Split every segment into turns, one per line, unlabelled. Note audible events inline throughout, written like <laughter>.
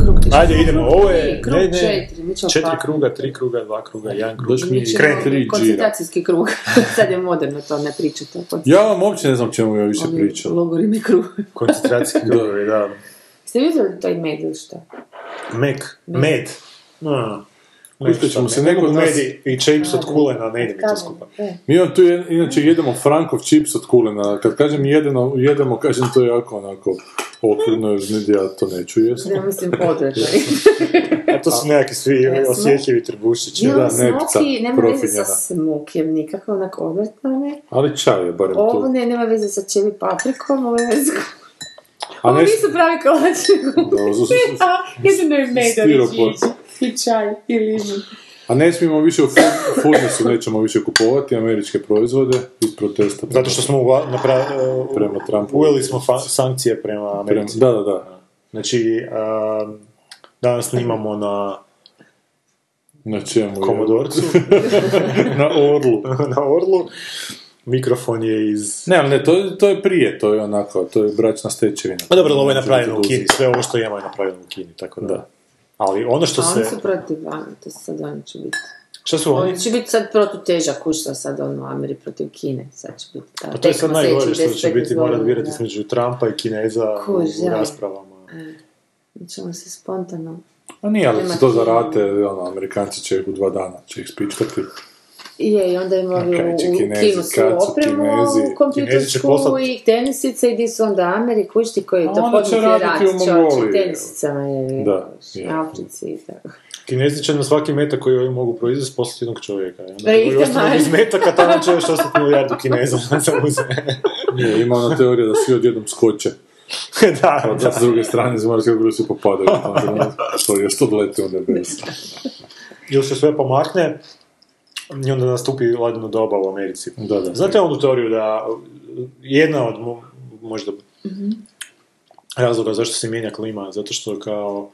Krug tri.
Ajde, idemo, ovo je,
Krug
ne, ne,
četiri, mi ćemo
četiri
pakati.
kruga, tri kruga, dva kruga, jedan krug.
pa- Mi ćemo
tri džira.
Koncentracijski krug. <laughs> Sad je moderno to, ne pričate o koncentracijski
Ja vam uopće ne znam čemu je više pričao.
Logorimi krug.
Koncentracijski
<laughs>
krugovi, da.
<laughs> Ste vidjeli taj med ili šta?
Mek, med. No. Uspjet ćemo se,
ne
neko od
mogu
nas
medi-
i chips od kulena, ne ide mi
Tamo,
to skupa.
e.
Mi vam tu, jed- inače, jedemo Frankov čips od kulena. Kad kažem jedeno, jedemo, kažem to je jako onako okvirno, jer ne- ja to neću jesti.
Ja mislim
<laughs>
odvratno. <laughs>
A to su nekakvi svi
Ja sam-
osjetljivi trbušići.
Ili
da, neptica,
smoki, nema veze sa
profinjena.
smokijem nikako, onako odvratno ne.
Ali čaj je barem
Ovo
tu.
ne, nema veze sa čevi paprikom, ovo je veze...
A
Ovo
ne,
nisu pravi
<laughs>
kolači.
Da,
<laughs>
su- su- su-
Jedino je meda
stiropor.
i čaj i ližu.
a ne smijemo više u food- foodnesu, nećemo više kupovati američke proizvode iz protesta.
Zato što smo uva- napra- e,
Prema Trumpu.
uveli smo fa- sankcije prema
Prema-
Americi.
Da, da, da.
Znači, a, danas snimamo na
Na čemu je?
Komodorcu, <laughs>
Na orlu.
na Orlu. Mikrofon je iz...
Ne, ali ne, to, to je prije, to je onako, to je bračna stečevina. Znači,
Pa dobro, ali ovo je
Nećemo
napravljeno
to
u Kini,
uzeti.
sve ovo što imamo je napravljeno u Kini, tako da.
Da.
Ali ono što
A oni
se...
su protiv, a, to sad oni će biti.
Šta su oni?
Oni će biti sad protuteža kuća sad ono Ameri protiv Kine, sad će biti ta.
Pa to je sad
tekma sljedećih
najgore što će
10-15
biti, mora
godina,
birati
da. E,
između Trumpa i Kineza
Kuž,
u
da.
raspravama. Pa
Mi ćemo se spontano.
A nije, ali
Prema
se to
Kini.
zarate, ono, Amerikanci će ih u dva dana, će ih spičkati.
I je, i onda im ovi
Kaj
u
će
u
Kinezi,
kinu su
kad su
opremu,
Kinezi?
ovu
Kinezi će
kompjutersku
poslat-
i tenisice i di su onda Ameri, kući ti koji je
A
to
onda će
podmukli rat,
raditi u
čovječe,
Mongoliji,
tenisicama je,
Da,
je,
je.
Africi i tako.
Kinezi će na svaki metak koji oni mogu proizvesti poslati jednog čovjeka. Onda
Da Pa ih
koji ostane
manje.
iz metaka, tamo će još ostati milijardu
<laughs>
Kineza <laughs> da zauzme.
Nije, ima ona teorija da svi odjednom skoče. Pa
da,
Da,
Pa da.
s druge strane zemaljske kugle se
<laughs>
popadaju. To je što dolete u nebesa.
Ili se sve pomakne i onda nastupi ladno doba u Americi.
Da, da.
Znate onu teoriju da jedna od mo- možda razloga zašto se mijenja klima, zato što kao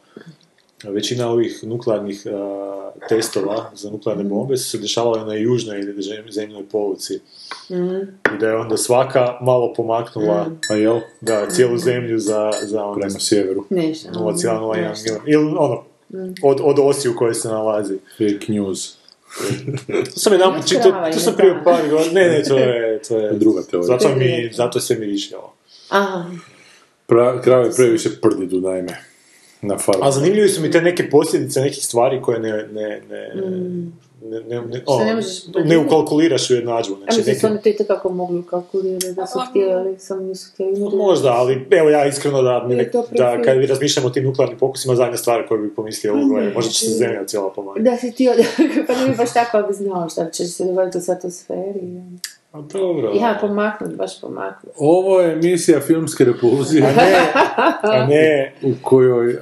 većina ovih nuklearnih a, testova za nuklearne bombe su se dešavale na južnoj ili zem- zemljoj poluci. I da je onda svaka malo pomaknula
A jel?
da, cijelu zemlju za, za ono,
Prema sjeveru.
ono, Nešto.
0,01 gila- Ili ono, od, od osi u kojoj se nalazi.
Fake news.
To sam jedan
Još
čitao,
krava
to
je,
sam
ovaj, ne
prije
krava.
par godina, ne, ne,
<laughs>
to je, to je,
Druga teorija.
zato mi, zato je sve mi išljalo.
Aha,
Pra, krave previše prdidu, naime. Na farmu.
A zanimljive su mi te neke posljedice nekih stvari koje ne, ne, ne, ne, ne, ne, o,
Mm. ne možeš
ne ukalkuliraš u jednadžbu.
a
Znači,
mislim
neke,
su oni to itekako mogli kalkulirati, da su htjeli, samo nisu htjeli ignorirati.
možda, ali evo ja iskreno da, mi
Je
nek-
E, to
da
profil.
kad razmišljam o tim nuklearnim pokusima, zadnja stvar koju bi pomislio, ovo gle, možda će se zemlja cijela pomaknuti.
Da si ti od... <laughs> pa ne bi baš tako, ali bi znao šta će se dogoditi u satosferi.
A Dobro.
Ja, pomaknut, baš pomaknut.
Ovo je emisija filmske repulzije
pa-
A ne,
u kojoj,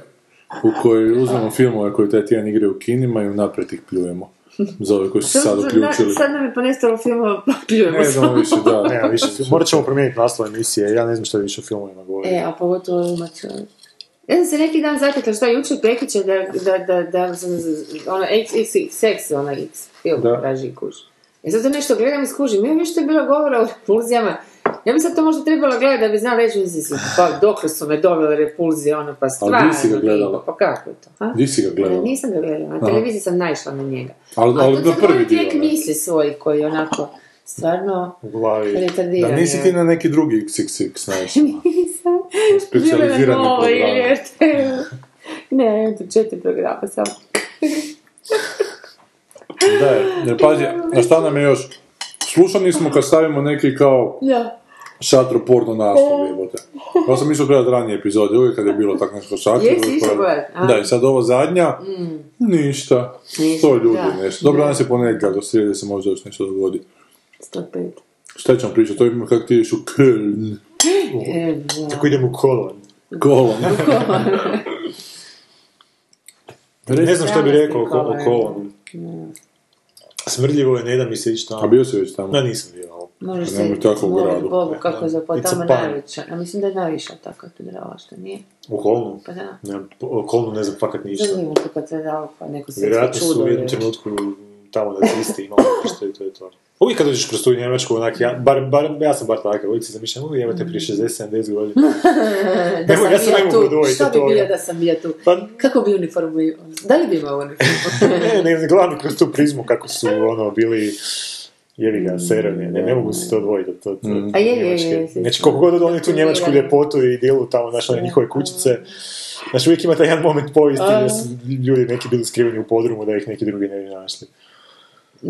u kojoj uzmemo filmove koji taj tjedan igre u kinima i unaprijed ih pljujemo. Za ove koji su se sad
Sad-
uključili.
Sad nam je ponestalo <laughs> filmova, pa pljujemo
Ne
se.
<laughs>
znamo više, da.
ne, više, morat ćemo promijeniti naslov emisije, ja ne znam što više o filmovima govorim.
E, a pogotovo ovima čovjek. Ja sam se neki dan zatekla šta jučer prekriče da, da, da, da, sam z- ono, x, x, x, x, ono, x, film
Da.
traži i kuži. I zato nešto gledam i skužim, ja više je bilo govora o repulzijama, ja bi sad to možda trebala gledati da bi znala reći, mislim, si, pa dokle su me dovele repulzije, ono, pa stvarno,
gdje si ga gledala?
lijepo, pa kako je to, ha?
Di si ga
Ne,
gledala?
nisam ga gledala, na televiziji sam naišla na njega.
Ali,
A
ali
to
na
su
prvi
moji
dio.
tijek
ne?
misli svoji koji onako, stvarno,
U glavi.
Da
retardirani.
nisi ti na neki drugi XXX naišla.
<laughs> Nisam.
Specijalizirani
Bila na Novoj
program.
ili RTL. Ne, to četiri programa samo.
Da, jer pazi, na šta nam je još? Slušani smo kad stavimo neki kao
Da.
šatro porno
E.
naslov, jebote. Ja sam išao gledat ranije epizode, uvijek kad je bilo tako nešto šatro.
Jesi
uvijek
išao
porno.
gledat, a? Mm.
Da, i sad ovo zadnja, ništa.
Ništa,
Sto ljudi
da.
nešto. Dobro, danas je ponedjeljak, do srijede se možda još nešto dogodi.
105.
Šta ćemo pričati, to ima kako ti ješ u Köln,
E, da.
Tako idem u kolon.
kolom.
Ne znam što bi
Stranački
rekao o, o
kolon.
kolonu. Smrdljivo je, ne da mi se ići
A
tamo.
bio si već tamo?
Da, nisam bio, ali
Možeš
Pa nemoj tako u
molim
gradu.
Bogu kako je
Da.
zapravo
It's a
tamo
pun.
najveća. Ja mislim da je najviša ta katedrala, što nije.
U Kolnu?
Pa da.
Ne, o Kolnu ne znam fakat ništa.
Zanimljivo tu katedralu, pa neko se
Vjerojatno su
čudo.
u jednom
je.
trenutku tamo na cesti imali nešto i to je to. Uvijek kad dođeš kroz tu Njemačku, onak, ja, bar, bar, ja sam bar takav, uvijek se zamišljam, uvijek imate
Mm.
prije 60-70 godina.
Da
Nemoj,
sam
ja se ne
bila
mogu
tu,
odvojiti
šta
od
bi
toga.
bila da sam bila tu?
Pa
Kako bi uniformu bio? Da li bi imao
<laughs>
uniformu?
ne, ne, ne gledam kroz tu prizmu kako su ono bili jevi ga, serovne, ne, ne mogu se to odvojiti od to, to,
Mm.
A je, je, je,
njemačke.
je, je.
Znači, koliko god oni tu njemačku ljepotu i dijelu tamo, znaš, one njihove kućice, znači, uvijek ima taj jedan moment povijesti gdje su ljudi neki bili skriveni u podrumu da ih neki drugi ne bi našli.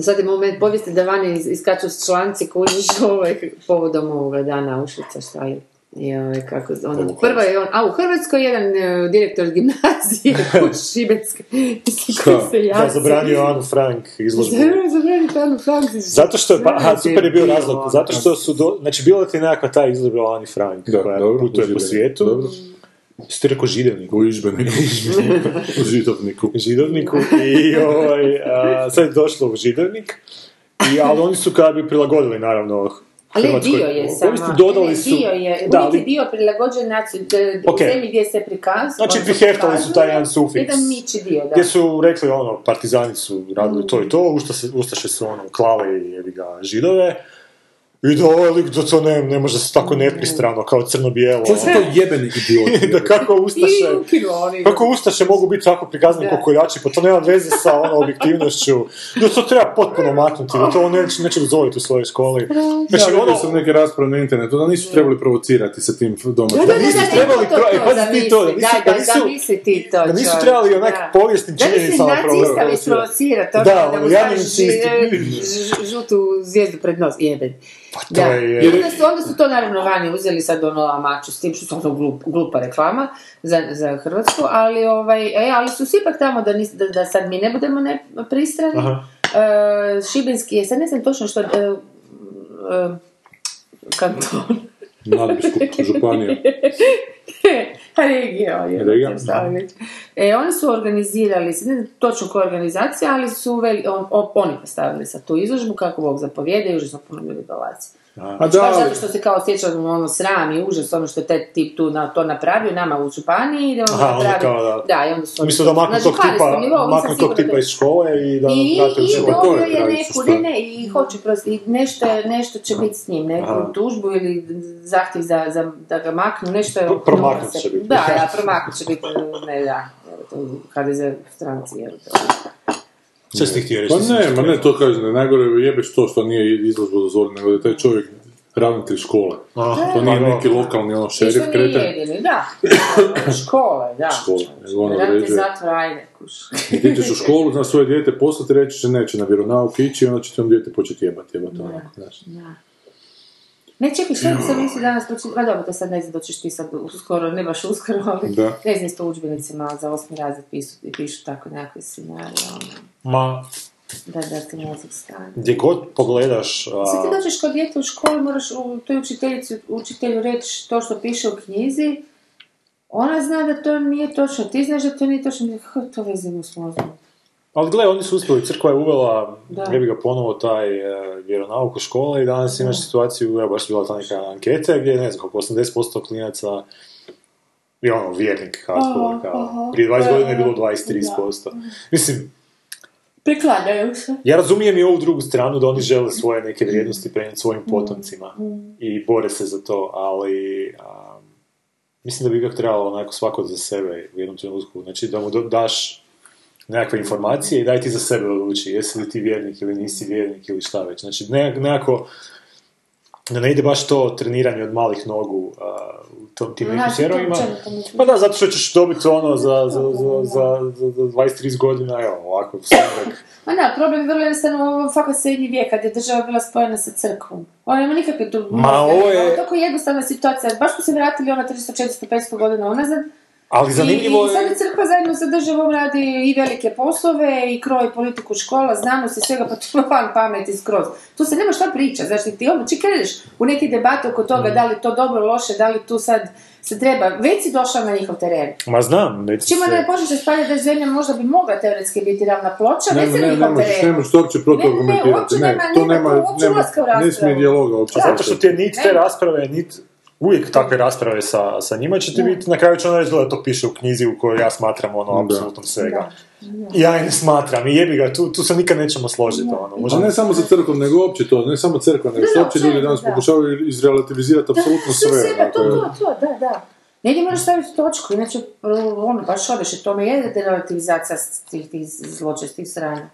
Sad je moment povijesti da vani is- iskaču s članci kužiš ovaj, povodom ovoga dana Auschwitza, šta li? I ovaj, kako, z- ono,
Holokaust.
prva je on, a u Hrvatskoj jedan e, direktor gimnazije
<laughs>
u Šibenske, mislim koji
Šta?
se
Da,
jaci.
zabranio Anu Frank izložbu.
Zabrani Tanu Frank.
Zato što je, pa, aha,
Zabranite
super je bio
bilo.
razlog, zato što su, do, znači, bila ti nekakva ta izložba o Ani Frank,
Da,
koja
dobro,
putuje po
uživanje.
svijetu.
Dobro.
Jesi ti rekao židovniku?
U ižbeniku. U židovniku.
židovniku i ovaj, a, sad je došlo u židovnik. I, ali oni su kada bi prilagodili, naravno,
Ali
Hrvatskoj-
dio je samo.
Oni su dodali su...
Dio je,
da,
uvijek je
ali,
dio prilagođen naciju, d- d- u
Ok.
zemlji gdje se prikaz.
Znači,
odnosno
priheftali su taj jedan sufiks.
Jedan miči dio, da.
gdje su rekli ono, partizani su radili to i to, ustaše, ustaše su ono, klale i jebi ga, židove. I da ovaj lik, da to ne, ne može se tako nepristrano, kao crno-bijelo. ono.
To su to jebeni idioti.
<laughs> da kako
I
ustaše...
ukinuo oni.
Kako Ustaše mogu biti tako prikazani
Da.
kao koljači, pa to nema veze sa ono objektivnošću. Da to treba potpuno maknuti, da to on neće, neće dozvoliti u svojoj školi.
Znači,
Znači,
vidio
ono,
sam neke rasprave na internetu, da nisu trebali provocirati sa tim domaćim.
Da, <laughs> da, da, da,
Pa nisu
da,
trebali
to, to,
pro- e,
to,
pazi ti to, da nisu-
da,
da nisu-
zamisli ti to,
da nisu
čovječe,
trebali onak ono,
da.
povijesnim činjenicama
Da li
provocirati?
si isprovocirati, to
Da,
da, da
ono,
mu
jadni
staviš
nacisti.
e, ž- žutu zvijezdu pred nos, jeben. Pa
to je-
Onda su, onda su to naravno vani uzeli sad ono amaču s tim što su ono glup, glupa reklama za, za Hrvatsku, ali ovaj, e, ali su svi ipak tamo da, nis, da, da sad mi ne budemo ne pristrani.
Aha.
E, Šibenski je, sad ne znam točno što, e, e, kanton.
Nadbiskup županija.
<laughs> Regija, je,
Regija,
sam stala već. E, oni su organizirali, ne znam točno koja organizacija, ali su veli, on, on- oni postavili sad tu izložbu kako Bog zapovijeda i užasno puno ljudi dolazi.
A da,
Baš
ali-
zato što se kao osjećamo ono sram i užas, ono što je taj tip tu na, to napravio nama u županiji, da on
Aha, ono
napravi,
kao da.
i onda su...
Mislim da maknu
na
tog tipa,
županijskom nivou, nisam
maknu tog
sigurna
tipa
da-
iz škole i da
i,
vrate u
i
školu.
dobio
To je
je
tragično,
neku,
šta?
ne, ne, i hoće prosto, i nešto, je- nešto će biti s njim, neku
Aha.
tužbu ili zahtjev za, za, da ga maknu, nešto je...
Pro- promaknut će biti.
Da, da, promaknut će biti, ne, da, evo to HDZ stranci, evo to.
Sve ste htio reći.
Pa ne, ma ne, to kažem, da je najgore jebeš to što nije izložba dozvoljena, nego da je taj čovjek ravnatelj škole.
Pa
to nije neki lokalni ono
I što
šerif
nije
kreten.
jedini,
<coughs>
da, škola, da.
Škola, nego ono
Rate
određuje.
zatvor, ajde, kuš.
I ti ćeš u školu, znaš svoje dijete poslati, reći će neće na vjeronauk ići i onda će ti on dijete početi jebati, jebati onako, znaš.
Ne, čekaj, što
<clears throat>
sam mislila danas pročitati? Ma dobro, to sad ne znam, doćeš ti sad uskoro, ne baš uskoro, ali
Da.
ne znam, isto u udžbenicima za osmi razred pišu, pišu tako nekakve scenarije, ono,
Ma,
da, da ti mozak stane.
gdje god pogledaš... a,
Sad ti dođeš kod djete u školu, moraš u toj učiteljici, učitelju reći to što piše u knjizi, ona zna da to nije točno, ti znaš da to nije točno, kako to veze ima s mozgom?
Ali gle, oni su uspjeli, crkva je uvela,
Da.
ne bi ga ponovo taj e, vjeronauk u škole i danas imaš situaciju, evo baš je bila ta neka anketa gdje, ne znam, koliko 80% klinaca je ono vjernik hardcore,
Aha,
kao,
aha.
prije 20
Da,
godina je bilo
da.
23%. Mislim,
Prikladaju se.
ja razumijem i ovu drugu stranu da oni žele svoje neke vrijednosti prenijeti svojim potomcima i bore se za to, ali a, mislim da bi ipak trebalo onako svako za sebe u jednom trenutku, znači da mu do- daš nekakve informacije i daj ti za sebe odluči jesi li ti vjernik ili nisi vjernik ili šta već. Znači ne- nekako da ne ide baš to treniranje od malih nogu a, u tom, tim nekim
Znači, to
smjerovima.
općenito mislim.
Pa da, zato što ćeš dobiti ono za, za, za, za, za, za 23 godina, evo, ovako, sumrak.
Ma da, problem je vrlo jednostavno u ovom fakat srednji vijek, kad je država bila spojena sa crkvom. Ona nema nikakve tu...
Ma, ovo je-
Ovo je Tako jednostavna situacija. Baš smo se vratili ona 300, 400, 500 godina unazad.
Ali zanimljivo
I, i sada
je...
crkva zajedno sa državom radi i velike poslove i kroji politiku škola, znanost i svega, pa to je van pameti skroz. Tu se nema šta priča, znači ti običe kreneš u neke debate oko
Mm.
toga da li to dobro, loše, da li tu sad se treba, već si došao na njihov teren.
Ma znam, neću
Čima da
se...
je počeš raspravljati da zemlja možda bi mogla teoretski biti ravna ploča,
Ne,
već
ne,
si na
ne, ne
njihovom
možeš, ne
terenu.
možeš to uopće
Ne, ne, uopće
protuargumentirati. Ne,
nema-
to
nema
nema,
tu uopće
nema,
ulaska u
ne
raspravu.
smije dijaloga uopće.
Pa Zato što te nit te
Ne.
rasprave, nit uvijek takve rasprave sa, sa njima će ti biti, na kraju će ono reći, "Gle, to piše u knjizi u kojoj ja smatram ono, apsolutno svega. Ja je ne smatram i jebi ga, tu, tu se nikad nećemo složiti. Ono.
Ali
Možda,
ne samo za crkvom, nego uopće to, ne samo crkva, nego
Ne,
što uopće ljudi
općenito,
danas
da.
pokušavaju izrelativizirati apsolutno
Sve,
sve.
sve, pa to,
dakle.
to, to, da, da. Negdje moraš staviti točku, inače, ono, baš odeš, jer tome je relativizacija s- tih, tih zločestih sranja.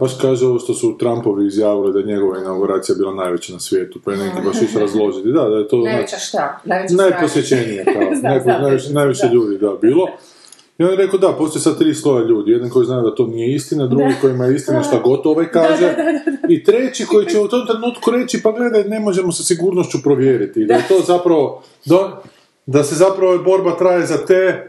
Baš kaže ovo što su Trumpovi izjavili da je njegova inauguracija bila najveća na svijetu, pa je neki baš išao razložiti. Da, da je to znači,
Najveća šta? Najveća sranja. <laughs>
najposjećenije, kao,
Znam,
najpo-
znam,
najviše,
znam.
najviše ljudi da bilo. I on je rekao da, postoje sad tri sloja ljudi, jedan koji zna da to nije istina, drugi kojima je istina šta god ovaj kaže, i treći koji će u tom trenutku reći pa gledaj, ne možemo sa sigurnošću provjeriti, da je to zapravo, da, da se zapravo borba traje za te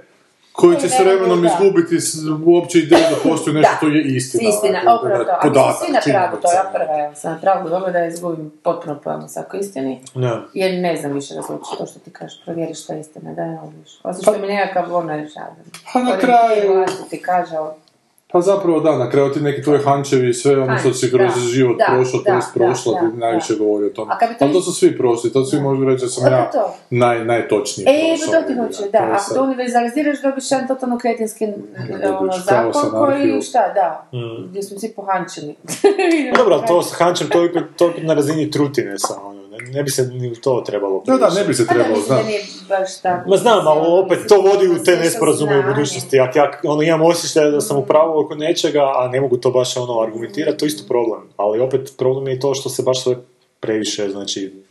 koji će
Koji
s
ne mogu,
vremenom
da.
izgubiti s- uopće ideju da postoji nešto
Da.
što je istina.
Istina,
da- da-
upravo to.
da-
Ako su
podatak,
svi na pragu, to
činjenica.
ja prva, evo, sam na pragu dobro da izgubim potpuno pojma sa ako istini.
ne.
Jer ne znam više razlučiti to što ti kažeš, provjeriš što je istina, da je ono više.
Pa-
Osim što mi nekakav ono rješava.
Pa na kraju-
ti kaže, ali...
Pa zapravo da, na kraju ti neki tvoji hančevi i sve ono što si
Hančevi,
kroz
da,
život
da,
prošao,
da,
to jest prošla,
da,
ti
da,
najviše govori o tome.
A kad bi to
Ali to
is-
su svi prošli, to svi možu reći da sam
Onda
ja
to.
naj, najtočniji
E,
prošao,
pa to ti
evo ga,
hoću,
to
da.
je
Ako
sad.
to univerzaliziraš, dobiš jedan totalno kretinski ono,
dobiš kaos,
zakon koji,
anarhiju.
šta, da, gdje smo svi
<laughs>
pohančeni.
Mm. Dobro, ali to s Hančem, to je opet, to je opet na razini trutine sa ono, ne, ne bi se ni u to trebalo
Da, da,
previše.
ne bi se
Pa da,
trebalo
mislim da
znati.
nije baš tako.
Ma znam, ali opet to vodi u te
Slično
nesporazume u
znanje.
budućnosti. Ako ja ono, imam osjećaj da sam u pravu oko nečega, a ne mogu to baš ono argumentirati, to je isto problem. Ali opet problem je i to što se baš sve previše, znači,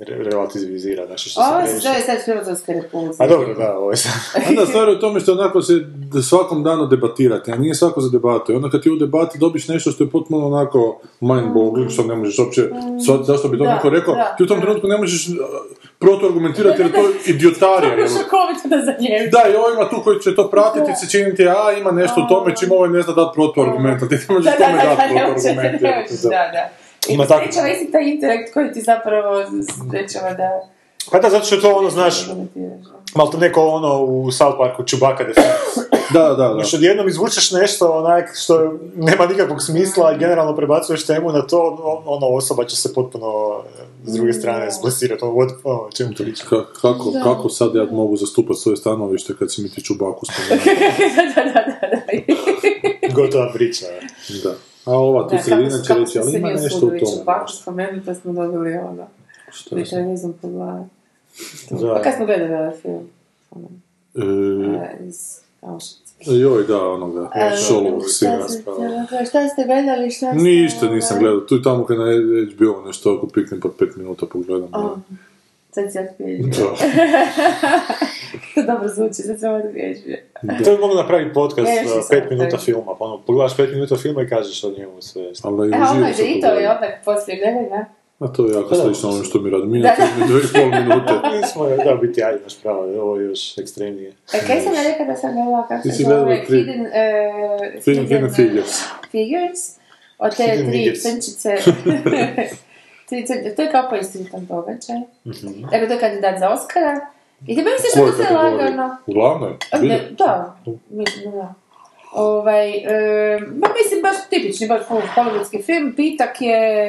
re- relativizira. Znači, što se
Ovo se
previše...
zove sad Filozofske repulze.
A dobro, da, ovo je sad.
Onda stvar je u tome što onako se d- svakom danu debatirate, a nije svako za debatu. I onda kad ti u debati dobiš nešto što je potpuno onako mind boggling, što ne možeš uopće, shvatiti zašto bi to
Mm. Da,
neko rekao,
da,
ti u tom
da.
trenutku ne možeš uh,
<laughs>
protuargumentirati jer to je idiotarija. jel?
Šokovito da zanjevi.
E, Da, i ovima tu koji će to pratiti se činiti, a ima nešto u tome čim ovaj ne zna dati protuargument, a ti ne
Да,
možeš tome dati
ne može, ne
protuargument.
može,
jebote,
da,
da.
da. I
Ima
ti
tako.
sprečava isti taj intelekt koji ti zapravo sprečava da...
Pa da, zato što je to ono,
<laughs>
znaš,
argumentiraš.
malo to neko ono u South Parku, Chewbacca defense.
Da, da, da.
Još odjednom izvučeš nešto onak što nema nikakvog smisla, a generalno prebacuješ temu na to, on- ono osoba će se potpuno e, s druge strane splasirati. Ono, what, ono, čemu to liči?
Ka- kako, kako sad ja mogu zastupati svoje stanovište kad si mi ti
<laughs>
čubaku spomenuo?
da, da, da, da.
Gotova priča.
Da. A ova tu
Da,
sredina
kako-
će
kako
reći,
smo
ali
se
ima
mi
nešto u
usudili
tome.
Čubaku spomenuti pa smo dobili ono.
Što je sad?
Literizam po glavi. Pa
Da.
kad smo gledali ovaj film?
E,
E, iz Auschwitz.
Joj, da, onoga, Šolovog sina.
E, Šta ste- Šta ste gledali, šta ste...
Ništa nisam gledao, tu i tamo kad na HBO nešto ako piknem pa pet minuta pogledam. ali-
Sad se odbježio.
Па,
Da.
To <laughs> dobro zvuči, sad se odbježio.
To bi moglo napraviti podcast,
Ne, još nisam
5 minuta
napravila.
filma, pa ono, pogledaš 5 minuta filma i kažeš o njemu sve.
Ali
E, ono
uživo
je
sam
i to je
pogledao.
onak poslije gledanja.
A to je jako
Pa da,
slično ovom što mi radim. Mi
Da,
na filmu dvije i
<laughs>
pol
<laughs>
minute.
Nismo, da, u biti, ajde, imaš pravo, ovo je još ekstremnije.
E, kaj sam ja rekla da sam gledala kako
Ti si
se zove
gledala tri-
Hidden, e,
Film Hidden Figures.
Figures. Od te
Hidden
tri
<laughs>
Figures.
crnčice. tri crnčice. To je kao poistinitan događaj.
Mhm.
Mhm.
Evo, to je kandidat za Oscara. I ti misliš
Koje
da se
kategorije?
lagano...
Uglavnom,
Ne,
vidi.
da, mislim da. Ovaj, e, ma mislim baš tipični, baš ho- hollywoodski film, pitak je,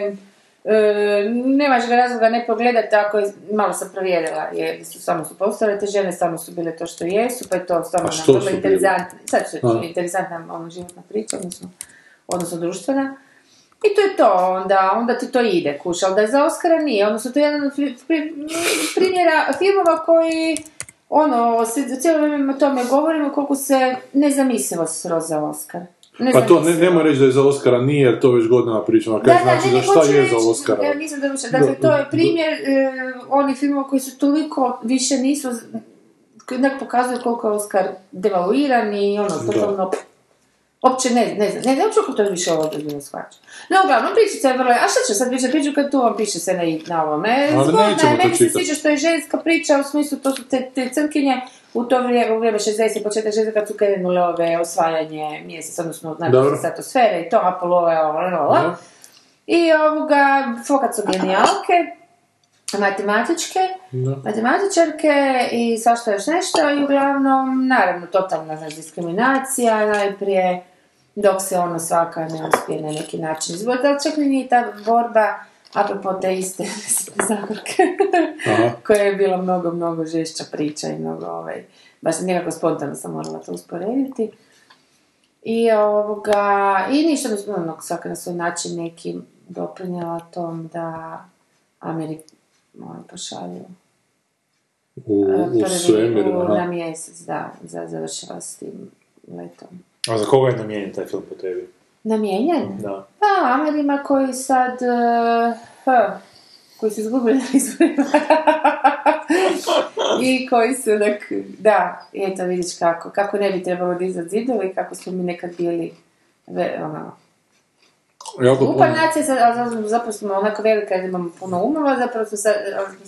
e, nemaš ga razloga ne pogledati ako je, malo sam provjerila, je, su, samo su postojale te žene, samo su bile to što jesu, pa je to samo
A
nam
što
vrlo
su bile?
interesantna, sad su
A.
interesantna ono, životna priča, odnosno, odnosno društvena. I to je to, onda, onda ti to ide, kuš, ali da je za Oscara nije, odnosno to je jedan od pri- pri- primjera filmova koji, ono, se cijelo vrijeme o tome govorimo koliko se nezamislivo sroz za Oscar.
Pa to ne,
Nezamislivo.
nemoj reći da je za Oscara, nije, jer to već godinama pričamo. Kaj znači da
nego
šta
hoću
je
reći,
za Oscara?
Evo, nisam domišljala. Dakle,
Da,
to je
da.
primjer e, onih filmova koji su toliko više nisu, koji onak pokazuju koliko je Oscar devaluiran i ono, totalno Opće ne, ne znam, ne, ne uopće kako to više ovo ne shvaća. No, uglavnom, pričica je vrlo, a šta će sad više priču kad tu vam piše se na, na ovom, ne,
Ali
zgodna
nećemo
je,
to
meni se
čitati.
sviđa što je ženska priča, u smislu to su te, te crkinje, u to vrijeme, u vrijeme 60 početak 60 kad su krenule ove osvajanje mjeseca, odnosno
Dobro.
najbolje satosfere i to, Apollo, ono, ono, i ovoga, fokat su genijalke, matematičke,
Da.
matematičarke i svašta još nešto i uglavnom, naravno, totalna znaš, diskriminacija najprije dok se ono svaka ne uspije na neki način izboriti, ali čak ni nije ta borba apropo te iste <laughs> Zagorke,
Aha.
koja je bila mnogo, mnogo žešća priča i mnogo, ovaj, baš nekako spontano sam morala to usporediti. I ovoga, i ništa, mislim, ono, svaka na svoj način nekim doprinjela tom da Ameriku pošalju
U, u
prvi
svemir,
u-
aha.
na mjesec, da, za, završila s tim letom.
A za koga je namijenjen taj film po tebi?
Namijenjen?
Da.
Da, Amerima Pa, koji sad, eh, h, koji su izgubili na
<laughs>
izborima. I koji su, onak, da, eto vidiš kako, kako ne bi trebalo dizati zidove i kako smo mi nekad bili, ve, ono,
Jako
Glupa
puno-
nacija, sad- a zapravo- zapravo smo onako velika jer imamo puno umova, zapravo smo sad,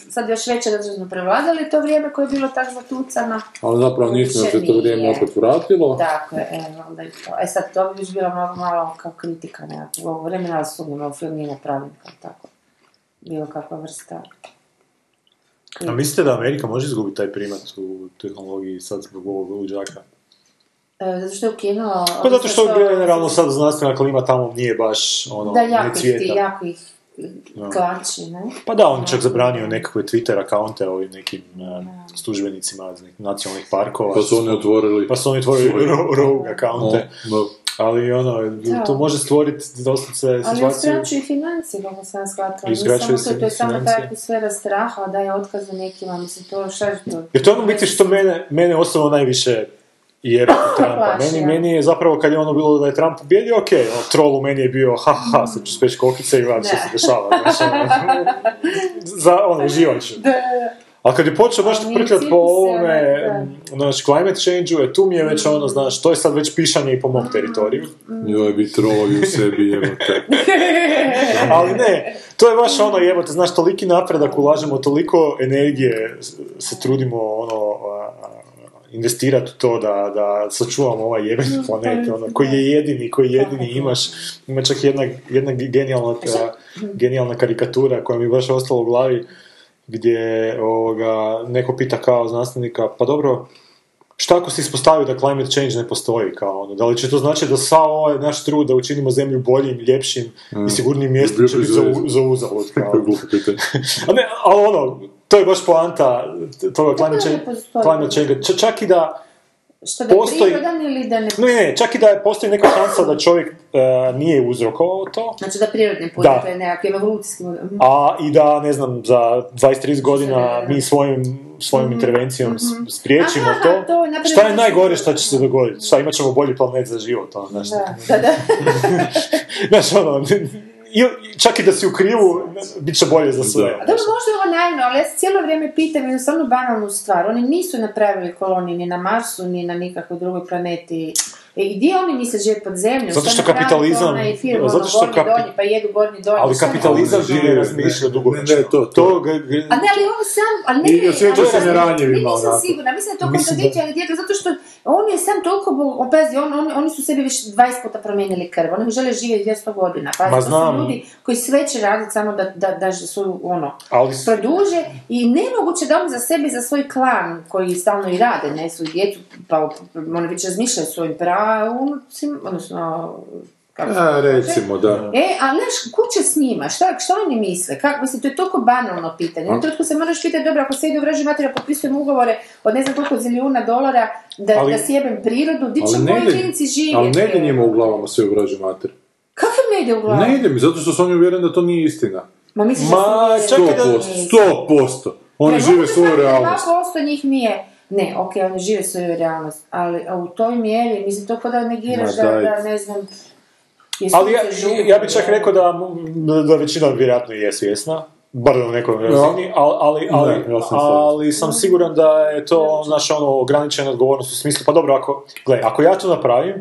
sad još veće zato što smo prevladali to vrijeme koje je bilo tako zatucano.
ali zapravo nismo
Uopće
se to vrijeme
nije.
opet vratilo.
Tako je, evo, onda i to. E sad, to bi još bila malo, malo kao kritika nekakvog ovog vremena, ali sumnjam, ovo film nije napravljen kao tako. Bilo kakva vrsta.
A mislite da Amerika može izgubiti taj primat u tehnologiji sad zbog ovog luđaka?
E, zato što je ukinula...
Pa zato što generalno sad znanstvena klima tamo nije baš ono,
Da,
ne
jako ih, ti-
cvjeta.
jako ih tlači, ne?
Pa da, on je čak zabranio nekakve Twitter akaunte ovim nekim eh, službenicima iz nekih nacionalnih parkova.
Pa su oni otvorili. ono,
pa su oni otvorili ro- rogue akaunte.
No,
Ali ono,
Da.
to može stvoriti doslovce
Ali
situaciju.
uskraćuju i financije, kako sam shvatila.
Uskraćuju
Uskraćuju
se
se To je samo ta
financije.
atmosfera straha, da je otkaz nekima, mislim, to šta je to?
Jer to je ono biti što mene, mene osobno najviše je
<coughs>
Trumpa.
Plaši,
Meni,
ja.
meni je zapravo kad je ono bilo da je Trump pobjedio, ok, ono, troll u meni je bio, ha, ha, ha, sad ću speći kokice i gledam što
Da.
se dešava. Znači,
<laughs>
ono, za, ono, uživat ću.
Da,
A kad je počeo baš
Ali u
prtljat
principu
po
se
ovome,
onak,
m, znaš, climate change-u, e, tu mi je već ono,
Mm.
znaš, to je sad već pišanje i po mom teritoriju.
joj bi
<laughs>
trolovi u sebi jebote.
Ali ne, to je baš ono jebote, znaš, toliki napredak ulažemo, toliko energije s- se trudimo ono, a, a, investirati u to da, da sačuvamo ovaj jebeni planet, ono, koji je jedini, koji jedini imaš. Ima čak jedna, jedna genijalna, ta- genijalna karikatura koja mi je baš ostala u glavi, gdje ovoga, neko pita kao znanstvenika, pa dobro, šta ako se ispostavi da climate change ne postoji, kao ono, da li će to značiti da sav ovaj naš trud da učinimo zemlju boljim, ljepšim i sigurnim mjestom će biti za, za uzalud, kao ono?
Kako je <laughs> glupo pitanje.
a ne, ali ono, to je baš poanta toga
Pa
climate
to ne
change,
postoji.
climate change. Ča- čak i da,
Što da je
Postoji-
prirodan ili da ne...
ne, ne, čak i da je- postoji neka šansa da čovjek e, nije uzrokovao to,
Znači da prirodne
Da.
potrebe, nekakve evolucijske... mhm.
a i da, ne znam, za 23 godina
da. Mhm,
mi svojim, svojom intervencijom s- spriječimo
Aha,
to.
to je napravljeno
šta je
za
najgore
život.
šta će se dogoditi? Šta, imat ćemo bolji planet za život, ono, znaš,
Da, da, da.
znaš, ono, i- čak i da si u krivu, bit će bolje za sve.
Da.
Dobro, možda je ovo naivno, ali ja se cijelo vrijeme pitam jednu samo banalnu stvar. Oni nisu napravili kolonije ni na Marsu, ni na nikakvoj drugoj planeti. E, gdje oni misle živjeti pod zemljom? Šta
Zato što
napravi
kapitalizam-
onaj film,
zato
ono,
što
gornji,
kapi-
donji, pa jedu gornji donji.
Ali
šta je?
kapitalizam
Ne,
ne
ne,
razmišlja
ne,
dugoročno.
ne, to- to.
ga- ga-
A ne, ali on sam, ali ne,
I osjeća
ali-
se neranjivima,
Nisam
onako.
sigurna, mislim da je to
Mislim da-
kontradikcija djeteta, zato što on je sam toliko, bol, o, pazi, on, on- oni su sebi već 20 puta promijenili krv, oni žele živjeti 200 godina, pazi,
Ma
to su
znam.
ljudi koji sve će raditi samo da, da, da su, ono,
ali s-
produže i nemoguće da on za sebe i za svoj klan koji stalno i rade, ne, svoju djecu, pa oni već razmišljaju o svojim pravnucima, odnosno, kako se
A,
to kaže?
recimo, da.
E, ali znaš, kud će s njima? Šta, šta oni misle? Kako, mislim, to je toliko banalno pitanje. Na trenutku se moraš pitati, dobro, ako se ide u vraži materija, potpisujem ugovore od ne znam koliko zilijuna dolara da,
Ali-
da sjebem prirodu, di će
Ali ne
moji
ide-
klinici
Ali
živjeti?
ne ide njima u glavama sve u vražju mater.
Kako im ne ide u glavu?
Ne ide mi, zato što su oni uvjereni da to nije istina.
Ma, misliš
Ma,
da su
čekaj da-
100%, 100%. Oni žive svoju realnost.
2% njih nije. Ne, ok, oni žive svoju realnost, ali a u toj mjeri, mislim, to kao da negiraš
Ma
da,
daj.
da, ne znam, je
ali ja,
sunce žuto,
ja bih čak
ne?
rekao da, da većina vjerojatno je svjesna, bar na nekom razini, ali, ali, ali,
Ne, ja sam
ali sam siguran da je to naša ono, ograničena odgovornost u smislu, pa dobro, ako, gle, ako ja to napravim,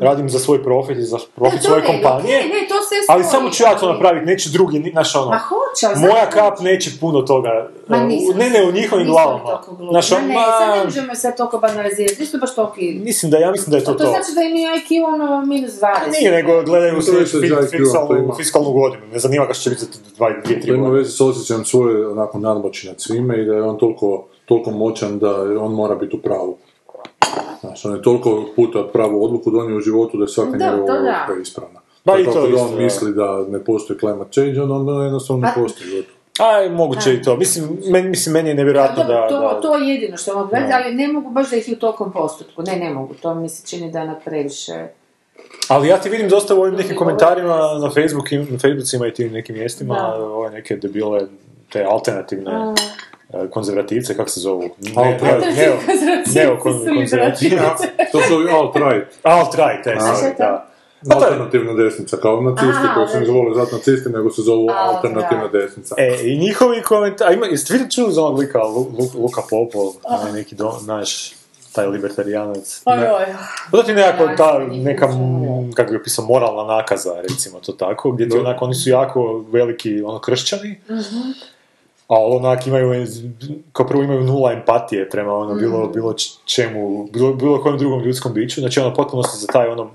radim za svoj profit i za profit
to
svoje
ne,
kompanije,
okej, ne, to sve
ali
stoji,
samo ću ja to
ali-
napraviti, neće drugi, ni- znaš ono,
Ma hoće, ali
moja
zato-
kap neće puno toga,
Pa Ma
uh,
nisam.
ne ne, u njihovim
Nisam
glavama,
toliko glupa.
znaš
Ma
ono,
ne, sad ne možemo sad toliko banalizirati, nisu baš toliki.
mislim da, ja mislim da je to
To,
to. Pa
znači da im je IQ ono minus 20.
Nije, nego gledaju
To
se
već za IQ, to
fiskalnu,
ima.
fiskalnu godinu, ne zanima ga što će biti za dva, dvije,
To
tri
ima
godine.
veze s osjećajem svoje onako nadmoći nad svime i da je on toliko, toliko moćan da je on mora biti u pravu. Znaš, on je toliko puta pravu odluku donio u životu da je svaka
Da,
njegova
to da.
odluka ispravna.
Pa
Pa
i to
kako da
isto,
on
da.
misli da ne postoji climate change, on onda jednostavno ne
Pa-
postoji.
<laughs>
gotovo.
Aj, moguće i to. Mislim, meni, mislim, meni je nevjerojatno
Dobro,
da...
to,
da-
to je jedino što mogu gledati, ali ne mogu baš da ih i u tolkom postupku. Ne, ne mogu, to mi se čini da je na previše.
Ali ja ti vidim dosta u ovim nekim
Ljudi
komentarima
govore.
na, Facebook, na Facebookima i tim nekim mjestima, e,
Da.
ove neke debile, te alternativne
Mm.
e, konzervativce, kako se zovu?
Alt-right.
neo, neo
Konzervativci su
konzervativci. <laughs>
To su ovi alt-right,
Alt-right, e,
A, šta
sorry,
je to?
da. Pa to je-
alternativna desnica, kao nacisti
A,
koji se ne
da.
zvole zvati nacisti, nego se zovu
Alt-right.
alternativna desnica.
E, i njihovi komentari, ima, jeste vidjeli čuli za onog lika, Lu, Lu- Luka Popov, onaj neki do, naš, taj libertarijanac.
Oj, oj.
Pa to ti je nekako
Ja,
ta,
nisam njih
neka,
poznala.
mm, kako bi pisao, moralna nakaza, recimo to tako, gdje ti
Da.
onako, oni su jako veliki, ono, kršćani,
Mhm.
a onak imaju, kao prvo imaju nula empatije prema
Mhm.
ono, bilo, bilo č- čemu, bilo, bilo kojem drugom ljudskom biću, znači ono, potpuno su za taj ono,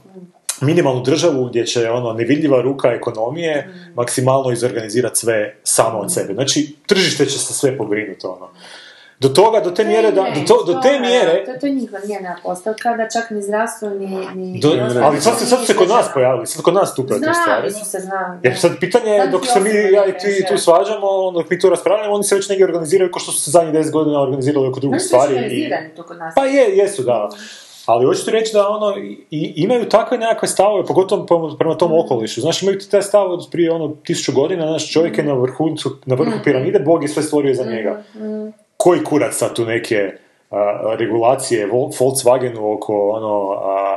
minimalnu državu gdje će ono nevidljiva ruka ekonomije
Mhm.
maksimalno izorganizirati sve samo od sebe. Znači, tržište će se sve pobrinuti ono. Do toga, do te mjere, da, do, to- do te mjere,
To, to je njihova njena postavka, da čak ni zdravstvo, ni... ni
do-
ni ostalo-
ali sad, se, sad su se kod nas pojavili, sad kod nas tupaju te
Znali
stvari.
su se, znali.
Jer sad pitanje je,
Sad
dok
ti
se mi
osobno
ja i
ne
ti
kaže.
tu svađamo, ono, dok mi tu raspravljamo, oni se već negdje organiziraju kao što su se zadnjih 10 godina organizirali oko drugih
Oni su
stvari. i-
organizirani to kod nas.
Pa je, jesu, da. Ali hoću reći da ono, i- i, imaju takve nekakve stavove, pogotovo prema- prema tom
Mm.
okolišu. Znaš, imaju ti taj stav od prije ono tisuću godina, znaš, čovjek je na vrhuncu, na vrhu
Mm.
piramide, Bog je sve stvorio za njega. Koji kurac sad tu neke a, regulacije Vol- Volkswagenu oko ono, a,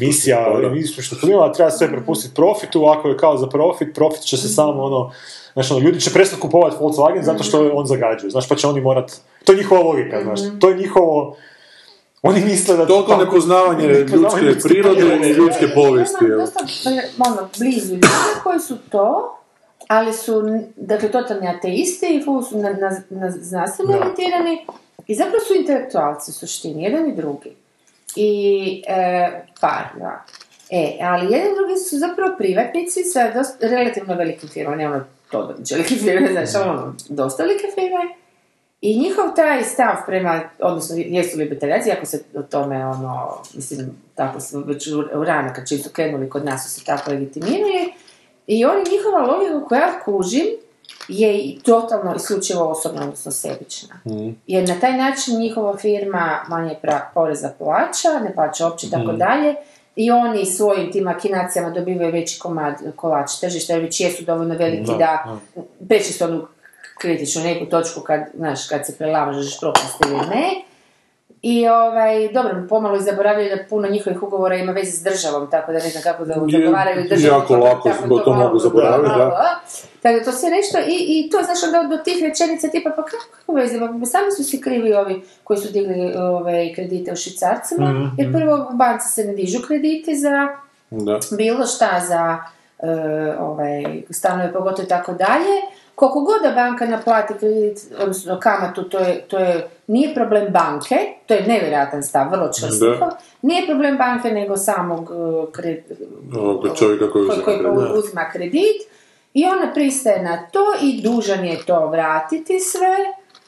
emisija,
plina.
ispušnih plinova, treba sve prepustiti profitu, ako je kao za profit, profit će
Mm.
se samo ono, znaš, ono, ljudi će prestati kupovati Volkswagen zato
Mm.
što on zagađuje, znaš, pa će oni morat, to je njihova logika, znaš, to je njihovo, oni misle da...
Toliko
tako- <laughs>
nepoznavanje
nepoznavanje
ljudske prirode i ljudske
Ja
povijesti.
imam
evo.
dosta, e, ono, blizu ljudi koji su to, ali su, dakle, totalni ateisti i ful su na, na, na znanstveno
Da.
orijentirani i zapravo su intelektualci u suštini, jedan i drugi. I, e, par, da. E, ali jedan i drugi su zapravo privatnici sa dosta, relativno velikim firmama, ne ono, to velike firme, znači ono, dosta velike firme. I njihov taj stav prema, odnosno jesu libertarijanci, ako se o tome, ono, mislim, tako su već u u rano, kad čim su krenuli kod nas, su se tako legitimirali. I oni, njihova logika koja ja kužim, je i totalno isključivo osobna, odnosno sebična. Jer na taj način njihova firma manje pra- poreza plaća, ne plaća uopće i tako dalje. I oni svojim tim akinacijama dobivaju veći komad kolač tržišta, jer već jesu dovoljno veliki da, preći su onu kritičnu neku točku kad, znaš, kad se prelamažeš propast ili ne. I ovaj, dobro, pomalo i zaboravljaju da puno njihovih ugovora ima veze s državom, tako da ne znam kako da
Je-
zagovaraju i državu.
jako lako
tako
to mogu
malo-
zaboraviti, da.
tako da to sve nešto, i, i to znaš onda do tih rečenica tipa, pa kako, kako veze, pa sami su si krivi ovi koji su digli ove, kredite u švicarcima,
Mhm,
jer prvo u banci se ne dižu krediti za
Da.
bilo šta za e, ovaj, stanove, pogotovo i tako dalje, koliko god da banka naplati kredit, odnosno kamatu, to je, to je, nije problem banke, to je nevjerojatan stav, vrlo čvrst
Da.
njihov, nije problem banke nego samog e, kre-
Ovoga čovjeka koji uzima
koji
kredit.
uzima kredit i ona pristaje na to i dužan je to vratiti sve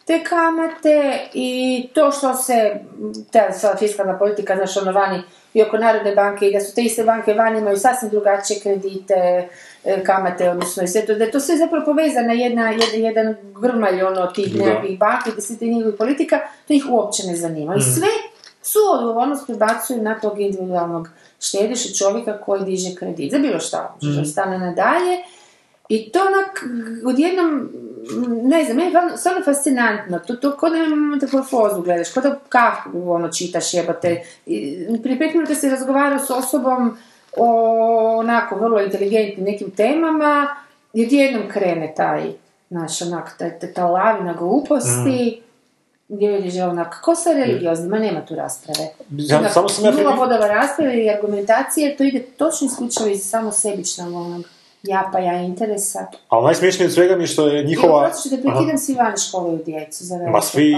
te kamate i to što se m, ta sva fiskalna politika, znaš, ono vani i oko Narodne banke i da su te iste banke vani imaju sasvim drugačije kredite, e, kamate, odnosno i sve to, da je to sve zapravo povezana jedna, jed- jedan grmalj ono tih
Da.
nekakvih banki, da se te njihovih politika, to ih uopće ne zanima. I sve su odgovornost prebacuju na tog individualnog štediša čovjeka koji diže kredit za bilo šta, mm. stane nadalje. I to onak, odjednom, m, ne znam, meni je van- stvarno fascinantno, to, to kod da imam metamorfozu gledaš, kod da Kafku ono čitaš jebate. I, Prije pet minuta si razgovarao s osobom o onako vrlo inteligentnim nekim temama, i odjednom krene taj, znaš, onak, ta, ta, ta lavina gluposti, gdje je že onak, ko sa religiozni, ma nema tu rasprave.
Ja-
Onak,
samo sam ja
Nula
primi-
bodova rasprave i argumentacije, to ide točno isključivo iz samo sebičnog onog japaja interesa.
A najsmiješnije od svega mi je što je
Njihova...
njihova...
Zato što te
Aha.
prekidam svi vani školuju djecu za velike
Ma svi-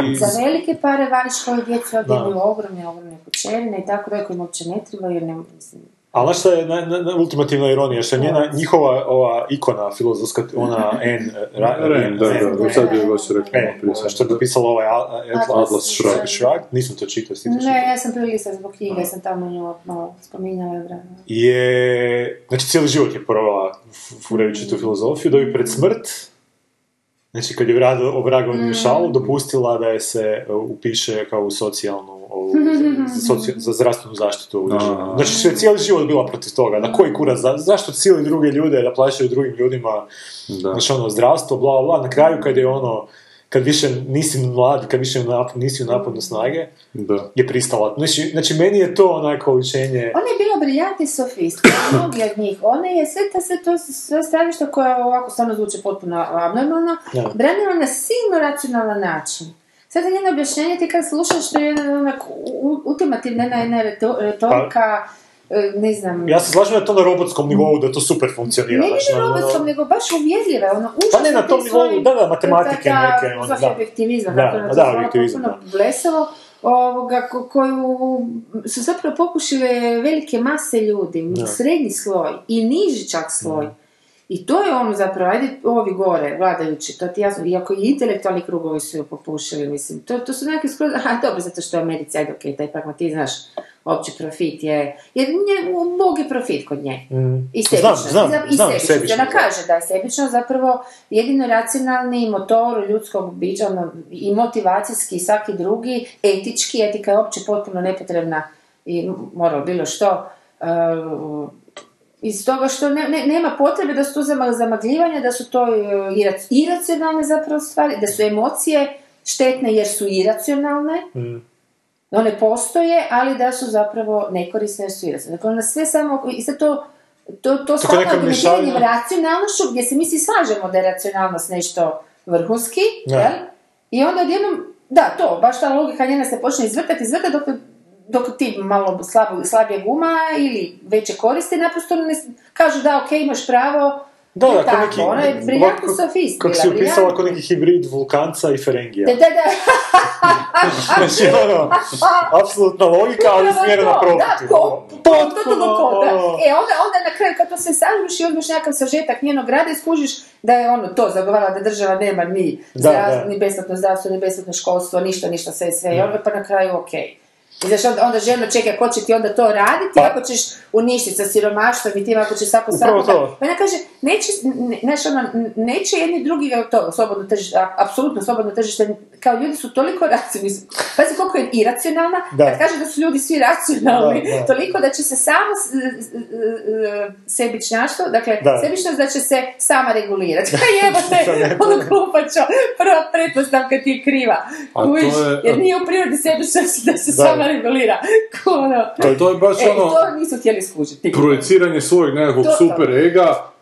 pare. Za velike pare vani školuju djecu, ovdje
Da.
imaju ogromne, ogromne kućerine i tako dalje koje im uopće ne treba jer ne, mislim,
Ali znaš šta je na, na, na- ultimativna ironija, što je njena, njihova ova ikona filozofska,
<laughs>
ona N, eh, ra,
Ren, da, da,
da.
sad je ono vas rekao
pa, E,
malo prije.
što je napisala ovaj Al- Atlas,
Atlas
Shrugged.
Shrugged.
Shrugged, nisam to čitao, jesi ti to čitao?
Ne, ja sam prilista zbog knjige, ja sam tamo nju malo spominjala. da.
je, znači cijeli život je provela f- furajući tu filozofiju, da bi pred smrt, znači kad je vrada obragao mm. dopustila da je se e, upiše kao u socijalnu, ovu, za, soci- za zdravstvenu zaštitu. u državi.
A.
Znači što je cijeli život bila protiv toga, na koji kurac, za- zašto cijeli druge ljude da plaćaju drugim ljudima
Da.
Znači ono, zdravstvo, bla, bla, bla, na kraju kad je ono, kad više nisi mlad, kad više nap- nisi u napadnu snage,
Da.
je pristala. Znači, znači meni je to onako učenje...
Ona je bila briljantni sofist, kao mnogi od njih. Ona je sve, ta, sve to sve stavišta koje ovako stvarno zvuče potpuno abnormalno,
Da.
branila na silno racionalan način. Sad je njeno objašnjenje ti kad slušaš što je jedan onak u- ultimativna jedna, jedna reto- retorika, e, ne znam...
Pa, Ja se slažem da je to na robotskom nivou, da to super
ne
funkcionira.
ni
znači,
na
ono-
robotskom, nego baš uvjerljiva, ono,
Pa ne,
užasno
na tom
tim
nivou,
svojim-
da, da, matematike
ta- ta
neke, ono,
filozofija
da.
objektivizma,
Da,
kako je
da,
ona to zvala,
objektivizam,
potpuno blesavo, ovoga, ko- koju su zapravo pokušile velike mase ljudi, srednji sloj i niži čak sloj. I to je ono zapravo, ajde ovi gore, vladajući, to ti jasno, iako i intelektualni krugovi su ju popušili, mislim, to, to su nekakvi skroz, aha, dobro, zato što je Americi, ajde, okej, taj pragmatizam, znaš, opći profit je, jer nje, Bog je profit kod nje. I
Znam,
sebičnost.
znam,
I za- I
znam,
sebičnost.
sebičnost,
Ona
da.
kaže da je sebično zapravo jedino racionalni motor ljudskog bića ono, i motivacijski i svaki drugi, etički, etika je uopće potpuno nepotrebna i moralo bilo što. e, iz toga što ne- ne- nema potrebe da su tu zama- zamagljivanja, da su to e, irac- iracionalne zapravo stvari, da su emocije štetne jer su iracionalne, one postoje, ali da su zapravo nekorisne jer su iracionalne. Dakle, ona sve samo, i sad to, to, to samo
neka
argumentiranim
mješavina.
racionalnošću, gdje se mi svi slažemo da je racionalnost nešto vrhunski,
Da.
jel? I onda odjednom, da, to, baš ta logika njena se počne izvrtati, izvrtati dok, dok ti malo slabo, slabije guma ili veće koristi, naprosto ne, s- kažu da, ok, imaš pravo,
Da,
to je
da, kao
tako,
neki...
ona je briljantni sofist
Kako
bila,
si upisala,
briljantna.
kao neki hibrid vulkanca i ferengija. <laughs>
Da, da, da.
Znači, ono, apsolutna logika, ali
Upravo
smjerena
to,
profitu.
Da, ko, potpuno
Potpuno.
ko, da. E, onda, onda na kraju kad to se sažmiš i uzmeš nekakav sažetak njenog rada i skužiš da je ono to zagovarala da država nema ni,
Da,
zdravstvo,
da.
ni besplatno zdravstvo, ni besplatno školstvo, ništa, ništa, sve, sve. I onda pa na kraju okej. I znaš, onda, onda žena čeka ko će ti onda to raditi,
Pa.
ako ćeš uništiti sa siromaštvom i tim, ako će svako
Upravo
svako...
to.
Pa ona kaže, neće, ne, znaš, ono, neće jedni drugi, jer to, slobodno tržište, a- apsolutno slobodno tržište, kao ljudi su toliko racionalni, pazi koliko je iracionalna,
Da.
kad kaže da su ljudi svi racionalni,
Da, da.
toliko da će se samo s- s- s- s- sebičnjaštvo, dakle,
Da.
sebičnost da će se sama
<laughs>
regulirati. Pa jebote, ono glupačo, prva pretpostavka ti je kriva.
A to
Kužiš,
je-
jer nije u prirodi sebičnost <laughs> da se
Da.
sama regulira. Ko Ono,
Pa to je baš
e,
ono...
to nisu htjeli skužiti.
projeciranje svojeg nekakvog
Totalno.
super ega,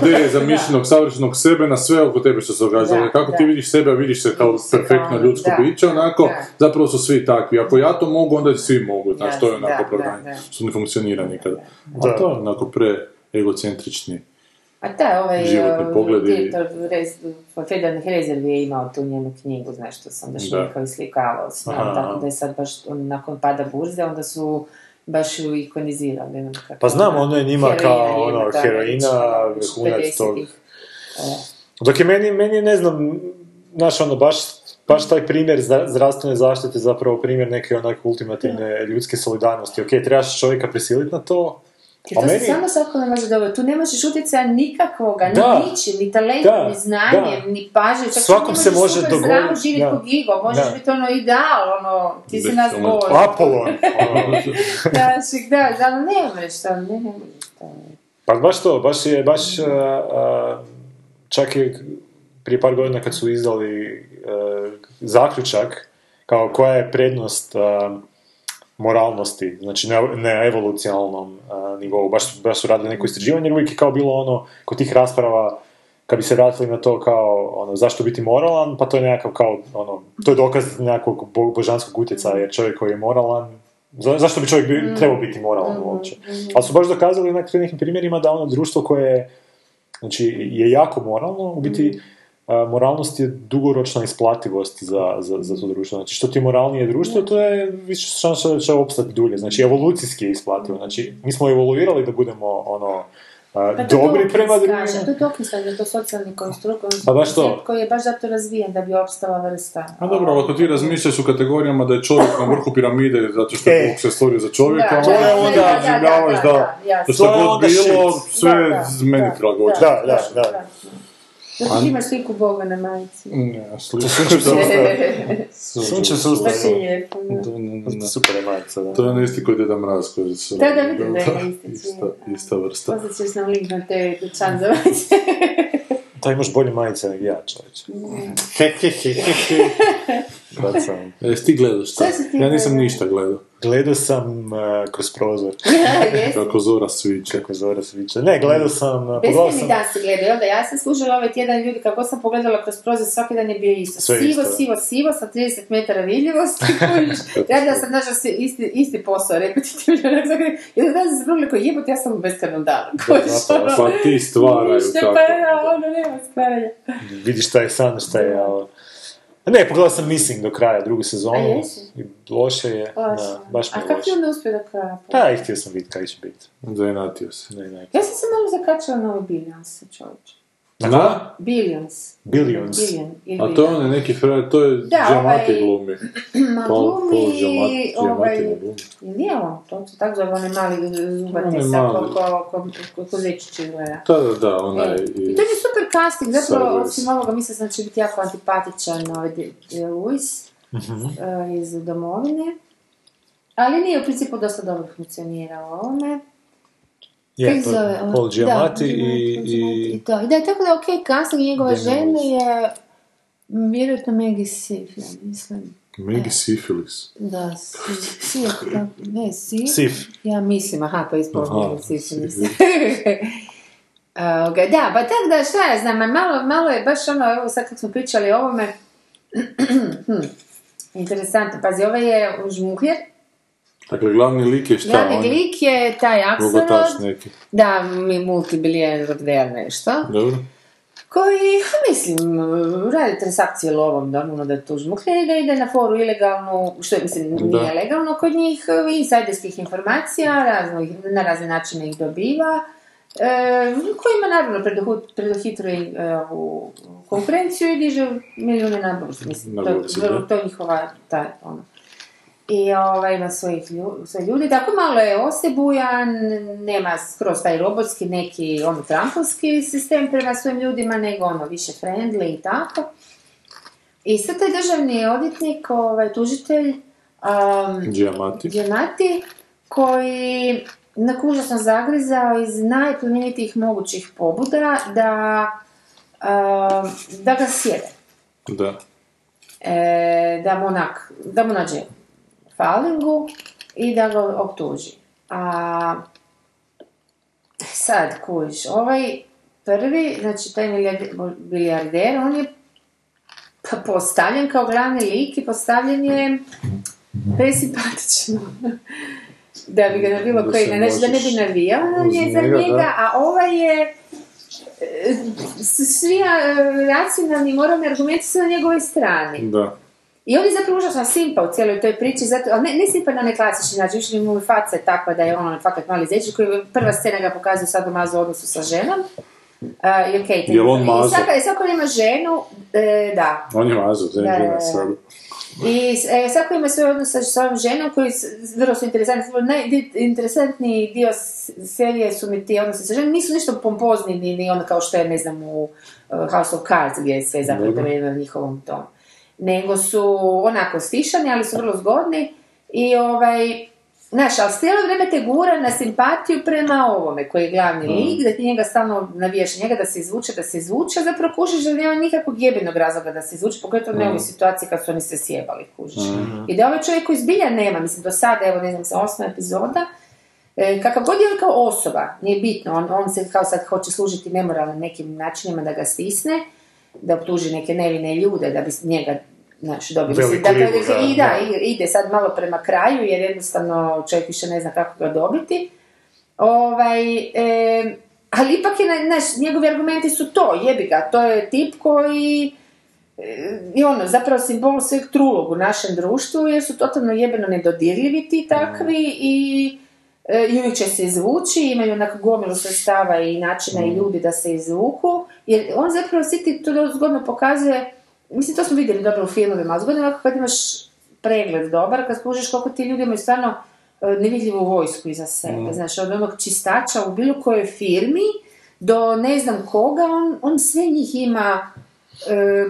ideje zamišljenog, savršenog sebe na sve oko tebe što se događa.
Da,
Kako
da.
ti vidiš sebe, vidiš se kao
se
perfektno
kao,
ljudsko
da,
biće, onako,
da.
zapravo su svi takvi. Ako ja to mogu, onda i svi mogu, znaš,
Da,
to je onako
da, da,
opravdanje.
da.
Što ne funkcionira nikada.
Da.
A to je onako pre
<laughs>
egocentrični.
A taj ovaj
Životni
eh,
pogled i-
direktor rez- Federalnih rezervi je imao tu njenu knjigu, znaš, što sam baš
Da.
nekako islikavao s njom,
Aha.
tako da je sad baš on, nakon pada burze, onda su baš ju ikonizirali. ne znam kako
Pa znam,
ona-
ona je njima
heroina
kao,
jedna,
ono,
da,
heroina,
znači,
vrhunac
50-ih.
tog. Dok je meni, meni je, ne znam, znaš ono, baš, baš taj primjer zda- zdravstvene zaštite je zapravo primjer neke onako ultimativne ljudske solidarnosti. Ok, trebaš čovjeka prisiliti na to,
Jer
A
to se
meni-
samo svakome može dobiti. Tu ne možeš utjecaja nikakvoga,
Da.
ni ničim, ni talentom,
Da,
ni znanjem,
da.
ni pažnjom. Čak
Svakom se može dogoditi,
Zdravo živjeti
da.
ko gigo, možeš
Da.
biti ono ideal, ono, ti si
Biti
nas
ono
Bog.
Apolon.
Znači, da, da, ali ne umreš, ali ne, ne umreš. da.
Pa baš to, baš je, baš a, a, čak je prije par godina kad su izdali e, zaključak kao koja je prednost a, moralnosti, znači na, na evolucionalnom a, nivou, baš, su- baš su radili neko istraživanje, jer uvijek je kao bilo ono, kod tih rasprava kad bi se vratili na to kao, ono, zašto biti moralan, pa to je nekakav kao, ono, to je dokaz nekakvog bo- božanskog utjecaja, jer čovjek koji je moralan, za- zašto bi čovjek bi, trebao biti moralan
Ono
uopće?
Mhm. Mm,
Ali su baš dokazali na nekim primjerima da ono društvo koje je Znači, je jako moralno, u biti
Mm.
a, moralnost je dugoročna isplativost za, za, za to društvo. Znači, što ti moralnije društvo, to je više šansa da će opstati dulje. Znači, evolucijski je isplativo. Znači, mi smo evoluirali da budemo, ono, a,
Pa to
dobri
Dawkins
prema drugima.
kaže, To je Dawkins, on je to socijalni konstrukt, on je
Pa baš to.
koncept koji je baš zato razvijen da bi opstala vrsta.
A dobro, ako ti razmišljaš u kategorijama da je čovjek na vrhu piramide zato što
E.
je Bog se stvorio za čovjeka,
Da,
pa onda
da, da, da, da,
onda življavaš
da, da,
da,
jasno.
da šta
To je
god
onda
bilo,
shit.
sve
Da, da,
z meni
da,
tragoće.
Da, da, da.
Zato što imaš sliku Boga na majici.
Ne, slušaj,
<laughs>
to-
Sunče sustav.
Baš je lijepo, da.
Super je majica, da.
to je ono isti koji Deda Mraz koji se...
Da, da, vidim da je isti,
ista,
da. Pa
ista vrsta.
Poslat ćeš nam link na te dućan za
<laughs>
majice.
Taj imaš bolje majice nego ja, čovječe.
<laughs>
Sad sam-
E, jesi ti gledaš to?
Sve si ti
Ja nisam
gledao.
ništa gledao.
Gledao sam a, kroz prozor,
Jesi.
Kako Zora sviče.
kako Zora sviče. Ne, gledao sam, a,
Bez
pogledao
mi
sam...
dan si gledao, jel da? Ja sam služila ovaj tjedan ljudi, kako sam pogledala kroz prozor, svaki dan je bio isto.
Sve
sivo,
isto, da.
sivo, sivo, sa 30 metara
<laughs>
vidljivosti. kužiš. Radila sam, znaš, se isti, isti posao, repetitivno. onak svaki dan. Jedan dan sam se progledala, koji jebote, ja sam u beskrajnom danu. Kužiš,
zapravo,
ono,
Pa ti stvaraju
ništa,
tako.
Pa da, ono, nema stvaranja.
vidiš šta je san, šta je, ali... Ne, pogledao sam Missing do kraja, drugu
A
sezonu.
jesi?
I loše je,
Loše.
da, baš mi
A
je
kako ti
loše.
onda uspio do kraja?
Pa, i htio sam vidjeti kaj će biti.
Zainatio se.
Ne, ne.
Ja sam se malo zakačila na ovaj Billions, čovječe.
Na?
Billions.
Billions.
Billion. ili
A to je
ono
onaj neki frajer, to je
Da,
Giamatti
ovaj-
glumi.
Ma glumi,
Giamatti,
ovaj,
Giamatti ne glumi.
Nije on, to se tako zove, onaj mali zubati
Onaj
sa
mali.
koliko, koliko, koliko izgleda.
Da, da, da, onaj...
E, I
iz-
to je super casting, zapravo
Sargeus.
osim ovoga mislim da će biti jako antipatičan ovaj de- de Lewis
Mhm.
e, iz domovine. Ali nije u principu dosta dobro funkcionirao ovome. Kako
Je, pa
se zove ona?
Paul, Paul Giamatti
Da,
i...
Giamatti,
i...
Da, i da je tako da ok, casting njegove
Daniel
žene je m, vjerojatno Maggie Sif, ja mislim.
Megi sifilis.
Da, Sif, Sif, da, ne, Sif.
Sif.
Ja mislim, aha, pa
Aha,
ispomenu Sif,
Sif.
mislim. <laughs> Ovoga, da, pa tako da, šta ja znam, a malo, malo je baš ono, evo sad kad smo pričali o ovome, <clears throat> hm, interesantno, pazi, ovaj je žmuhljer,
Dakle, glavni lik je šta? on
glavni
je
lik je taj
Bogataš
Axelrod,
neki.
da, mi- multibilijarder nešto,
Dobro.
koji, ha, mislim, radi transakcije lovom, normalno da je to žmuklje i da ide na foru ilegalnu, što je, mislim, nije
Da.
legalno kod njih, e, insajderskih informacija, razno, na razne načine ih dobiva, e, kojima naravno predohu- predohitruje e, ovu konkurenciju i diže milijune na burzi, mislim,
Na
to,
burzi,
to,
da.
to je njihova, ta, ono. I ovaj, ima svojih lju- svoje ljudi, tako malo je osebujan, nema skroz taj robotski, neki ono trampovski sistem prema svojim ljudima, nego ono više friendly i tako. I sad taj državni odvjetnik, ovaj, tužitelj, um,
Giamatti.
Giamatti, koji na sam zagrizao iz najplemenitijih mogućih pobuda da, um, da ga sjede
Da.
e, da mu onak, da mu nađe falingu i da ga optuži. A sad, kužiš, ovaj prvi, znači taj milijarde- milijarder, on je pa postavljen kao glavni lik i postavljen je presimpatično. <laughs> da bi ga na bilo
Da
koji,
se
na- znači da ne
možeš
bi navijao na
uz
nje, za
njega,
njega,
da.
a ovaj je e, s- svi a, racionalni i moralni argumenti su na njegovoj strani.
Da.
I on je zapravo užasno simpa u cijeloj toj priči, zato, ali ne, ne simpa na neklasični način, više mu je faca je takva da je ono fakat mali zeči koji prva scena ga pokazuje sad u mazu odnosu sa ženom. Uh, i okay,
Jel on mazo?
I svaka, svako ima ženu, e, da,
On je mazao,
Da, da,
zemljena
da.
sad.
i e, svako ima svoj odnos sa svojom ženom koji s- s- vrlo su interesantni. Najinteresantniji dio s- serije su mi ti odnosi sa ženom. Nisu ništa pompozni ni, ni ono kao što je, ne znam, u e, House of Cards gdje je sve zapravo
Dobro.
temeljeno na njihovom tom. Nego su onako stišani, ali su vrlo zgodni i ovaj... Znaš, ali cijelo vrijeme te gura na simpatiju prema ovome koji je glavni lik, da ti njega stalno navijaš njega da se izvuče, da se izvuče, a zapravo kužiš da nema nikakvog jebenog razloga da se izvuče, pogotovo ne u ovoj situaciji kad su oni se sjebali, kužiš. I da je ovaj čovjek koji zbilja nema, mislim, do sada, evo, ne znam, sa osma epizoda, E, kakav god je on kao osoba, nije bitno, on, on se kao sad hoće služiti nemoralnim nekim načinima da ga stisne, da optuži neke nevine ljude, da bi s- njega znaš, dobili. se-
Veliku
Dakle,
ribu,
dakle,
da,
i da,
da.
i- ide sad malo prema kraju, jer jednostavno čovjek više ne zna kako ga dobiti. Ovaj, e, ali ipak je, na- znaš, njegovi argumenti su to, jebi ga, to je tip koji i ono, zapravo simbol sveg trulog u našem društvu, jer su totalno jebeno nedodirljivi ti takvi i, e, i uvijek će se izvući, imaju onako gomilu sredstava i načina i ljudi da se izvuku, jer on zapravo svi ti to zgodno pokazuje, mislim to smo vidjeli dobro u filmovima, ali zgodno je ovako kad imaš pregled dobar, kad skužiš koliko ti ljudi imaju stvarno e, nevidljivu vojsku iza sebe, znaš, od onog čistača u bilo kojoj firmi do ne znam koga, on, on sve njih ima e,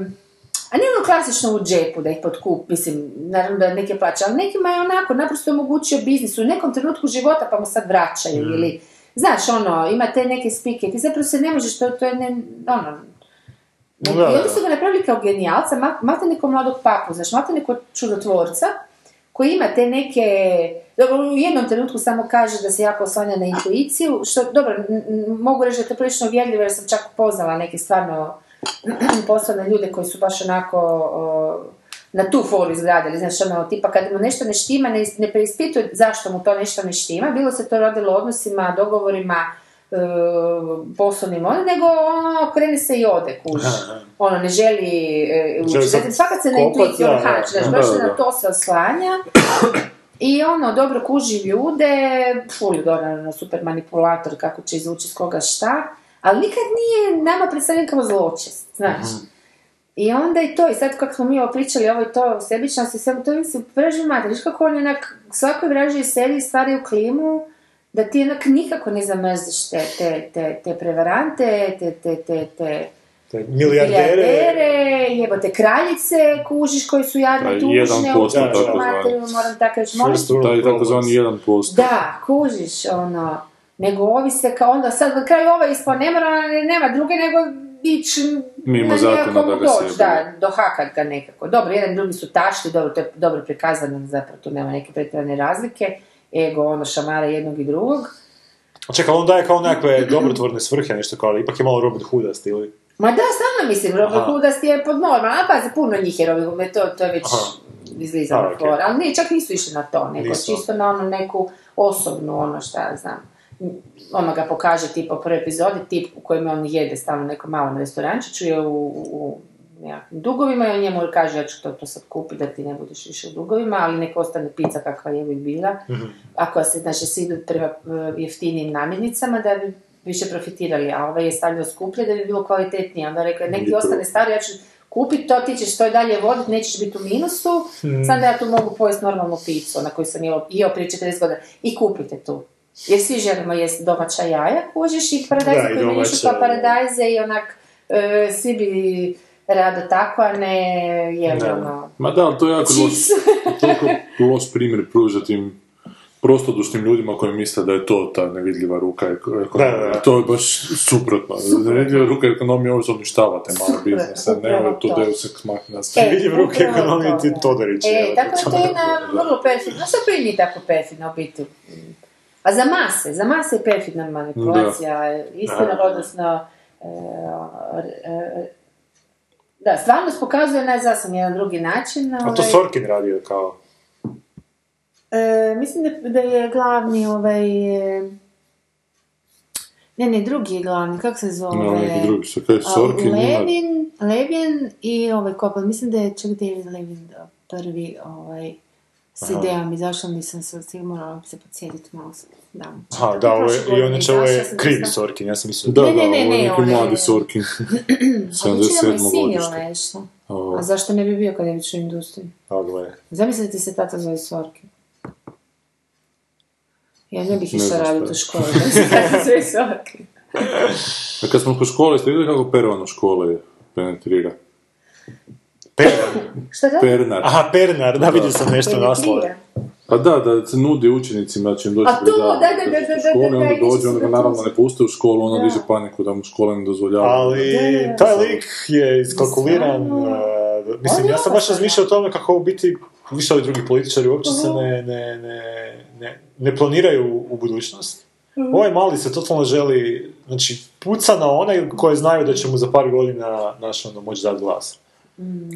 a nije ono klasično u džepu da ih potkup, mislim, naravno da neke plaća, ali nekima je onako naprosto omogućio biznis u nekom trenutku života pa mu sad vraćaju
Mm.
ili, znaš, ono, ima te neke spike, ti zapravo se ne možeš, to, to je, ne, ono,
Da,
I onda
da.
su ga napravili kao genijalca, ma- maltene kao mladog papu, znaš, maltene kao čudotvorca, koji ima te neke, dobro, u jednom trenutku samo kaže da se jako oslanja na intuiciju, što, dobro, n- n- mogu reći da je to prilično uvjerljivo jer sam čak poznala neke stvarno <clears throat> poslovne ljude koji su baš onako o, na tu foru izgradili, znaš, ono, tipa kad mu nešto ne štima, ne, is- ne preispituje zašto mu to nešto ne štima, bilo se to radilo o odnosima, dogovorima, e, poslovnim, ono, nego ono, krene se i ode, kuš.
Aha.
Ono, ne želi e, ući.
Želi se
Zatim, svaka se na
kopat,
intuiciju,
Znači, da,
ono,
da.
hanač, znaš,
Da,
baš
da,
se na
da.
to se oslanja. I ono, dobro kuži ljude, fulj, naravno, super manipulator, kako će izvući s koga šta, ali nikad nije nama predstavljen kao zločest, znaš. I onda i to, i sad kako smo mi ovo pričali, ovo i to, sebičnost i sve, to mi se vraži mater, viš kako on onak, svakoj vraži seriji stvari u klimu, da ti onak nikako ne zamrziš te, te, te, te prevarante, te, te, te, te
Te Milijardere.
jebote kraljice, kužiš koji su jadne,
Pa,
tužne,
jedan posto,
u
tako
materiju, moram tako reći, molim
First world
Taj
problems.
takozvani 1%.
da, kužiš, ono, nego ovi se kao onda sad na kraju ovaj ispao nemora, nema druge nego ići
Mimo
na
zakona
nekako
da ga
doći,
se
da, dohakat ga nekako. Dobro, jedan i drugi su tašti, dobro, to je dobro prikazano, zapravo tu nema neke pretjerane razlike, ego, ono, šamara jednog i drugog.
A Čekaj, on daje kao nekakve dobrotvorne svrhe, nešto kao, ali ipak je malo Robin Hooda stil.
Ma da, stvarno mislim, Robin
Aha.
Hoodast je pod normalno, a pazi, puno njih je Robin Hood, me to, to je već
Aha.
izlizano
A, ok.
fora, ali ne, čak nisu išli na to, nego
Nisu.
čisto na onu neku osobnu, ono šta ja znam, ono ga pokaže tip u prvoj epizodi, tip u kojem on jede stalno u nekom malom restorančiću je u, u, u nekakvim dugovima i on njemu kaže ja ću to, to sad kupiti da ti ne budeš više u dugovima, ali neka ostane pizza kakva je uvijek bila,
Mhm.
a koja se, znači, svi idu prema e, jeftinijim namirnicama da bi više profitirali, a ovaj je stavljao skuplje da bi bilo kvalitetnije. Onda rekao, nek ti
Nitro.
ostane staro, ja ću kupiti to, ti ćeš to i dalje voditi, nećeš biti u minusu, sad da ja tu mogu pojesti normalnu picu na koju sam jeo, jeo prije 40 godina. I kupite tu. Jer svi želimo jesti domaća jaja, kužiš i paradajze
Da, i
koji mirišu
domaća,
pa
da.
paradajze i onak, e, svi bi rado tako, a ne jeli
Da.
ono...
Ma da, ali to je jako loš,
Čips.
<laughs> toliko loš primjer pružati im prostodušnim ljudima koji misle da je to ta nevidljiva ruka eko- ekonomije.
Da, da, da.
To je baš suprotno. Nevidljiva ruka ekonomije ovo uništavate male
Suprotno,
biznise. Ne,
upravo
ovo je tu
to.
Deus Ex Machina.
E,
Vidim ruke
upravo
ekonomije
to,
ti
da.
Todorić.
E,
evo,
tako je to
to.
jedna vrlo perfidna, što pa i nije tako perfidna u biti. A za mase, za mase je perfidna manipulacija, istina,
Da.
odnosno... e, e, da, stvarnost pokazuje na sasvim jedan drugi način.
A to
ovaj,
Sorkin radio kao.
E, mislim da, da je glavni ovaj... e, Ne, ne, drugi je glavni, kako se zove?
No, neki drugi su. Kaj,
A,
Sorkin ima...
Levin, Levin i ovaj Koppel. Mislim da je čak David Levin da, prvi ovaj, s idejom izašao, nisam se odsvijek morala se podsjetiti malo. s- Da,
Aha, da, ovo je,
Prošle
i
godine
on će ovo je
izašao sam
krivi
dosta-
Sorkin, ja sam mislio
Da,
Ne,
da,
ne,
ovo
ne,
je
ne,
neki
on je-
mladi
<clears throat>
Sorkin. <clears throat>
A većinom je
77.
single
godište.
nešto.
O,
A zašto ne bi bio kad je već u industriji?
Evo ga mene.
Zamislite se tata zove Sorkin. Ja ne bih
Ne
išla
znam
raditi
šta
u
je.
školu, da se tata zove
<laughs>
Sorkin.
A kad smo kod škole, ste vidjeli kako Pervan u škole penetrira?
Pernar.
Šta da?
Pernar.
Aha, Pernar, da, vidio sam nešto
Penetrira.
naslove.
Pa da, da se nudi učenicima da će im doći
A to,
predavanje
da, da, da,
kad su
da,
u
da,
školi,
da,
onda
i neće se
dođe, onda ga
da
naravno ne puste u školu, onda
Da.
diže paniku da mu škola ne dozvoljava.
Ali
Da.
taj lik je iskalkuliran,
Stvarno.
uh, mislim,
On je
ja sam baš
opasan,
razmišljao o tome kako u biti ništa ovi drugi političari uopće se ne, ne, ne, ne, ne planiraju u- u budućnost.
Mhm.
Ovaj mali se totalno želi, znači, puca na one koje znaju da će mu za par godina, znaš, ono, moći dati glas.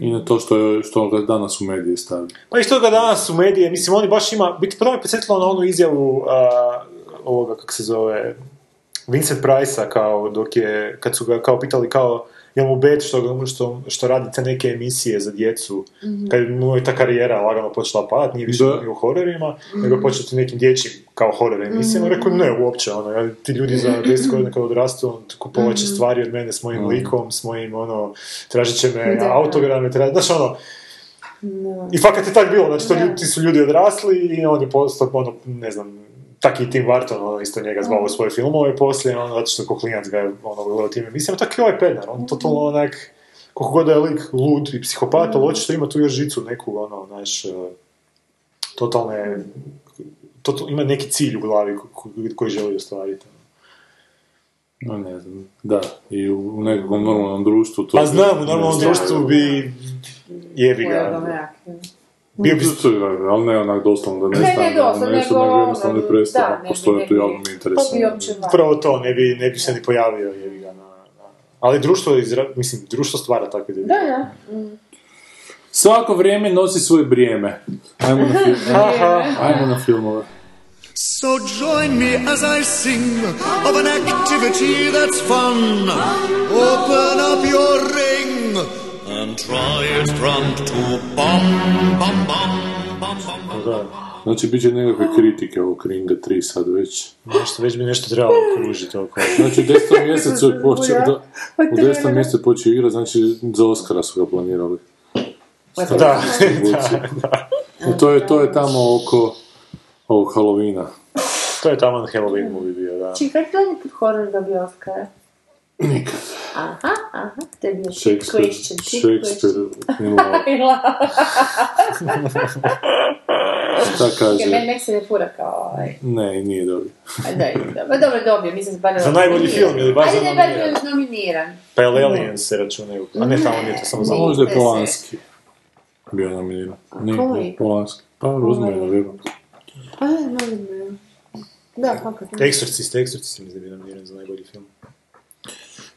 I na to što, je, što ga danas u mediji stavi.
Pa i što ga danas u medije, mislim, oni baš ima, biti prvo je podsjetilo na onu izjavu a, ovoga, kako se zove, Vincent Price-a, kao dok je, kad su ga kao pitali kao, jel mu bet što, ga- što, što radi te neke emisije za djecu,
Mhm.
kad mu je ta karijera lagano počela padat, nije više
Da.
ni u hororima,
Mhm.
nego je počeo u nekim dječjim kao horor emisijama, rekao ne, uopće, ono, ja, ti ljudi
<clears throat>
za 10 godina kad odrastu, on kupovat
Mhm.
će stvari od mene s mojim likom, s mojim, ono, tražit će me
Da.
autograme, tra... znaš, ono,
No.
i fakat je tak bilo, znači to
Da.
ljudi, ti su ljudi odrasli i on je postao, ono, ne znam, tak i Tim Burton, ono, isto njega zvao u svoje filmove poslije, ono, zato što Koklinac ga je, ono, gledao u tim emisijama, tako i ovaj Pednar, on totalno onak, koliko god da je lik lud i psihopat, ali očito ima tu još žicu neku, ono, znaš, e, totalne, total, ima neki cilj u glavi ko- ko- koji želi ostvariti.
No ne znam, da. I u, u nekakvom normalnom društvu to...
Pa znam, u normalnom
ne-
društvu bi jebi ga. Bio bi
Društvo je, ali ne onak doslovno da ne,
Ne, ne,
stane na
doslovno,
nešto,
nego
nego jednostavno
ono,
ne prestane,
da, ne bi-
postoje
ne
tu
bi-
javnom
To
interesu.
bi uopće van.
Upravo to, ne bi, ne bi se ni pojavio jebi ga na, na- Ali društvo, izra... mislim, društvo stvara takve debile.
Da, da. Mm.
Svako vrijeme nosi svoje brijeme. Ajmo na, film,
Aha,
ajmo na filmove.
So join me as I sing of an activity that's fun. Open up your ring and try it from to bum bum bum bum bum. bum.
da.
Znači, bit će nekakve kritike ovog Ringa 3 sad već.
Nešto, već bi nešto trebalo kružiti oko.
Znači, u 10. mjesecu je počeo, da,
Pa
u 10.
Trailer.
mjesecu je počeo igra, znači za Oscara su ga planirali.
Da, da, <laughs>
I to je, to je tamo oko ovog Halloweena.
to je tamo Halloween movie bio, da.
Čekaj, to je horor da bi Oscara.
Nikad.
Aha, aha, to je bio chick
Shakespeare,
question, chick
Shakespeare
<laughs>
in love.
question.
Šta
Čekaj, meni
kaže?
nek se ne fura kao ovaj.
Ne, nije dobro.
A da, da. Ma dobro, dobio, mislim se bar...
Za najbolji film ili bar
Ajde,
za
ne, bar
nominiran.
bio nominiran.
Pa je Aliens se računaju. A ne, tamo nije to samo za...
A možda je
Nije, to je
Polanski. Bio nominiran.
koji?
Nije, Polanski. Pa, Rozmar na webu.
A, nominiran. Da, kako to?
Exorcist, Exorcist mi je bio nominiran za najbolji film.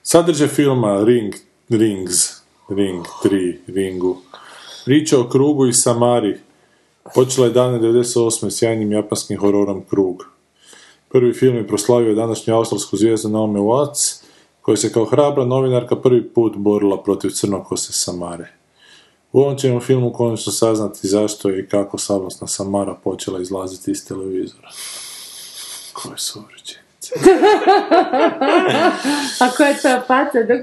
Sadržaj filma Ring, Rings, Ring 3, Ringu. Priča o krugu i Samari. Počela je dana 98. sjajnim japanskim hororom Krug. Prvi film je proslavio današnju australsku zvijezdu Naomi Watts, koja se kao hrabra novinarka prvi put borila protiv crnokose Samare. U ovom ćemo filmu konačno saznati zašto je i kako slavnostna Samara počela izlaziti iz televizora. Koje su uređenice.
A koja je to paca dok...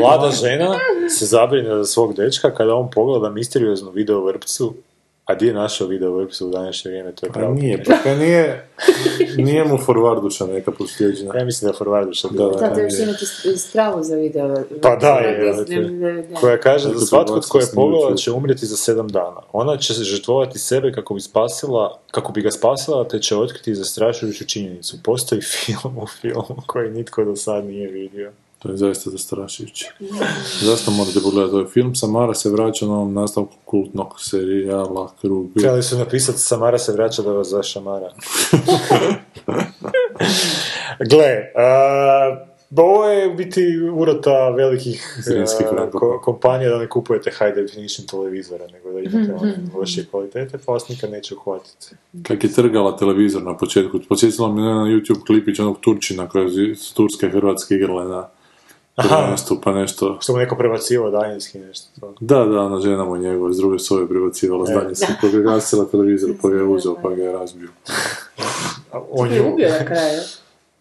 Mlada žena se zabrine za svog dečka kada on pogleda misterioznu video vrpcu. A di je našao video vrpcu u današnje vrijeme? To je
Pa
pravo.
nije,
pitanje.
pa kaj nije, nije mu forwarduša neka proslijeđena.
Ja mislim da je Forvarduša
pa- Da,
bila.
da.
Zato još imate stravu za video.
Pa da, je,
Ne,
je.
ne, ne, ne.
koja kaže da
Tako
svatko
prebacili
tko je
smo
pogleda
YouTube.
će umrijeti za sedam dana. Ona će se žrtvovati sebe kako bi spasila, kako bi ga spasila, te će otkriti zastrašujuću činjenicu. Postoji <laughs> film u filmu koji nitko do sad nije vidio.
To je zaista zastrašujuće. Zašto morate pogledati ovaj film? Samara se vraća na ovom nastavku kultnog serijala Krug.
Trebali su napisati Samara se vraća da vas zašamara. <laughs> Gle, a, ovo je u biti urota velikih
Zrinskih
a,
vrakova.
ko- kompanija da ne kupujete high definition televizora, nego da
Mhm,
idete one lošije kvalitete, pa vas nikad neće uhvatiti.
Kak je trgala televizor na početku. Podsjetilo mi na jedan YouTube klipić onog Turčina koji je iz Turske i Hrvatske igrale na prvenstvu pa nešto.
Što mu neko prebacivo daljinski nešto. To.
Da, da, ona žena mu je njegova iz druge sobe prebacivala s daljinski, pa ga je gasila televizor, pa ga je uzeo, pa ga je razbio.
A On
Je
je
ubio na kraju.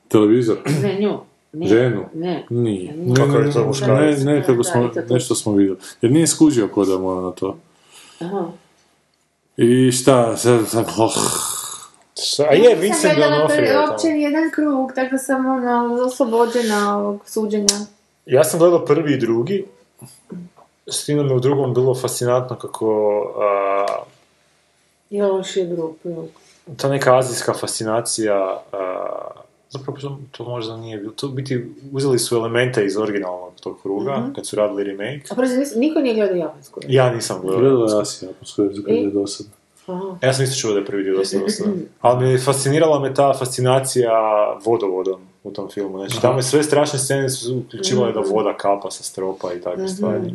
Televizor?
Ne, nju. Ne,
Ženu?
Ne.
Nije.
Kako
Ne,
je to
ne,
muškarac?
Ne, ne,
Da,
kako smo,
i to to.
nešto smo vidjeli. Jer nije skužio ko da mora na to.
Aha.
I šta, sad, sad, oh,
Šta- A je, E, Vincent
Nisam gledala
D'Onofrio je
prvi-
tamo.
uopće jedan krug, tako da sam ono, oslobođena ovog suđenja.
Ja sam gledao prvi i drugi. S tim da mi je u drugom bilo fascinantno kako a,
I ovo još je drugi krug.
ta neka azijska fascinacija a, Zapravo to, to možda nije bilo. To u biti uzeli su elemente iz originalnog tog kruga, kad su radili remake.
A prosim, nis- niko nije gledao japansku.
Ja nisam gledao.
Gledala ja si japansku jeziku, je dosadno.
Aha.
Ja sam isto čuo da je prvi dio dosta dosta. Ali me fascinirala me ta fascinacija vodovodom u tom filmu. Znači, tamo je sve strašne scene su uključivale da voda kapa sa stropa i
Mhm,
takve stvari.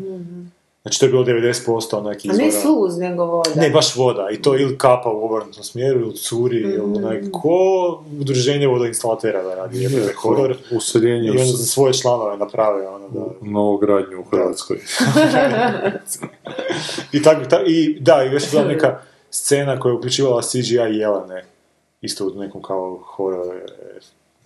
Znači, to je bilo 90% onak
A ne
izvora.
sluz, nego voda.
Ne, baš voda. I to ili kapa u obrnutom smjeru, ili curi, ili onak, ko udruženje vodoinstalatera da radi jebate horor. I
Useljenje u
onda za
s-
svoje članove naprave, ono, da...
novogradnju u Hrvatskoj.
I, tako, ta- i da, i još je bila neka scena koja je uključivala CGI jelene. E, Isto u nekom kao horor e,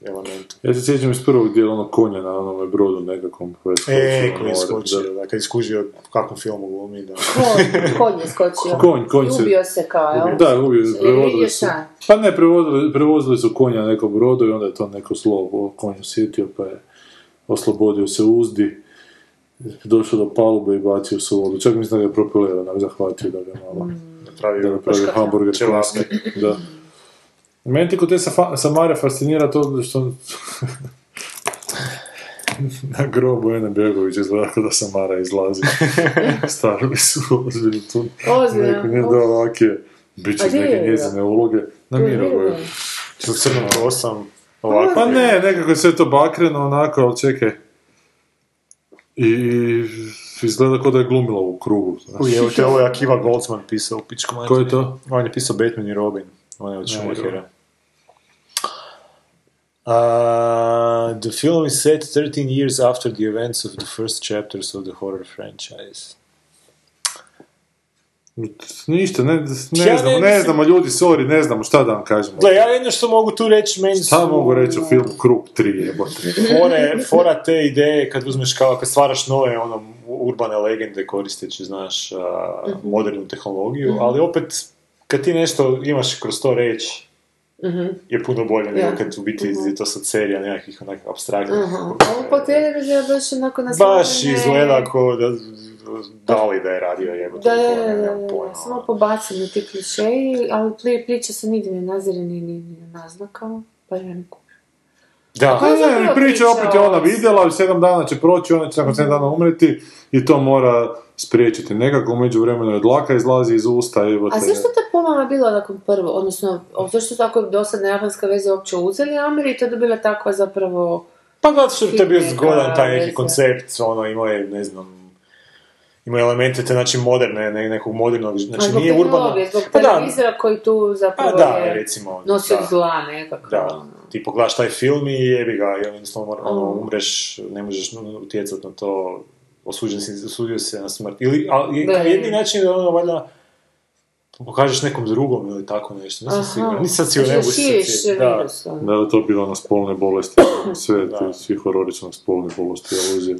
elementu.
Ja se sjećam iz prvog dijela ono konja na onome brodu nekakvom. koje je skočilo
E,
na
koji je
more,
skočio,
da.
da, kad je skužio u kakvom filmu glumi, da.
Konj, konj je skočio.
Konj, konj se-
Ljubio se kao, jel?
Da, uvijek
Ili vidio
prevozili su.
šta?
Pa ne, prevozili, prevozili su konja na nekom brodu i onda je to neko slovo konju sjetio pa je oslobodio se uzdi. Došao do palube i bacio se u vodu. Čak mislim da ga je propelio, onak zahvatio da <laughs> ga malo... da
Pravio
napravi hamburger
Čevapne.
klaske. Da. Meni ti kod te Safa- Samare fascinira to što... <laughs> Na grobu Ene Begović izgleda kao da Samara izlazi. Starili su ozbiljno tu.
Ozbiljno,
Neko nije
uf.
da ovake bit će
A gdje
neke
je?
njezine uloge. Na Mirogoju.
Mirogoju.
sa crnom kosom, ovako.
Pa ne, nekako je sve to bakreno onako, ali čekaj. I, i izgleda kao da je glumila u krugu. znaš.
Uj, evo
<laughs>
te, ovo je Akiva Goldsman pisao u pičku
Ko je to?
On je pisao Batman i Robin, on je od Schumachera.
dobro.
Uh, the film is set 13 years after the events of the first chapters of the horror franchise.
Ništa, ne, ne
Ja ne
znamo, ne
mislim-
znamo ljudi, sorry, ne znamo šta da vam kažemo.
Gle, ja jedno što mogu tu reći, meni su...
Šta mogu reći o filmu Krug 3, jebote?
Fore, fora te ideje kad uzmeš kao, kad stvaraš nove ono, urbane legende koristeći, znaš, a,
Mhm.
modernu tehnologiju, ali opet, kad ti nešto imaš kroz to reći,
Mhm.
je puno bolje nego
Ja. Mhm.
kad u biti je to sad serija nekakvih onak abstraktnih.
Aha. Ovo po traileru je baš onako naslovljene-
Baš izgleda ko da, dali da je radio jebote.
Da, da,
ko,
da,
ne,
da,
nemam
da,
pojma. ono.
da, samo pobacani ti klišeji, ali pri- priča se nigdje ne nazire ni, ni, ni na naznakama, pa ja ne kužim.
Da.
Pa
je
ne,
zapravo
priča
priča
opet je ona
o-
vidjela, 7 dana će proći, ona će nakon 7 dana umreti i to mora spriječiti. Nekako umeđu vremenu je dlaka, izlazi iz usta, jebote.
A
Dakle,
zašto to po vama bilo nakon prvo, odnosno, o- zašto su tako dosadna japanska veza uopće uzeli Ameri i to dobila takva zapravo...
Pa zato što je to bio
Hitnika
zgodan taj neki
veze.
koncept, ono, imao je, ne znam, ima elemente te, znači, moderne, ne, nekog modernog, znači,
zbog
nije urbano.
tehnologije, Zbog
Pa da,
televizora koji tu
pa
zapravo
da,
je
recimo,
nosio
da,
zla nekako. ono.
da. Ti pogledaš Ono, taj film i jebi ga, i jednostavno mora- ono,
Mm.
umreš, ne možeš no, utjecati na to, osuđen si, osudio si se na smrt. Ili, ali je-
Da, je.
jedni način je da ono, valjda, pokažeš nekom drugom ili tako nešto, nisam
Aha.
siguran, nisam siguran, ne
Znači
mogu
da
se
širiš
sjetiti. Da.
virus, ono.
Da je to bilo na spolne
<clears throat>
bolesti, ono, sve,
Da.
ti, svi horori su na spolne bolesti, aluzije.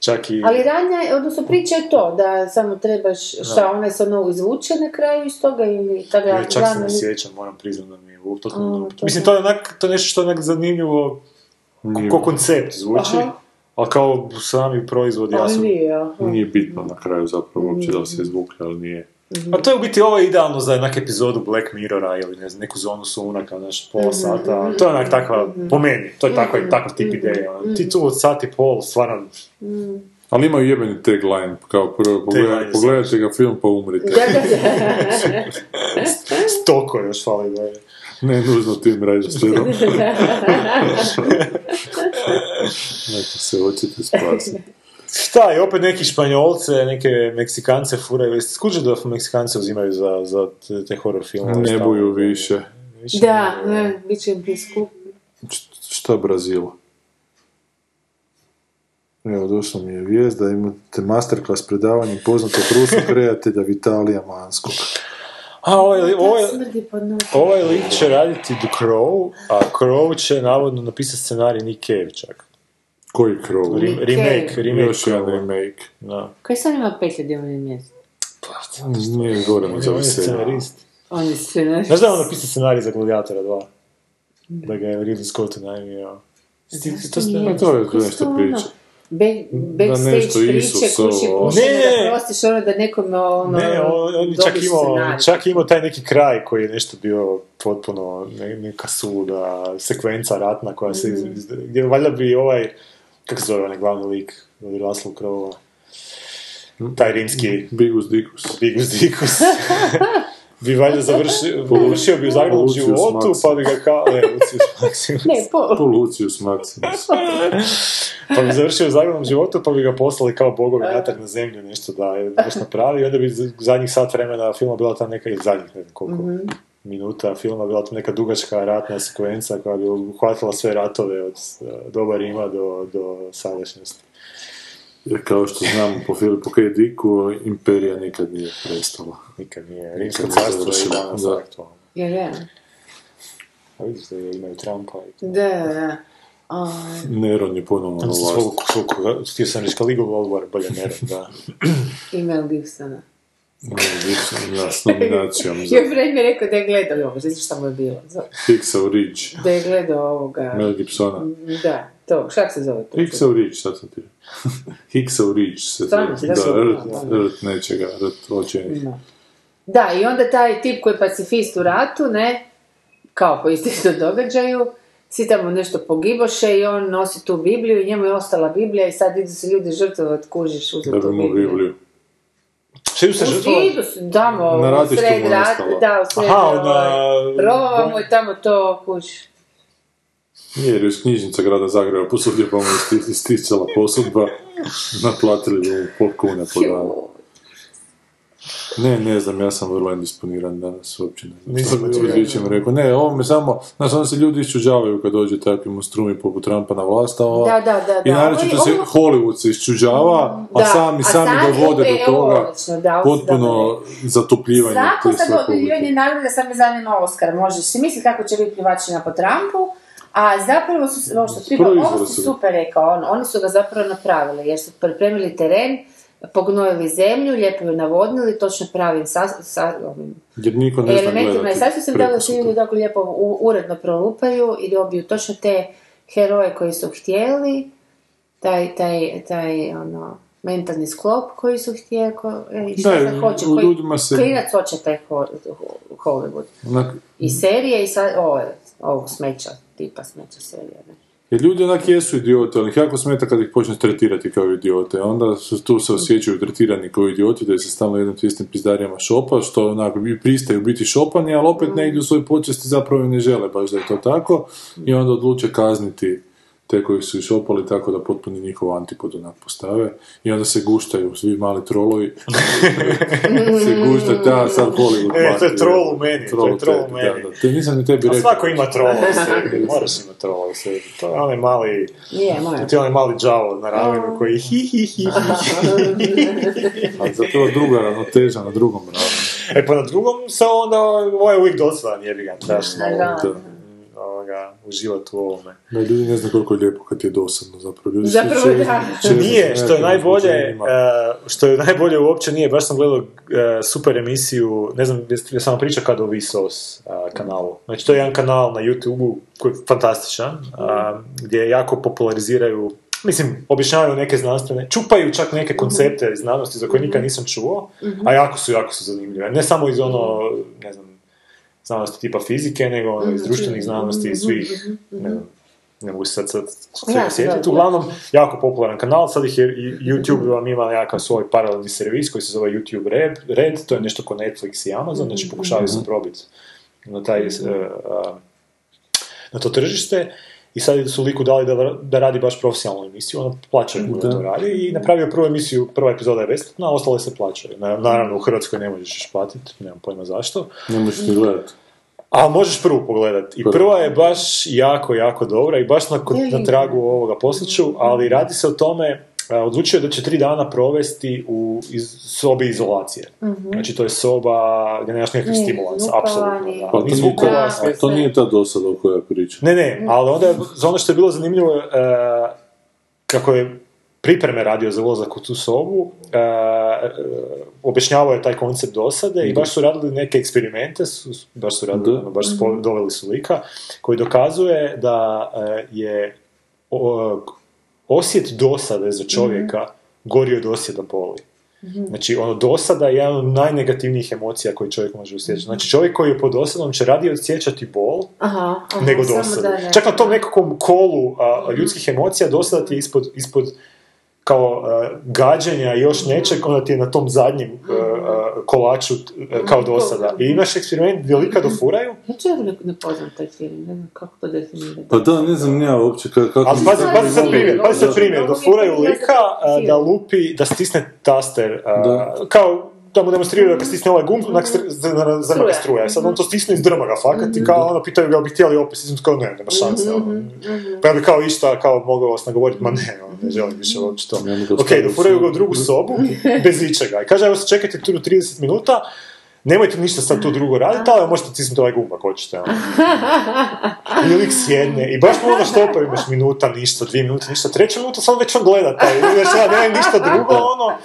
Čak i...
Ali radnja, je- odnosno priča je to, da samo trebaš, šta, ona se ono izvuče na kraju iz toga ili ta
Ja,
glavna...
čak se
glavna
ne
lik-
sjećam, moram priznat da mi je u
A,
totalno...
to
Mislim,
da.
to je onak, to je nešto što je onak zanimljivo ko- ko koncept zvuči,
Aha.
ali kao sami proizvod, ja
Ali
sam...
nije, aha.
Nije bitno na kraju zapravo uopće da li se izvukli, ali nije.
Mhm.
Pa to je u biti ovo je idealno za onak epizodu Black Mirrora ili ne znam, neku zonu suna kao naš pola
Mhm,
sata, to je onak takva, po meni, to je takva, takav
mhm,
tip ideje. ono. Ti tu od sati pol stvarno
Ali imaju jebeni tagline, kao prvo,
Tagline
pogledajte,
je
pogledajte ga film pa umrite.
Da, da,
<laughs>
da. E,
stoko još fali da je.
Ne nužno tim režiserom. Neko se hoćete
<laughs>
spasiti.
Šta je, opet neki španjolce, neke meksikance furaju, jeste skužili da meksikance uzimaju za, za te- te horror filmove?
Ne
stalno?
boju više.
Više
Da,
ne-
ne, bit će im preskup.
Č- Šta Brazila? Evo, došla mi je vijest da imate masterclass predavanje poznatog ruskog
<laughs>
kreatelja Vitalija Manskog.
A, ovo je, ovo je,
Smrdi pod nos.
Ovaj lik će raditi The Crow, a Crow će navodno napisati scenarij Nick Cave čak.
Koji krov?
Re-
Nick
remake,
Cave.
remake.
Još jedan
Crowa.
remake.
Da.
Kaj sam ima petlje on je mjesto?
Pa,
Nije goremo za
On je
veselje.
scenarist.
On je sve ne...
Znaš da je on napisao scenarij za Gladiatora 2? Da ga je Ridley Scott najmio.
Zašto
To ste-
nije?
To je
Kako su
nešto
ono?
priča.
Back, backstage
nešto
priče,
Isusovo.
kuši pušenje,
Ne.
da prostiš ono da nekome ono...
Ne, on, on je čak
dobiš
imao,
scenarij.
čak imao taj neki kraj koji je nešto bio potpuno ne- neka suluda sekvenca ratna koja se...
Mhm.
iz- iz- gdje valjda bi ovaj... Kako se zove onaj glavni lik od Russell Crowe? Taj rimski
Bigus Dikus.
Bigus
<laughs>
Dikus. bi valjda završio, završio bi u Zagrebu
Lucius
životu,
Maximus.
pa bi ga
<laughs>
kao... Ne, Lucius Maximus.
Ne, po...
Po Lucius Maximus.
Pa bi završio u zaglavnom životu, pa bi ga poslali kao bogovi natrag na zemlju nešto da je nešto napravi. I onda bi za- zadnjih sat vremena filma bila ta neka, ili zadnjih ne znam koliko minuta filma, bila ta neka dugačka ratna sekvenca koja bi uhvatila sve ratove od e, doba Rima do, do sadašnjosti.
Jer kao što znamo po Filipu K. Dicku, imperija nikad nije prestala.
Nikad nije. Rimsko
Nikad nije
carstvo je i
završilo,
danas
da.
aktualno.
Ja, ja.
A vidiš da imaju Trumpa i to.
Da, da, da. A,
Neron je ponovno na
Odnosno
vlasti.
svog- svog- Htio sam reći Caligula Olvar, bolje ne da.
Email Gibsona.
Ja, S nominacijom <laughs> za
Ja Fred mi je rekao da je gledao i ovo, znači šta mu je bilo. za-
Pixel Ridge.
Da je gledao ovoga...
Mel Gibsona.
Da, to, šta se zove to?
Pixel Ridge, sad sam ti. <laughs> Pixel Ridge se
Stvarno,
zove.
da,
Da,
da,
rt,
da.
rt nečega, rt očenih.
Da. Da, i onda taj tip koji je pacifist u ratu, ne, kao po istinom događaju, svi tamo nešto pogiboše i on nosi tu Bibliju i njemu je ostala Biblija i sad idu se ljudi žrtvovat, kužiš, uzeti
Da bi
tu
mu
Bibliju.
Bibliju.
Šta idu se žrtvovali?
Idu se tamo
Na
u
ratištu
sred
mu je
rata,
ostala.
da, u sred
Aha,
ovaj,
ona-
rovova mu je tamo to, kuš.
Nije, jer je iz knjižnica grada Zagreba posudio, pa mu je isti- isticala posudba. Naplatili bi mu pol kune po danu. Ne, ne znam, ja sam vrlo indisponiran danas, uopće ne znam. Nisam
očekivao.
rekao. Ne, ovo me samo, znaš, onda se ljudi iščuđavaju kad dođu takvi monstrumi poput Trumpa na vlast, a ova-
Da, da, da, da.
I naročito
Ovo
se
je- ovo-
Hollywood se iščuđava, a
Da,
sami,
a
sami
sami
dovode
opet,
do
evo,
toga
odlično, da, ovo si
potpuno
dobro
zatopljivanje
Zakon
te
za
sve
dobivanje
publike.
nagrada sad me zanima Oscar. Možeš si misliti kako će biti plivačina po Trumpu, a zapravo su, ovo što treba, ovo
Proizveli
si
su ga.
super rekao, on, oni su ga zapravo napravili, jer su pripremili teren, pognojili zemlju, lijepo ju navodnili, točno pravim sa, sa, ovim
Jer niko ne zna
elementima. I
gledati.
sad su se da
prepusti
svi ljudi
to.
tako lijepo u- uredno prolupaju i dobiju točno te heroje koji su htjeli, taj, taj, taj ono, mentalni sklop koji su htjeli, ko, e, šta
Da,
sad hoće,
u
koji
ljudima se-
klinac hoće taj Ho- Ho- Hollywood.
Onak,
I serije i sad, ovo, je, ovo smeća, tipa smeća serija, ne.
jer ljudi onak jesu idioti, ali ih jako smeta kad ih počneš tretirati kao idiote. Onda su, tu se osjećaju tretirani kao idioti, da ih se stalno jednim te istim pizdarijama šopa, što onako i pristaju biti šopani, ali opet negdje u svojoj počesti zapravo i ne žele baš da je to tako. I onda odluče kazniti te koji su išopali tako da potpuni njihov antipod onak postave i onda se guštaju svi mali trolovi <laughs> se guštaju, da, sad Hollywood
E, to je
platio,
troll
jel?
u meni, to je
Troll
troll
tebi,
u meni.
da, da. Te nisam ni tebi
A
rekao.
svako ima trola <laughs> u sebi, moraš imati trola u sebi. To je onaj mali,
Je, moja.
to je onaj mali džavo na ramenu koji hi hi hi hi.
Ali zato je druga ravnoteža na drugom ravnu.
E pa na drugom se onda ovaj uvijek dosadan jebi ga, trebaš malo
Da.
Da.
ovoga, uživati u ovome.
Da, ljudi ne zna koliko je lijepo kad je dosadno zapravo. Ljudi
Zapravo
se često-
da.
često
Znači,
se
Nije, što
nekako
je najbolje,
izvučenjima.
e, što je najbolje uopće nije, baš sam gledao e, super emisiju, ne znam, jes- jesam vam pričao kad o Vsauce e, kanalu. Znači to je jedan kanal na YouTube-u koji je fantastičan, a, gdje jako populariziraju Mislim, objašnjavaju neke znanstvene, čupaju čak neke koncepte iz znanosti za koje nikad nisam čuo, a jako su, jako su zanimljive. Ne samo iz ono, ne znam, znanosti tipa fizike, nego ono iz društvenih znanosti, iz svih, ne znam, ne mogu se sad, sad svega
Ja,
sjetiti.
da.
Uglavnom, jako popularan kanal, sad ih je i YouTube vam ima nekakav svoj paralelni servis koji se zove YouTube Red, Red to je nešto ko Netflix i Amazon, znači pokušavaju se probiti na taj, e, a, na to tržište i sad su liku dali da, da radi baš profesionalnu emisiju, ono plaćaju mu da to radi i napravio prvu emisiju, prva epizoda je besplatna, a ostale se plaćaju. Na- Naravno, u Hrvatskoj ne možeš platiti, nemam pojma zašto.
Ne možeš ni gledat.
A možeš prvu pogledat. I
Prvu.
prva je baš jako, jako dobra i baš na, na tragu ovoga posjeću, ali radi se o tome, a, odlučio je da će tri dana provesti u iz, sobi izolacije. Znači to je soba gdje nemaš nekakvih
Ne,
stimulansa,
zvukova,
apsolutno.
ni-
da.
Pa to
Ni
nije,
zvukova,
Da,
ta,
sve,
to
sve.
nije ta dosada o kojoj ja pričam.
ne, ne, ali onda je, za ono što je bilo zanimljivo, je, e, kako je pripreme radio za ulazak u tu sobu, e, e, objašnjavao je taj koncept dosade i baš su radili neke eksperimente, su, su- baš su radili,
Da.
ono, baš su po- doveli su lika, koji dokazuje da e, je eh, o, osjet dosade za čovjeka gori od osjeta boli. Znači, ono, dosada je jedan od najnegativnijih emocija koji čovjek može osjećati. Znači, čovjek koji je pod dosadom će radije osjećati bol
Aha, aha,
nego
samo
dosadu.
da ne-
Čak na tom nekakvom kolu a, ljudskih emocija dosada ti je ispod, ispod kao a, gađanja i još nečeg, onda ti je na tom zadnjem a, a, kolaču t- a, kao dosada. I imaš eksperiment gdje lika dofuraju,
Ja čujem ne, ne poznam taj film, ne znam kako to definirati.
Pa da, ne znam ja uopće ka- kako...
ali pazi, pazi sad primjer, pazi sad
Da.
primjer, dofuraju lika a, da lupi, da stisne taster, a,
Da.
kao da mu demonstriraju da kad stisne ovaj gumb, onak str- z- z- zrma ga
Struja.
struja. Sad on to stisne iz drma ga fakat i kao ono pitaju ga bi htjeli opet, stisnuti, kao ne, nema šanse. ono.
Mhm.
Pa ja bi kao išta, kao mogao vas nagovoriti, ma ne, ono, ne želim više uopće to.
Mm. Ne mogu
Ok,
ostaviti
dofuraju ga u
sobu.
drugu sobu, bez ičega. I kaže, evo se čekajte tu 30 minuta, nemojte ništa sad tu drugo raditi, ali možete stisnuti ovaj gumb ako hoćete. ono. I lik sjedne i baš mu ono što imaš minuta, ništa, dvije minute, ništa, treća minuta, sad već on gleda taj, još ja nemam ništa drugo, ono,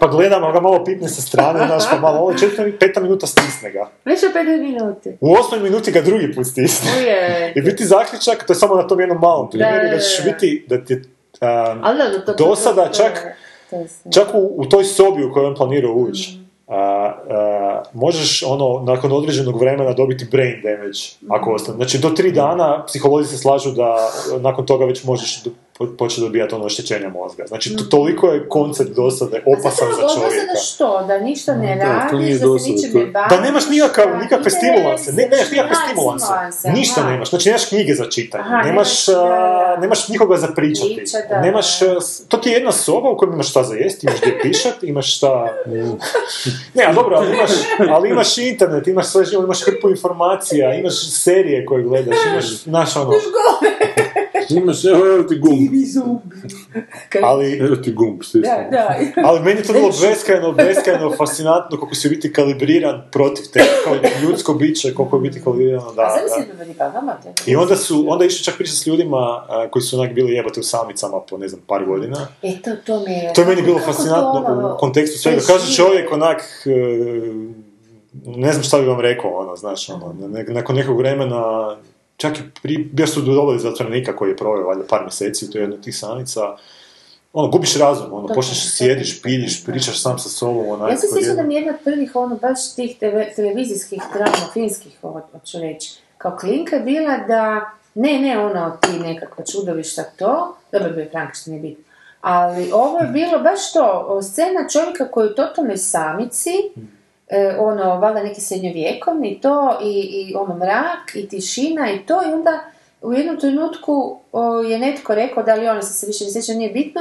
pa gledam, ali ga malo pipne sa strane, znaš, pa malo, ovo četvrta, peta minuta stisne ga.
Već je 5 minuti.
U osmoj minuti ga drugi put stisne.
Uje.
I biti zaključak, to je samo na tom jednom malom primjeru,
Da, da,
da ćeš
da.
biti, da ti je, um,
Ali da, to...
Do sada
to-
čak-
to se-
čak u, u toj sobi u kojoj on planira ući,
Mm.
a, a, možeš ono, nakon određenog vremena dobiti brain damage,
Mm.
ako ostane. Znači, do tri dana psiholozi se slažu da e, nakon toga već možeš do- po- početi dobijati ono oštećenja mozga. Znači, to, toliko je koncept dosade
Mm. A
opasan
Pa zapravo
za čovjeka.
odnosno da što? Da ništa ne
Da, to nije
radiš, da se
dosada,
ničim
to
ne
je-
baviš.
Da nemaš nikakav,
da
nikakve
interese,
stimulanse, ne, nemaš nikakve
da,
stimulanse, ništa
aha.
nemaš, znači nemaš knjige za čitanje,
Aha,
nemaš,
nemaš, da, da.
a, nemaš nikoga za pričati,
Priča, da,
nemaš,
da.
a, s- to ti je jedna soba u kojoj imaš šta za jesti, imaš
<laughs>
gdje pišat, imaš šta, ne, a dobro, ali imaš, ali imaš internet, imaš sve živo, imaš hrpu informacija, imaš serije koje gledaš, imaš, znaš ono,
Imaš, evo, evo ti gumb.
ali...
Evo ti gumb, stisni.
Da, da.
Ali meni je to bilo beskrajno, beskrajno fascinantno koliko si u biti kalibriran protiv te, kao ljudsko biće, koliko je u biti kalibrirano da...
A sve
da-
mislim Pa da bi kao vama to je-
I onda su, onda je išao čak pričati s ljudima a, koji su onak bili jebate u samicama po ne znam par godina.
E, to, to mi je...
To je meni bilo
Kako to
fascinantno
ono-
u kontekstu svega.
to je
Kaže čovjek onak, e, ne znam šta bi vam rekao, ono, znaš, ono, ne- nakon nekog vremena, čak i pri, još su dodobali zatvorenika koji je proveo valjda par mjeseci u toj jednoj od tih samnica, ono, gubiš razum, ono,
Točno,
počneš
točno.
sjediš, piljiš, pričaš sam sa sobom, onaj,
Ja se
kod
sjećam da
jednog-
mi je jedna od prvih ono baš tih teve- televizijskih drama, finskih, ovo hoću reći, kao klinka je bila da, ne, ne ono ti nekakva čudovišta to, dobro bi je Frankenstein nije bitno, ali ovo je bilo baš to, o, scena čovjeka koji je u totalnoj samici, e, ono, valjda neki srednjovjekovni i to, i, i ono mrak, i tišina, i to, i onda u jednom trenutku o, je netko rekao, da li ono se više ne sjeća, nije bitno,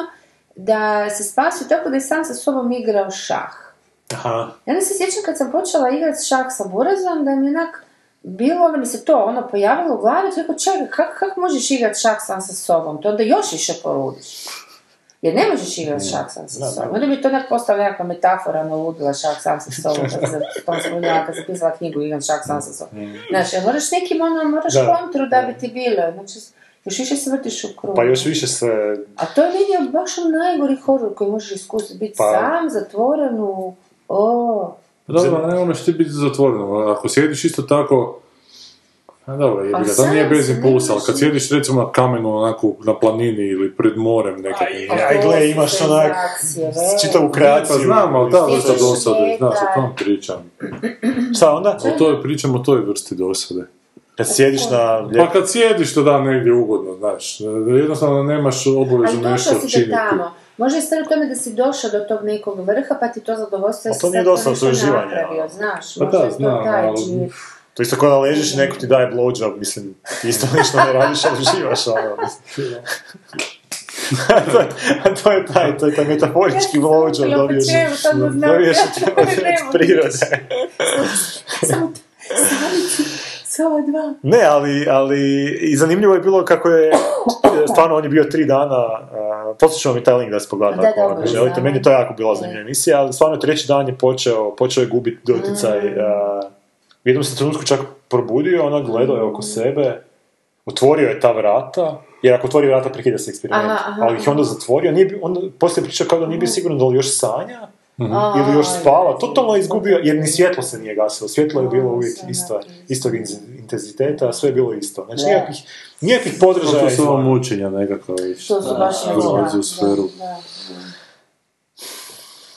da se spasio tako da je sam sa sobom igrao šah.
Aha.
I onda se Ja sjećam kad sam počela igrati šah sa Burazom, da mi je onak bilo, onda mi se to ono pojavilo u glavi, to je rekao, čekaj, kako kak možeš igrati šah sam sa sobom? To onda još više poludiš. Jer ne možeš igrati šah sam sa
Da, da.
sobom. Onda bi to onak postala nekakva metafora, ono ludila šah sam sa sobom, kad
<laughs>
sam, kad sam, ludila, kad sam pisala knjigu igram šah sam sa sobom. Znaš, jer moraš nekim ono, moraš
Mm. Da.
kontru da bi ti bilo, znači, još više se vrtiš u krug.
Pa još više se
A to je meni baš on najgori horor koji možeš iskusiti, biti
Pa-
sam, zatvoren u... O,
Dobro, ne ono što ti biti zatvoreno. Ako sjediš isto tako... A dobro, jebi
Ali
ga, to nije
sam
bez
se ne
impulsa, ali
možeš-
kad sjediš recimo na kamenu onako na planini ili pred morem nekakvim.
Aj, aj, gle, imaš onak čitavu kreaciju.
Pa znam, ali ta vrsta
Sjećaš
dosade,
se
znaš,
ljeta.
o tom pričam.
Šta onda?
Pa
O toj pričam, o toj vrsti dosade.
Kad sjediš na
Pa kad sjediš to da negdje ugodno, znaš, jednostavno nemaš obavezu
Ali
nešto
došao si
činiti.
do tamo. Možda je stvar u tome da si došao do tog nekog vrha, pa ti to zadovoljstvo jer
Pa
si
to nije
sad to
dosta
nešto
uživanja,
napravio,
ono.
znaš.
Pa
možda
da,
je to
znam,
taj
ali-
čin.
To isto kao da ležiš i neko ti daje blowjob, mislim, ti isto <laughs> ništa ne radiš, ali
<laughs>
uživaš, ono, mislim. <laughs> A to, je- a to je taj, to je taj metaforički blowjob, dobiješ,
Ja sam opet čemu, sad ne znam.
dobiješ
<laughs>
od,
Ja
od,
ne mogu.
od prirode.
Samo- samo- Samo dva.
Ne, ali, ali i zanimljivo je bilo kako je, stvarno on je bio tri dana, uh, poslat ću vam i taj link da se pogleda
Da,
ako,
dobro,
ako želite,
znam.
meni je to jako bila zanimljiva emisija, ali stvarno treći dan je počeo, počeo je gubiti doticaj,
Mm.
uh, u jednom se trenutku čak probudio, ona gledao je oko sebe, otvorio je ta vrata, jer ako otvori vrata prekida se eksperiment,
Aha, aha,
ali ih je onda zatvorio, nije, bi- onda poslije je pričao kao da nije bio siguran da li još sanja,
A,
Mm. ili još
ajde.
spava, totalno je izgubio, jer ni svjetlo se nije gasilo, svjetlo je bilo
A,
uvijek
sve
isto,
naprijed.
istog inz- intenziteta, sve je bilo isto. Znači, nikakvih, nikakvih podržaja.
To su ovo
izvana.
mučenja nekako iš.
To su baš
koji ulazi u sferu.
Da, da.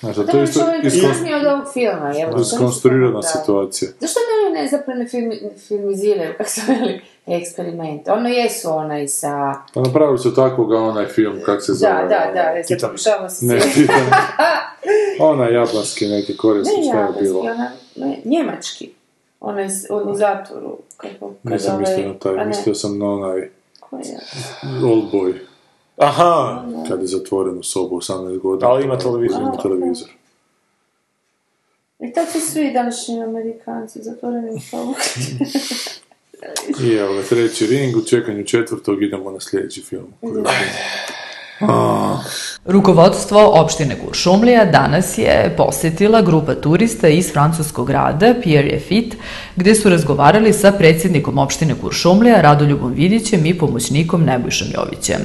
Znaš, da
To
to je
je
isto
čovjek
iskon-
izraznije od ovog filma. Jel,
iskonstruirana situacija.
Zašto ne one zapravo ne film- filmiziraju, kako su <laughs> veli, eksperiment? Ono jesu onaj sa...
Pa napravili su takvoga onaj film, kak se zove.
Da, da, da,
onaj-
jer se pokušava se
<laughs> Ne,
sjetiti. <laughs>
Titanic. Onaj japanski neki korisni,
Ne, ono
šta je
japanski,
bilo.
ona, ne, njemački. Onaj s- on u zatvoru. Kako,
Nisam mislio na taj, mislio sam na onaj Old Boy,
Aha,
kad je zatvoren u sobu 18 godina.
Ali ima televizor.
Ima televizor.
I tako E, su svi današnji Amerikanci zatvoreni u sobu.
I evo ga, treći ring, u čekanju četvrtog idemo na sljedeći film. koji je-
Rukovodstvo opštine Kuršumlija danas je posjetila grupa turista iz francuskog grada Pierre Fit, gdje su razgovarali sa predsjednikom opštine Kuršumlija Radoljubom Vidićem i pomoćnikom Nebojšom Jovićem.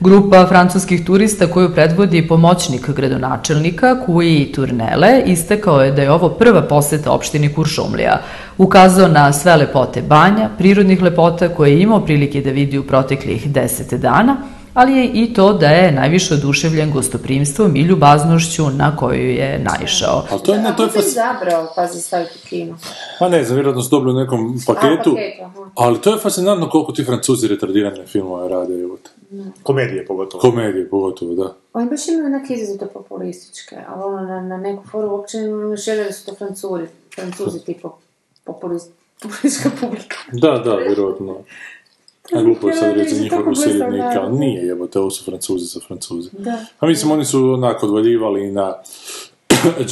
Grupa francuskih turista koju predvodi pomoćnik gradonačelnika Kui Turnele istakao je da je ovo prva posjeta opštini Kuršumlija. Ukazao na sve lepote banja, prirodnih lepota koje je imao prilike da vidi u proteklih deset dana, ali je i to da je najviše oduševljen gostoprimstvom i ljubaznošću na koju je naišao.
Ali <laughs> to je, ne, to je
Kako si
fas...
zabrao, pazi, staviti u kino?
Pa ne znam, vjerojatno su dobili u nekom paketu.
paketu, aha.
Ali to je fascinantno koliko ti francuzi retardirane filmove rade, evo te.
komedije pogotovo.
Komedije pogotovo, da.
Oni baš imaju neke izrazito populističke, ali ono, na, na neku foru uopće ne žele da su to francuri, francuzi tipo populist, populistička <laughs> publika.
Da, da, vjerojatno. A glupo je sad reći za njihovog useljenika, ali nije jebote, ovo su francuzi za francuzi.
Da.
A mislim, oni su onako odvaljivali i na <coughs>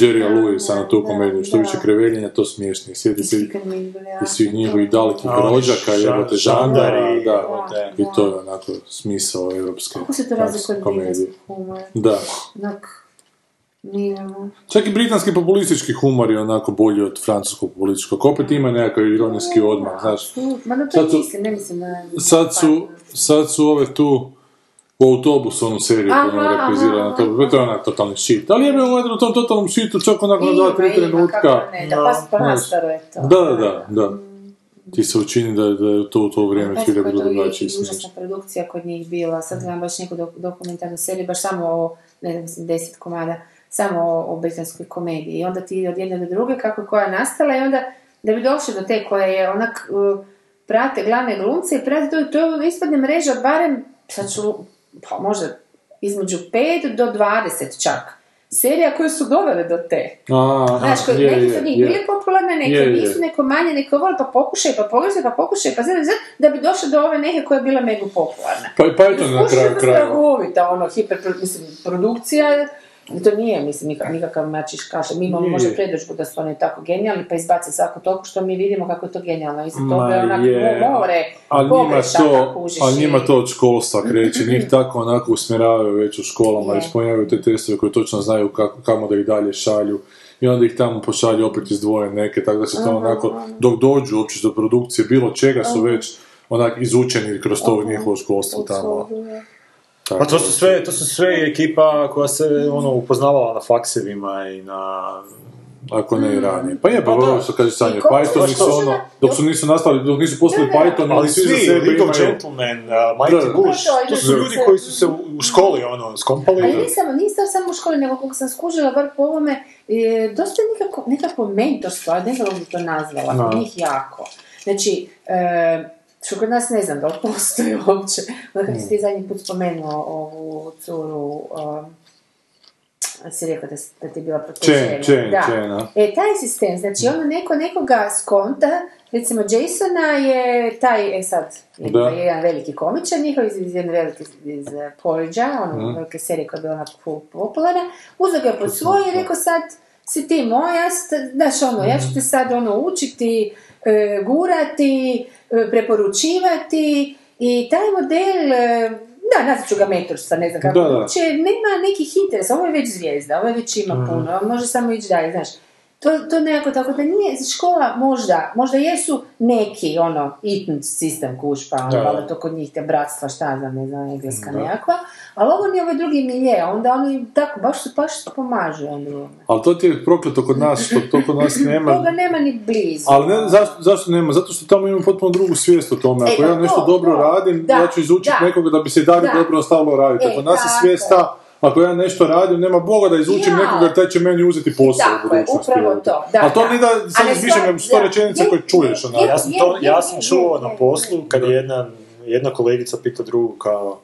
Jerry Lewisa na tu
da,
komediju, što
da.
više kreveljenja, to smiješnije. Sjeti se i-
Kad mi izgleda.
i svih njihovih dalekih
A oni
rođaka,
ša-
jebote,
žandari,
žandari, da.
jebote.
I to je onako smisao evropske
Kako se to razlikuje od
komedije.
britanskog humora?
Da.
Onak, nije ono...
Čak i britanski populistički humor je onako bolji od francuskog populističkog. Opet ima nekakav ironijski odmah, znaš.
Ma da to
Sad su-
i mislim, ne mislim na...
Sad su, sad su ove tu u autobusu onu seriju
Aha,
koju je reprizirana,
aha,
to, to je onak totalni shit. Ali ovaj je bio u jednom tom totalnom shitu čak onak na dva, tri trenutka.
kako ne, da pas pa nastaro je to.
Da, da, da.
Mm.
Ti se učini da, da je to u to vrijeme
Pazi
fira
koja je
bilo
Pa to
drugačije
i užasna
smiješno.
produkcija kod njih bila. Sad gledam baš neku dok- dokumentarnu seriju, baš samo o, ne znam, mislim, deset komada, samo o, o britanskoj komediji. I onda ti ide od jedne do druge kako je koja je nastala i onda da bi došli do te koja je onak uh, prate glavne glumce i prate to, to je ono, ispadne mreža od barem, sad ću, pa možda između 5 do 20 čak. Serija koje su dovele do te.
A, aha,
Znaš, kod
je,
neki su
je,
od njih
je.
bile popularne, neke
Je, je.
nisu, neko manje, neko voli, pa pokušaj, pa pogledaj, pa pokušaj, pa zna, zna, da bi došlo do ove neke koja je bila mega popularna.
Pa i Python na kraju krajeva.
Strahovita, ono, hiper, mislim, produkcija, to nije, mislim, nikak, nikakav mačiš kaša. Mi imamo
Je.
možda predršku da su oni tako genijalni, pa izbace svako toliko što mi vidimo kako je to genijalno. Isto
Ma
toga je onako
je.
more,
Ali njima
pogrešaka,
to,
kužiš.
ali njima
i-
to od školstva kreće,
<clears throat>
njih tako onako usmjeravaju već u školama,
Je.
ispunjavaju te testove koje točno znaju kako, kamo da ih dalje šalju i onda ih tamo pošalju opet izdvoje neke, tako da se to onako, dok dođu uopće do produkcije bilo čega su već onak izučeni kroz to njihovo školstvo tamo. Tako
Pa to su sve, to su sve ekipa koja se ono upoznavala na faksevima i na...
Ako ne i ranije. Pa je, pa ovo što kaže Sanje,
Mm. I koliko su
Python su ono,
slušala-
dok su nisu nastali, dok nisu postali
Da, da.
Python,
Ali svi,
za sebe
League of
imaju-
Gentlemen, uh, Mighty
Da, da.
Bush,
To je,
to su
da.
ljudi koji su se u, u školi ono skompali.
Ali nisam, nisam samo u školi, nego koliko sam skužila, bar po ovome, e, dosta je nekako, nekako mentorstvo, ali ne znam kako bi to nazvala,
Da.
kod njih jako. Znači, e, što kod nas ne znam da li postoji uopće. Onda kad si ti zadnji put spomenuo ovu curu, e, si rekao da, s- da ti je bila
Chen,
protežena.
Chen,
Da.
Chen, a?
E, taj sistem, znači ono neko nekoga skonta, recimo Jasona je taj, e sad, je
Da.
je jedan veliki komičar njihov iz, iz jedne velike, iz eh, Porridge-a, ono velike serije koja je bila onako popularna, uzeo ga je pod svoje i rekao sad, si ti moja, ja s- znaš ono, ja ću te sad ono učiti, e, gurati, e, preporučivati i taj model, e, da, nazvat ću ga mentorstva, ne znam kako,
Da, da.
uopće nema nekih interesa, ovo je već zvijezda, ovo je već ima puno, on može samo ići dalje, znaš. To, to nekako tako da nije, škola možda, možda jesu neki ono itn sistem kuš, pa ono,
Da.
valjda to kod njih te bratstva, šta ja znam, ne znam, engleska
Da.
nekakva, ali ovo nije ovaj drugi milje, onda oni tako, baš su, baš su pomažu oni. ono.
Ali to ti je prokleto kod nas, što to kod
<laughs>
nas nema.
Toga nema ni blizu.
Ali ne, zašto, zašto nema? Zato što tamo imam potpuno drugu svijest o tome.
E,
Ako
pa
ja nešto
to,
dobro
to.
radim,
Da,
ja ću izučiti
da.
nekoga da bi se i dalje
Da.
dobro ostalo raditi.
E,
Ako nas je
tako
svijest
je.
ta, ako ja nešto radim, nema Boga da izučim
Ja.
nekoga, taj će meni uzeti posao u
Tako je,
budućnosti.
upravo
jebote.
to, da,
A to
da.
ne da sad
ne
izmišljam
stvar-
nego sto
da.
rečenica
Je,
koje čuješ. ono.
je,
onako.
Ja sam,
Je,
to,
je,
ja sam
je,
čuo
je, je.
na poslu kad je jedna, jedna kolegica pita drugu kao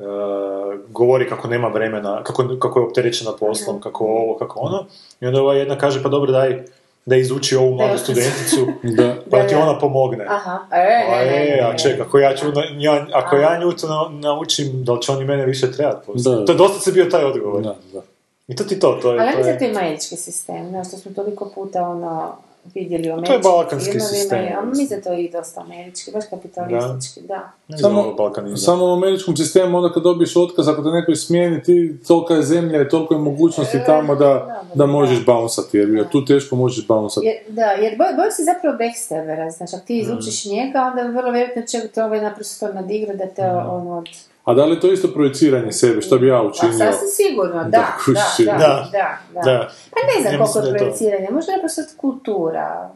e, govori kako nema vremena, kako, kako je opterećena
Mhm.
poslom, kako ovo, kako ono. I onda ova jedna kaže pa dobro daj da izuči ovu mladu studenticu
<laughs>
Da.
pa
Da,
ti
da.
ona pomogne.
Aha, e,
Pa
ne, ne,
je,
ne,
a
ne.
ček, ako ja, ću, na- ja, ako ja nju to na- naučim, da li će oni mene više trebati poslije?
Da.
To je dosta se bio taj odgovor.
Da, da.
I to ti to, to je...
Ali ja
to
mislim da to
je-
ima etički sistem, znaš, što smo toliko puta ono, vidjeli u
to je
američkim
balkanski
filmovima,
sistem,
a
mislim.
mislim da to je i dosta američki, baš kapitalistički, da.
ne znam, ovo
Samo,
balkanizam.
samo u američkom sistemu, onda kad dobiješ otkaz, ako te neko smijeni, ti tolika je zemlja i toliko je mogućnosti
E,
tamo da, da možeš bouncati, jer je tu teško možeš bouncati.
Jer, da, jer boj, boj se zapravo backstabbera, znači ako ti
Mm.
izučiš njega, onda vrlo vjerojatno će to ovaj naprosto to nadigra da
Mm.
te ono... od-
A da li je to isto projiciranje sebe, što bi ja
Pa
učinio?
sasvim sigurno, da, da,
kužiš,
da, da,
da.
da,
Da.
Pa ne znam
Ja
koliko
mislim
je
da je to.
projeciranje, možda je naprosto kultura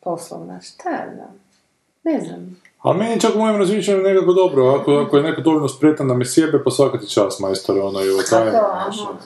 poslovna, šta ja znam. Ne znam.
A meni je čak u mojem razmišljanju nekako dobro, ako, ako je neko dovoljno spretan da me sjebe, pa svaka ti čast, majstore, ono, i ovo
Pa
taj.
to, aha.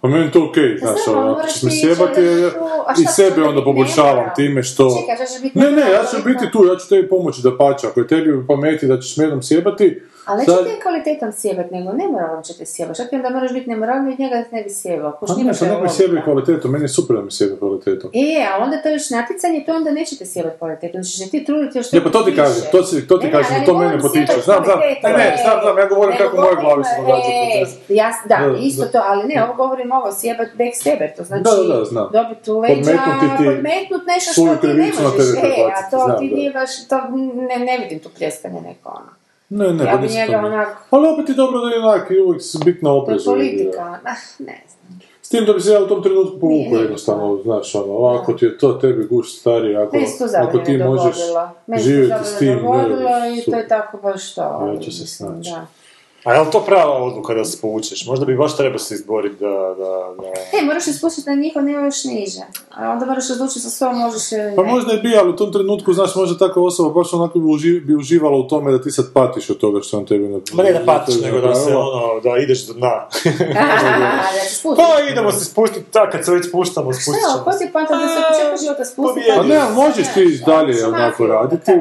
Pa meni je to okej, znaš,
znam, ali
ono, ako
moraš
ćeš me
ti ići
sjebati,
onda
ja-
tu, a
i
šta
sebe
sad
onda
biti
poboljšavam
neka?
time što...
Čekaj, a ćeš biti
Ne, ne,
neka
ja ću
kvalitetna-
biti tu, ja ću tebi pomoći da pače, ako je tebi u pameti da ćeš me jednom sjebati,
Ali neće
sad-
ti kvalitetan sjebat, nego nemoralno će te sjebat. Šta ti onda moraš biti nemoralni od njega da te ne bi sjebao? Kuš,
Pa ne,
nimaš
pa
da je
nek me
ovo,
sjebe
da.
kvalitetom, meni je super da mi sjebe kvalitetom.
E, a onda to još natjecanje, to onda nećete sjebat kvalitetno. Znači, će ti truditi još
Ne, pa to ti
više.
kažem, to, si, to ti
Ne, ne,
kažem,
ali
da to
ne
mene
volim
potiče.
sjebat
Znam, znam, ne, ne,
kvalitetom.
znam, znam, ja govorim
Nego
kako u mojoj glavi se
govorim,
događa.
e,
kod
jas, da,
Da,
isto
da.
to, ali ne, ovo govorim ovo, sjebat back sebe, to znači
Da, da, da, znam.
dobiti u leđa,
Podmetnuti ti
podmetnut nešto što
svoju
ti ne
krivicu na
možeš,
tebe
e, a
prebaciti,
to
znam,
ti
da.
nije baš, to ne, ne vidim tu pljeskanje neko ono.
Ne, ne,
Ja
pa
bi
nisam
njega
to mi-
onako-
Ali opet je dobro da je onak i uvijek s- bit na
To je
oprezu.
politika, ona, ne znam.
S tim da bi se ja u tom trenutku povukao
nije.
jednostavno, znaš, ono, ako ti je to tebi guš stari, ako,
Meni se to
ako
zapravo
ti
ne
možeš
dogodilo. Meni se to
živjeti s tim,
zapravo dogodilo
ne,
i to je tako baš to.
Ja ću se
mislim,
snaći.
da.
A je li to prava odluka da se povučeš? Možda bi baš trebao se izboriti da... da, da...
E, moraš se spustiti na njih, oni još niže. A onda moraš odlučiti sa svojom možeš ili
Pa
ne. <laughs>
možda je bi, ali u tom trenutku, znaš, možda takva osoba baš onako bi, uži- bi uživala u tome da ti sad patiš od toga što on tebi ne...
Ma ne da patiš,
tebi
nego da se
napravila.
ono, da ideš do dna.
Aha, da se spustiš.
pa idemo se spustiti, tak, kad se već spuštamo,
Šta
spustit
je ovo,
ćemo.
ko
se.
ti je poanta da se u početku života spusti?
Pa
Pa ne, ali možeš ti dalje onako
<laughs>
raditi.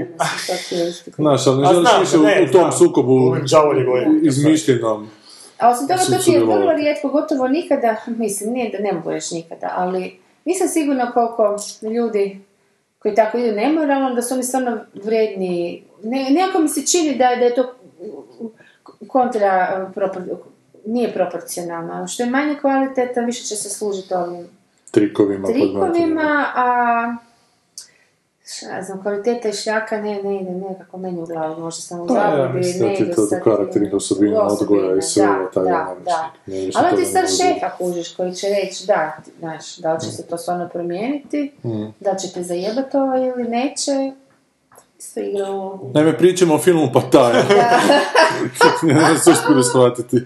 Znaš, ali ne
A
želiš
znam,
više
ne,
u, u tom
znam.
sukobu
Ovim đavolje godine.
izmišljenom.
A osim toga,
Mislim,
to ti je vrlo
sudjelovao.
rijetko, gotovo nikada, mislim, nije da ne mogu reći nikada, ali nisam sigurna koliko ljudi koji tako idu nemoralno, da su oni stvarno vrijedni. Ne, nekako mi se čini da, je- da je to kontra, eh, propor- nije proporcionalno. Ono Što je manje kvalitetan, više će se služiti ovim
Trikovima. podmaterima.
trikovima, a šta ja znam, kvaliteta i šljaka ne, ne ide nekako meni no, u glavu, možda sam u
Pa ja
glavu
mislim da ti je to do karakternih osobina, odgoja i svega, taj navičnik. Ne, više
Ali ti
toga ne
sad
može biti.
šefa kužiš koji će reći da, ti- znaš, da
Mm.
li će se to stvarno promijeniti, da li će te zajebati ovo ili neće, isto igra u...
Naime, pričamo o filmu pa Pataja. <laughs> ne znam sve što shvatiti.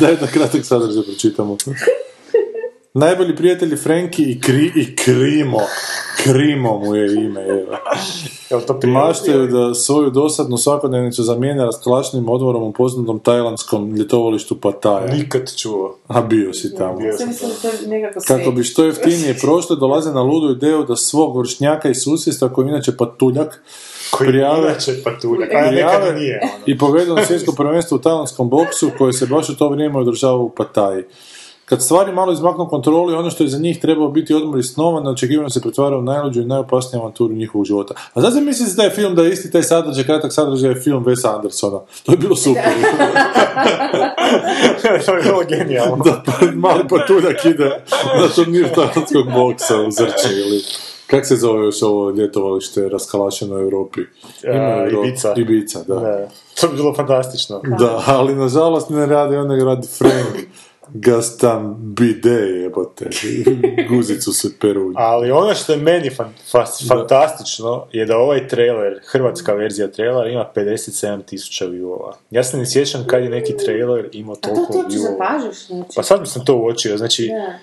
Daj da kratak sadržaj pročitamo. Najbolji prijatelji Franki i, Kri, i Krimo. Krimo mu je ime, evo.
Jel to prije?
Maštaju da svoju dosadnu svakodnevnicu zamijene rastlačnim odmorom u poznatom tajlandskom ljetovalištu Pataja.
Nikad čuo.
A bio si tamo.
Bio sam.
Sve mislim da je nekako sve.
Kako bi što jeftinije prošle, dolaze na ludu ideju da svog vršnjaka i susjesta, koji je inače patuljak,
Koji
Prijave-
inače patulja. A ja nekad i
prijave
Pa nije. ono.
i povedu na svjetsko prvenstvo u tajlanskom boksu, koje se baš u to vrijeme održava u Pataji. Kad stvari malo izmaknu kontroli, ono što je za njih trebao biti odmor i snova, neočekivano se pretvara u najluđu i najopasniju avanturu njihovog života. A zato mislite da je film, da je isti taj sadržaj, kratak sadržaj je film Wes Andersona. To je bilo super.
<laughs> to je bilo genijalno.
da pa- mali patuljak ide na turnir tajlanskog boksa u Zrče ili kak se zove još ovo ljetovalište raskalašeno u Europi?
A,
Europu-
Ibiza.
Ibica, da.
Da. To bi bilo fantastično.
Da, ali nažalost ne radi, on nego radi Frank. Gastambide jebote. Guzicu se peru.
Ali ono što je meni fan- fas- fantastično je da ovaj trailer, hrvatska verzija trailera, ima 57 tisuća viewova. Ja se ne sjećam kad je neki trailer imao
A to
toliko
ti uopće
viewova.
zapažaš, znači.
Pa sad sam to uočio, znači,
Da.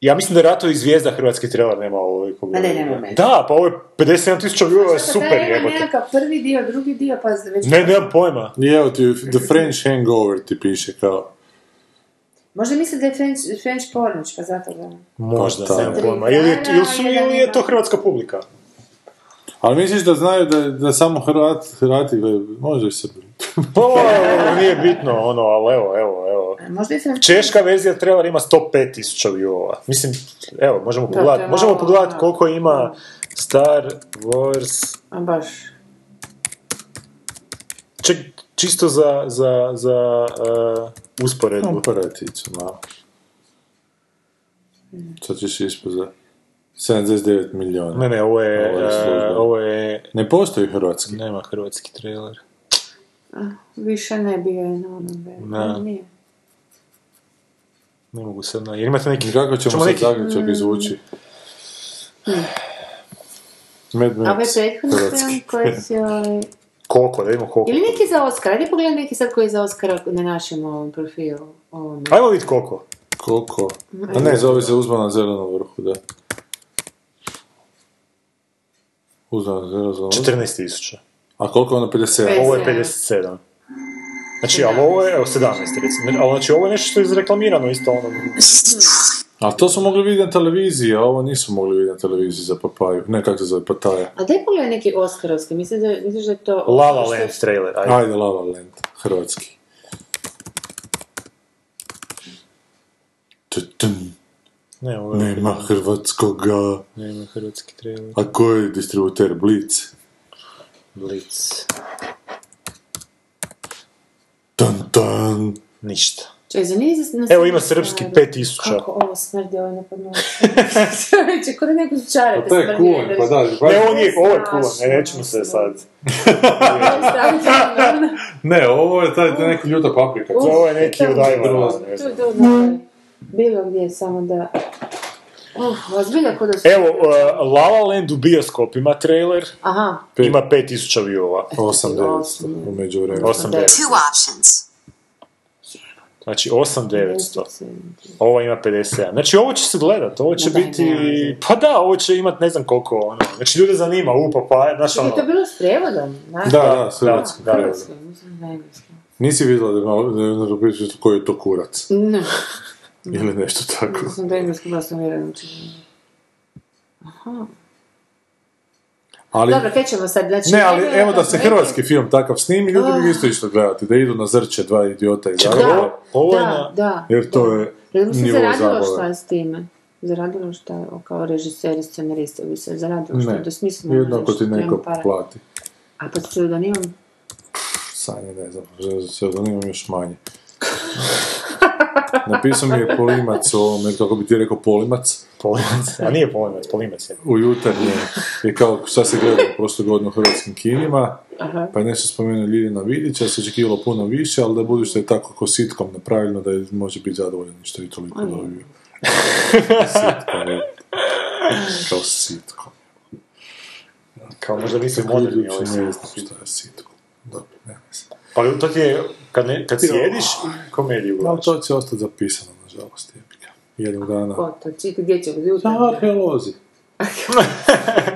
ja mislim da Ratovi zvijezda hrvatski trailer nema ovoliko
Ma ne,
viewova.
nema meni.
Da, pa ovo je 57 tisuća viewova je
Sad
super
taj ima
jebote.
nekakav prvi dio, drugi dio, pa već...
Ne, nemam pojma.
I evo ti, The French Hangover ti piše kao.
Možda misli da je French, French pornić, pa zato da...
Možda,
Pa,
nemam
da.
pojma. Ili je, ili su,
Da, da,
ili je to
da.
hrvatska publika?
Ali misliš da znaju da, da samo Hrvat, Hrvati gledaju, može se.
Pa, <laughs> ovo nije bitno, ono, ali evo, evo, evo.
A Možda je French...
Češka verzija trailer ima 105 tisuća viewova. Mislim, evo, možemo
to je
pogledati. Možemo
malo,
pogledati
da.
koliko ima Star Wars...
A baš...
Ček, čisto za, za, za uh, usporedbu.
Komparaticu, malo. <laughs> Sad ćeš ispod za 79 milijuna.
Ne, ne, ovo je...
Ovo je službeno.
Uh, ovo je...
Ne postoji hrvatski.
Nema hrvatski trailer.
Više ne bio je na onom velikom,
Da.
nije.
Ne mogu sad, na... jer imate neki...
I kako ćemo,
Ćemo
sad
neki-
zaključak izvući? Mad Max.
Mm. A ovaj prethodni
hrvatski.
film
<laughs>
koji si ovaj...
Koliko, da vidimo koliko.
Ili neki za Oscar, ajde pogledaj neki sad koji je za Oscar na našem ovom profilu. Ovom.
Ajmo vidjeti koliko.
Koliko? A ne, zove se Uzman na zelenom vrhu, da. Uzman na zelenom vrhu.
14 tisuća.
A koliko je ono 57?
Pet.
Ovo je 57. Znači, ali ovo je, evo, 17 recimo. Ali znači, ovo je nešto što je izreklamirano isto ono, onom...
A to su mogli vidjeti na televiziji, a ovo nisu mogli vidjeti na televiziji za papaju. Ne, kako se zove, pataja.
A daj pogledaj neki Oskarovski, misliš da, misliš da je to...
La La
što-
Land trailer, ajde.
Ajde, Lava Land, hrvatski. Tutum,
Ne, ovo je...
nema hrvatskoga,
Nema hrvatski trailer.
a ko je distributer Blitz?
Blitz.
Tan, tan.
Ništa.
Čekaj, zanimljivo se na
Evo ima
srpskom
srpski
radi.
5000.
Kako ovo smrdi, ovo ne podnosi. Znači, kod neku čarate
To je kuvan, pa da,
Ne, ovo nije, ovo E, je kuvan,
Strašno.
ne, nećemo se sad.
Ne, ovo je taj, taj neki ljuta paprika.
Ovo je neki od Ajvara, ne znam.
Ajvara. Bilo gdje, samo da... Uf, vas bilja kod da su...
Evo, uh, La La Land u bioskopima trailer,
Aha,
ima 5000 view-ova.
8-9, u međuvremenu.
8900.
Two options.
Znači, 8900. Ovo ima 57. Znači, ovo će se gledat, ovo će
Ma daj,
biti...
nema veze.
Pa da, ovo će imat ne znam koliko, ono. Znači, ljude zanima, u, pa pa, znaš
Čekaj,
ono...
to je bilo s prijevodom, znaš?
Da, da, s hrvatskim.
da, da.
Hrvatski, mislim, na engleskom.
Nisi vidjela da je malo, da je ono napisano koji je to kurac.
Ne,
Ili nešto tako.
<laughs> mislim da je engleski bila sam vjerojatno učinjena.
Ali,
Dobro, kaj ćemo sad, znači...
ne, ali
ajmo
evo da se
neki-
hrvatski film takav snimi, ljudi bi isto išli gledati. Da idu na zrče dva idiota i Zagreba.
Ah. Da,
Ovo je
da,
na-
da.
Jer to je
Ali mu se
nivo
zaradilo šta
zabave.
je s time? Zaradilo šta je, o, kao režiser i scenarista, bi se zaradilo šta je,
Ne,
da smislimo
jednako ti neko plati.
A pa pod pseudonimom?
Sanje, ne znam, se imam još manje. <laughs> Napisao mi je Polimac o ovome, kako bi ti rekao Polimac,
Polimac. <laughs> A nije Polimac, Polimac je.
u jutarnjem je kao šta se gleda prošle godine u hrvatskim kinima,
Aha.
pa je nešto spomenuo Ljiljana Vidića, se očekivalo puno više, ali da budući da je tako ko sitkom napravljeno, da je, može biti zadovoljan što je toliko dobio. <laughs> sitkom, je. Kao sitkom.
Kao možda nisu
Tako
moderni
ljudi
ovaj
uopće ne
svijet.
znam šta je sitkom. Dobro, ne znam.
Pa to ti je, kad, ne, kad sjediš, komediju
Ali
gledaš.
to će ostati zapisano, nažalost, jebika. Jednog dana.
Ko to? Čik, gdje će biti?
Da,
<laughs>
arheolozi.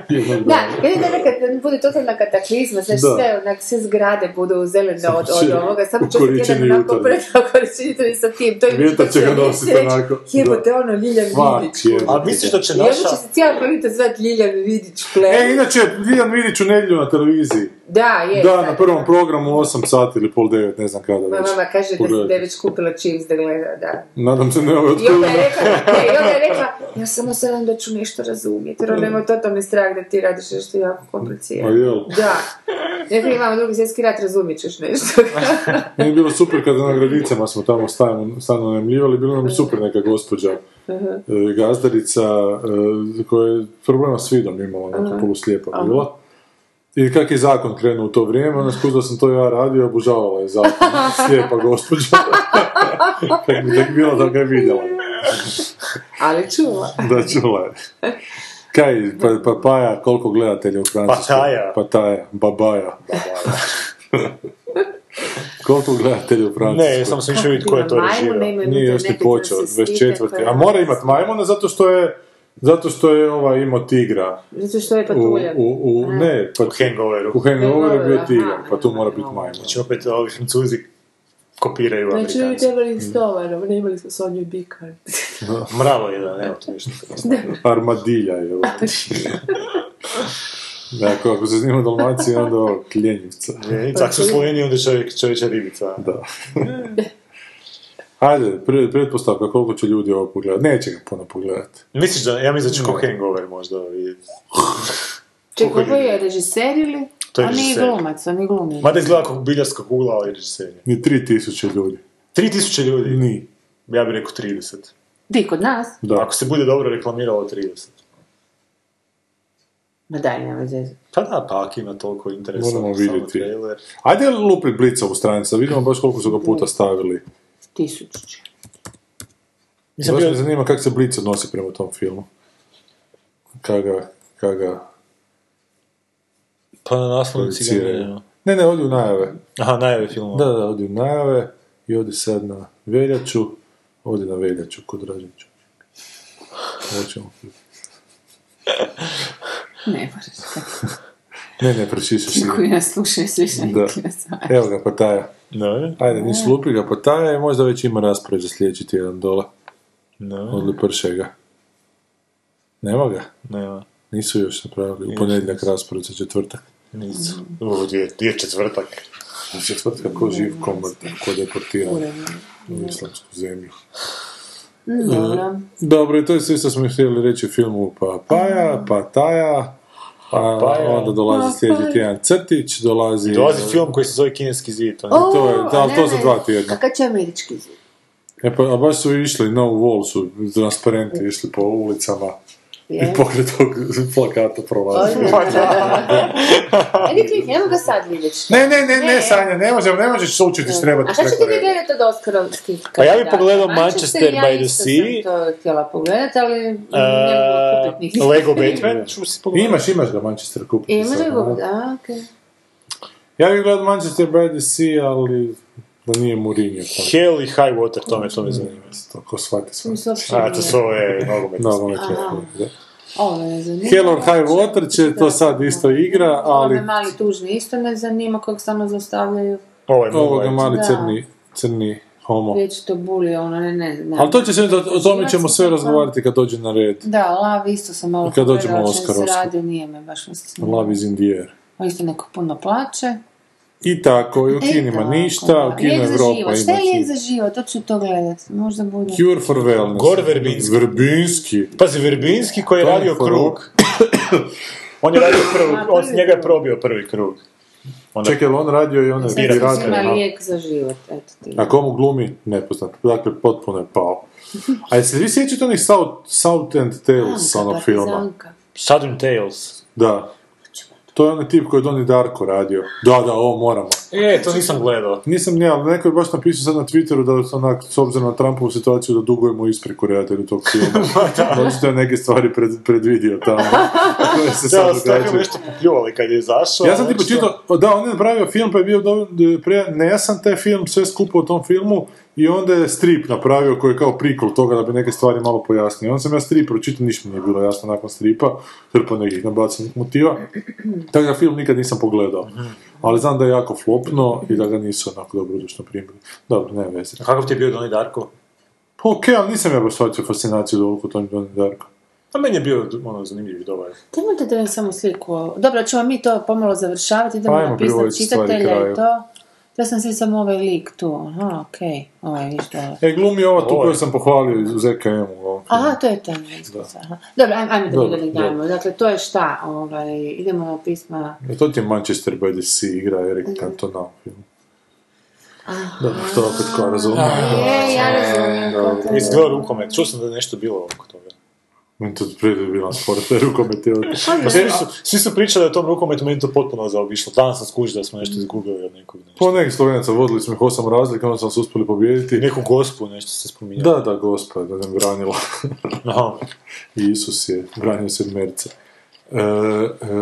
Jednog
Da,
dana.
kad je da nekad bude totalna kataklizma, znači
Da.
sve, onak, sve zgrade budu zelene od,
će-
od ovoga, samo će se
ukoričeni
jedan onako
jutarnji.
<laughs> predao koričenje sa tim, to je
Vjetar će ga
reći,
nositi
reći,
onako, da.
Jebote, ono, Ljiljan
Fuck,
Vidić.
jebote.
A misliš da će
Jebo
naša...
će se cijela planeta zvati Ljiljan Vidić
E,
Play.
inače, Ljiljana Vidić u nedjelju na televiziji.
Da, je.
Da,
sad.
na prvom programu u 8 sati ili pol 9, ne znam kada
Moja
već.
mama kaže da, si- da je
Pogledajte.
već kupila Chips da gleda, da.
Nadam se ne ove
I onda je
otkrivene.
pa rekla, ne, i onda je rekla, ja samo se nadam da ću nešto razumjeti, jer ono ima totalni strah da ti radiš nešto jako
A
komplicirano.
jel?
Da. Rekla imamo drugi svjetski rat, razumit ćeš nešto.
Meni je bilo super kada na gradicama smo tamo stajamo, stano najemljivali, bilo nam je super neka gospođa
Mhm.
e,
Mhm.
gazdarica e, koja je problema s vidom imala, neka poluslijepa bila. I kak je zakon krenuo u to vrijeme, onda skužila sam to ja radio, obožavala je
<laughs>
zakon, slijepa gospođa. kak bi tek bilo da ga je vidjela.
Ali čula.
Da čula je. Kaj, pa, papaja, koliko gledatelja u Francuskoj?
Pataja.
Pataja, babaja. koliko gledatelja u Francuskoj?
Ne, samo sam išao vidjeti ko je to režirao.
Nije još ni počeo, 24. A mora imat majmuna zato što je, zato što je ovaj imao tigra.
Zato što je
U,
patuljan.
u, u, ne, pa,
U Hangoveru.
u Hangoveru je bio
Hangoveru,
tigar,
aha.
pa tu mora biti majmun.
Znači opet ovi francuzi kopiraju
Znači, mi
Amerikanci.
trebali s tovarom, ne imali smo Sonju i Bikar.
Mravo jedan, evo tu nešto.
Armadilja je ovo. Dakle, ako se snima Dalmacija, onda ovo, kljenjivca.
I tako su Sloveniji, onda je čovjek, čovječa ribica.
Da. Ajde, pre- pretpostavka koliko će ljudi ovo pogledati. Neće ga puno pogledati.
Misliš da, ja mislim da ću ko Hangover možda vidjeti.
<laughs> Čekaj,
Koliko
ovo je
ljudi?
režiser ili?
To je
on nije
režiser.
glumac, on je glumi.
Mada izgleda kako biljarska kugla, ali režiserija.
Ni 3000 ljudi.
3000 ljudi.
Ni.
Ja bih rekao 30.
Di, kod nas?
Da.
Ako se bude dobro reklamiralo 30.
Ma daj, nema zezu.
Pa da, pa ako ima toliko interesa.
Moramo
samo
vidjeti.
trailer.
Ajde lupi blica u stranica, vidimo baš koliko su ga puta stavili.
Tisuću će.
Nisam
Baš me
bio...
zanima kako se blic odnosi prema tom filmu. Kaga, kaga
Pa na naslovnici ga
projiciraju.
nema.
Ne, ne, odi u najave.
Aha, najave filmova.
Da, da, odi u najave i odi sad na veljaču. Odi na veljaču kod Rađanču. Hoćemo.
Ne moraš tako.
Ne, ne, pročišaš si. ga.
Koji nas slušaju svi što
Da. Evo ga, Pataja.
No,
Ajde, nisi lupli ga Pataja i možda već ima raspravu za sljedeći tjedan dole.
no,
Od Lipršega. Nema ga.
nema.
Nisu još napravili. U
Još
ponedjeljak
nisu.
raspravu za četvrtak.
Nisu. U, dvije, dvije četvrtak.
Za četvrtak ko živ komad, ko deportiran u islamsku zemlju. E,
Dobro.
Dobro, i to je sve što smo htjeli reći o filmu Pa Papaja, Pataja, a
Papaja.
onda dolazi sljedeći tjedan Crtić, dolazi...
Pa Dolazi film koji se zove Kineski zid. On je
to je- da, ali to za dva tjedna.
Kakav će američki zid?
E pa, a baš su išli, no wall su transparenti išli po ulicama i
Je.
pokrije tog plakata prolazi.
Pa <laughs> E, nikli, nemo ga sad vidjeti.
Ne, ne, ne,
Ne.
ne, Sanja, ne možemo, ne možeš sučiti
A
trebati
šta ćete
preko
vi
reda.
gledati od Oskarovskih
Pa ja bi
kandidata?
pogledao Manchester
ja
by the
isto
Sea.
sam to htjela pogledati, ali ne mogu kupiti
Uh,
nigdje. <laughs>
Lego Batman, ću si pogledati.
Imaš, imaš ga Manchester kupiti.
Ima
sad,
nego,
da.
da, okej.
Ja bih gledao Manchester by the Sea, ali da nije Mourinho tamo.
Hell i High Water, to me, to
Mm.
me zanima.
To ko shvati
To
sve.
mi se uopće
A,
nije-
to su ove nogometne.
Da, ono je tako, da.
Ovo me ne zanima.
Hell or High Water će to sad isto igra, ali
Ovo me mali tužni isto me zanima kog samo zastavljaju.
Ovo je
ovoga
Moonlight.
mali
Da.
crni, crni homo.
Već to buli, ono, ne, ne znam. Znači,
Ali to će se, o tome ćemo sve razgovarati kad dođe na red.
Da, Lav isto sam malo
Kad dođemo
pogledala
o
čemu se
Oskarovskom.
radi, nije me baš mislim.
Love is in the air.
Pa isto neko puno plače.
I tako, i u
E,
kinima
tako,
ništa, u
da.
kinu
Lijek za
Evropa
život.
ima
Šta je lijek
hit.
za život? To ću to gledat. Možda bude.
Cure for wellness.
Gor Verbinski.
Verbinski.
Pazi, Verbinski koji je
Tom
radio
Ford. <coughs>
krug. on
<coughs>
je radio krug,
A,
on,
prvi
njega je
krug.
probio prvi krug. Ono- Onda,
Čekaj, jel on radio i onaj
Sad
Pirata,
sam
pirata.
uzima
aha.
lijek za život. Eto ti.
Na komu glumi? Nepoznat. Dakle, potpuno je pao. A jesi vi sjećate onih South, South and Tales
Anka,
onog filma?
partizanka.
Southern Tales.
Da. To je onaj tip koji je Donnie Darko radio. Da, da, ovo moramo.
E, to nisam gledao.
Nisam ni, ali neko je baš napisao sad na Twitteru da su onak, s obzirom na Trumpovu situaciju, da dugujemo ispreku redatelju tog filma. da. Očito je neke stvari pred, predvidio tamo. koje se
Da,
sad
ali ste tako
događaju.
nešto popljuvali kad je izašao. znači,
Ja sam ti
ali očito-
počitao, da, on je napravio film pa je bio dovoljno pre, nejasan taj film, sve skupo u tom filmu i onda je strip napravio koji je kao prikol toga da bi neke stvari malo pojasnio. I Onda sam ja strip pročitao, ništa mi nije bilo jasno nakon stripa, trpa nekih nabacanih motiva, <clears throat> tako da film nikad nisam pogledao.
Mhm.
Ali znam da je jako flopno i da ga nisu onako dobrodušno primili. Dobro, nema veze.
A Kakav ti je bio Donnie Darko?
Pa okej, ali nisam ja baš shvatio fascinaciju doliku Tony Donnie Darko.
A meni je bio ono, zanimljiv i dobar.
Nemojte da vam samo sliku ovo. Dobro, ćemo mi to pomalo završavati, idemo
Pa ajmo
napisati
privojiti stvari
čitatelja
kraju.
i to. Ja sam svi samo ovaj lik tu. Aha, okej. Ovaj, viš dole.
E, glumi ova tu
Ovo je-
koju sam pohvalio iz- u ZKM-u. u ovom filmu.
Aha, to je ta engleska stvar, aha. Dobro, ajmo, ajmo da
Dobro,
vidjeli
dobro.
dajmo. Dakle, to je šta? Ovaj, idemo na pisma.
E, to ti je Manchester by the Sea igra Eric Cantona u filmu. Dobro, to opet kao razumijem.
E, ja razumijem.
Izgleda rukomet. Čuo sam da je nešto bilo oko toga.
Meni to predivan sport, <laughs> taj rukomet je od...
Pa svi, su, svi su pričali o tom rukometu, meni to potpuno zaobišlo. Danas sam skužio da smo nešto izgubili od nekog nešto.
Po nekih slovenaca vodili smo ih osam razlika, onda sam se uspjeli pobijediti.
Neku gospu nešto se spominjalo.
Da, da, gospa, da nam <laughs> branila.
Aha.
I Isus je branio sedmerce. E, e,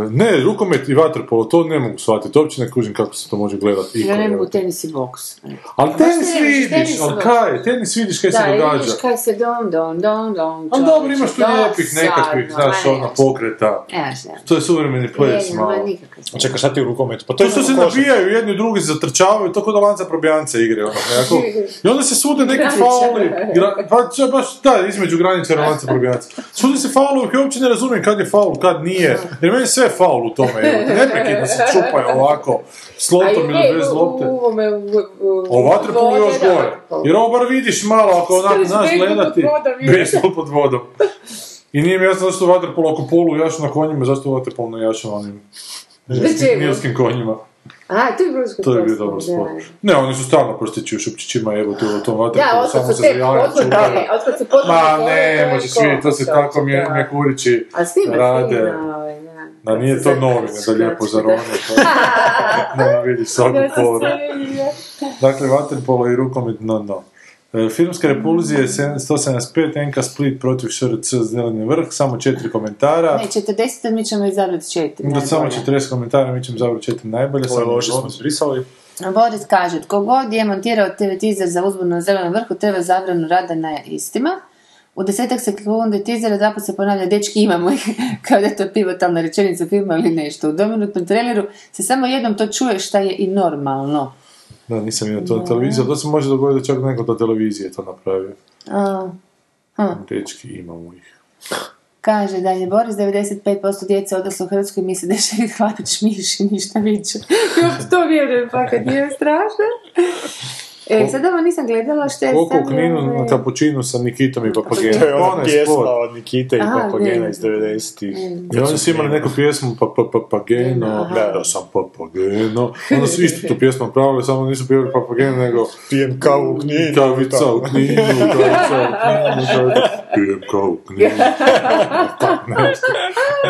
ne, rukomet i vaterpolo, to ne mogu shvatiti. Uopće ne kužim kako se to može gledati.
Ja
ikako,
ne
evo.
mogu tenis i boks.
Ali tenis
Baš ne, tenis
vidiš, ali
ono.
kaj, tenis vidiš kaj se
Da, i
događa.
vidiš kaj se don, don, don, don,
Ali dobro, imaš tu
čovječe,
lijepih nekakvih,
dosadno,
znaš, ono,
ma ne,
ona pokreta.
Znaš, ne.
To je suvremeni ples,
Ne,
malo. Znači,
ma nikakve se-
A čekaj, šta ti u rukometu? Pa to
To
je
što se
samo košarka.
nabijaju jedni i drugi, se zatrčavaju, to kod da lanca probijance igre, ono, nekako. I onda se sude neki fauli, gra- pa to je baš, da, između granice i lanca probijanca. Sude se faulovi koji uopće ne razumijem kad je faul, kad nije, jer meni je sve faul u tome, evo, neprekidno se čupaju ovako, s
A i
loptom ili
ne,
bez
u-
lopte.
u ovome, u- u-
O vaterpolu još
vode, da,
gore.
vaterpolu.
Jer ovo bar vidiš malo ako onak
Bez
znaš
bezno pod
gledati.
vodom, je.
Bezno pod vodom. I nije mi jasno zašto vaterpolo oko polu jašu na konjima, zašto vaterpolo ne jašu na onim nilskim-
čemu?
nilskim konjima.
A, to je bilo
To je bio dobar sport. Ne, oni su stalno prostići u šupčićima, evo tu u tom
Da,
vaterpolu, samo
otkad su
se
te,
zajavaju.
otkad ne, otkad su potpuno
Ma
to-
ne,
je
možeš vidjeti, to se
koncept,
tako mje-
da.
mjekurići
A s tim
rade. Da
<laughs>
nije to novine, da lijepo zarone. to- Da vidiš svaku poru. Dakle, vaterpolo i rukomet no no. E, Filmska repulzija je 175, NK Split protiv ŠRC Zeleni vrh, samo četiri komentara.
Ne, 40, mi ćemo izabrati četiri.
Da samo
najbolje.
40 komentara, mi ćemo zabrati četiri najbolje.
Ovo je
samo
loše smo
bonus.
izbrisali.
Boris kaže, tko god je montirao TV teaser za uzbunu na zelenom vrhu, treba zabranu rada na istima. U desetak sekundi teasera zapad se ponavlja, dečki imamo ih, <laughs> kao da je to pivotalna rečenica filma ili nešto. U dominutnom traileru se samo jednom to čuje šta je i normalno.
Da, nisam vidio to na televiziji, ali to se može dogoditi čak neko da televizije to napravio.
A,
Dečki, imamo ih.
E, Kaže dalje, Boris, 95% djece odraslo u Hrvatskoj misli da je Šerik Hlapić miš i ništa više. <laughs> Ja u to vjerujem, fakat nije strašno. E, sad ovo nisam gledala što je
Koliko u
sad,
Kninu
ovaj,
na kapućinu sa Nikitom i Papagenom.
To je ona
Onaj
pjesma
spot.
od Nikite i
Aha,
Papagena
ne.
iz 90-ih.
I oni su imali neku pjesmu, pa pa papageno,
Aha.
da sam papageno. Onda su istu tu pjesmu pravili, samo nisu pjevali papageno, nego
Pijem kavu u knjinu.
kavica u knjinu, kavica u knjinu, kavica- pijem kavu u
<laughs>
knjinu. Tako nešto.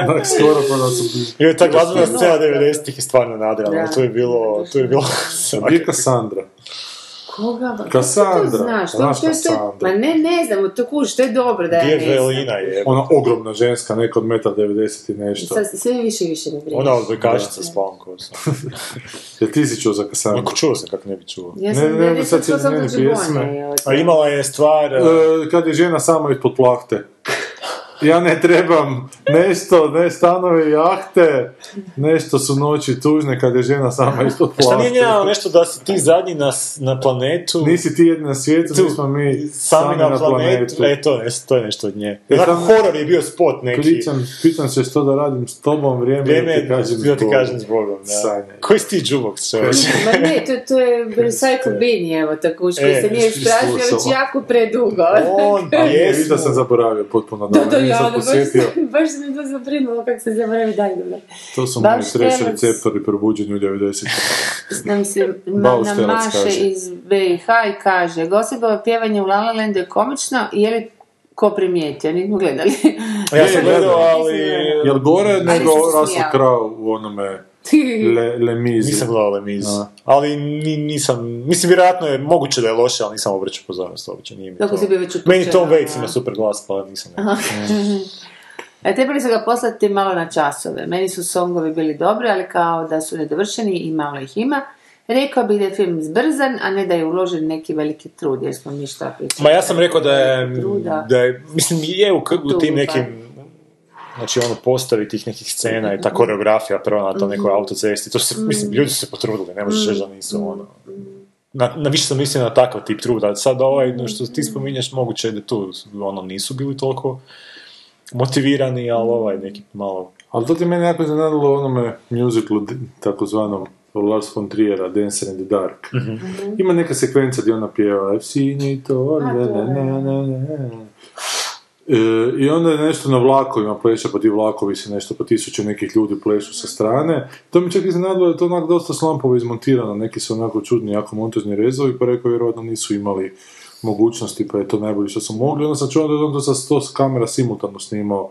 Onak skoro pa da su bili.
I ta glazbena scena 90-ih je stvarno nadrana.
Da.
Tu je bilo... Tu je bilo...
Gdje je Kassandra?
Koga? ba-
Kassandra.
Kako to znaš? To,
Znaš
to, to,
Kassandra.
ma ne, ne znam, to kuš, to je dobro da ja ne znam.
Vjelina je.
Ona ogromna ženska, neka od meta 90 i nešto.
Znači, Sad sve više i više mi brinu.
Ona odbojkašica s plavom kosom.
Jel ti si čuo za Kassandru?
Ako čuo sam kako ne bi čuo.
Ja
Ne,
sam,
ne,
ja
ne,
nisam
sad se
čula sam
izmijeni
da Gibbona
pjesme.
je od-
A imala je stvar...
E, kad je žena sama ispod plahte. Ja ne trebam nešto, ne stanove i jahte, nešto su noći tužne kad je žena sama ispod
Šta
plahte.
nije njena nešto da si ti zadnji na, s- na planetu?
Nisi ti jedni na svijetu,
Tu,
mi smo mi
Sami na, planetu. E, to, je, to je nešto od nje. Onako
tamo-
horor je bio spot neki.
Pitam, pitam se što da radim s tobom, vrijeme,
Vrijeme
da ti
je
kažem
da ti
zbog.
kažem zbogom. Da.
Sanjaj.
Koji si ti džubok čovječe?
Ma ne, to, to je
<laughs>
Recycle Bin, evo, ta kuš koji
E,
se nije
nisi
istražio već
slušala.
jako predugo.
On
A nije, vidiš
pjesmu.
da sam zaboravio potpuno
<laughs> To, to
da
ja,
nisam
ono, baš,
posjetio.
sam- baš sam to zabrinula kako se zaboravi dalje. da.
To su moji
Baš
stres
temac.
receptori probuđeni u 90
<laughs>
Nam se ma,
Baustelac
nam maše
kaže.
iz BiH i kaže Gosebovo pjevanje u La La Landu je komično, je li ko primijetio? Nismo gledali.
Ja sam
Je, gledam.
gledao, ali...
Jel gore nego
nisam se
Russell
smijala.
Crowe u onome <laughs> Le, le Mizi?
Nisam gledao Lemiz.
Da.
Ali ni, nisam, mislim, vjerojatno je moguće da je loše, ali nisam obraćao pozornost uopće, nije mi
Dok
to.
si bio već upućen,
Meni Tom Waits
a?
ima super glas, pa nisam.
E, trebali su ga poslati malo na časove. Meni su songovi bili dobri, ali kao da su nedovršeni i malo ih ima. Rekao bih da je film zbrzan, a ne da je uložen neki veliki trud, jer smo mi šta pričali.
Ma ja sam rekao da je,
Truda. pa.
da je mislim, je u, u tim
Truda.
nekim Znači ono postavi tih nekih scena i ta
Mhm.
koreografija prva na to nekoj autocesti, to se, mislim, ljudi su se potrudili, ne možeš reći da
Mhm.
nisu ono... Na, na više sam mislio na takav tip truda, sad ovaj, no, što ti spominješ, moguće je da tu ono nisu bili toliko motivirani, ali ovaj neki malo...
Ali to ti mene jako iznenadilo u onome musiclu d- takozvanom Lars von Trier'a Dancer in the Dark. Ima neka sekvenca gdje ona pjeva I've seen it all, na, na, na, na, na. E, I onda je nešto na vlakovima pleša, pa ti vlakovi se nešto, pa tisuće nekih ljudi plešu sa strane. To mi čak iznenadilo da je to onako dosta slampovo izmontirano, neki su onako čudni, jako montažni rezovi, pa rekao vjerojatno nisu imali mogućnosti, pa je to najbolje što su mogli. Onda sam čuo da je on to sa 100 kamera simultano snimao,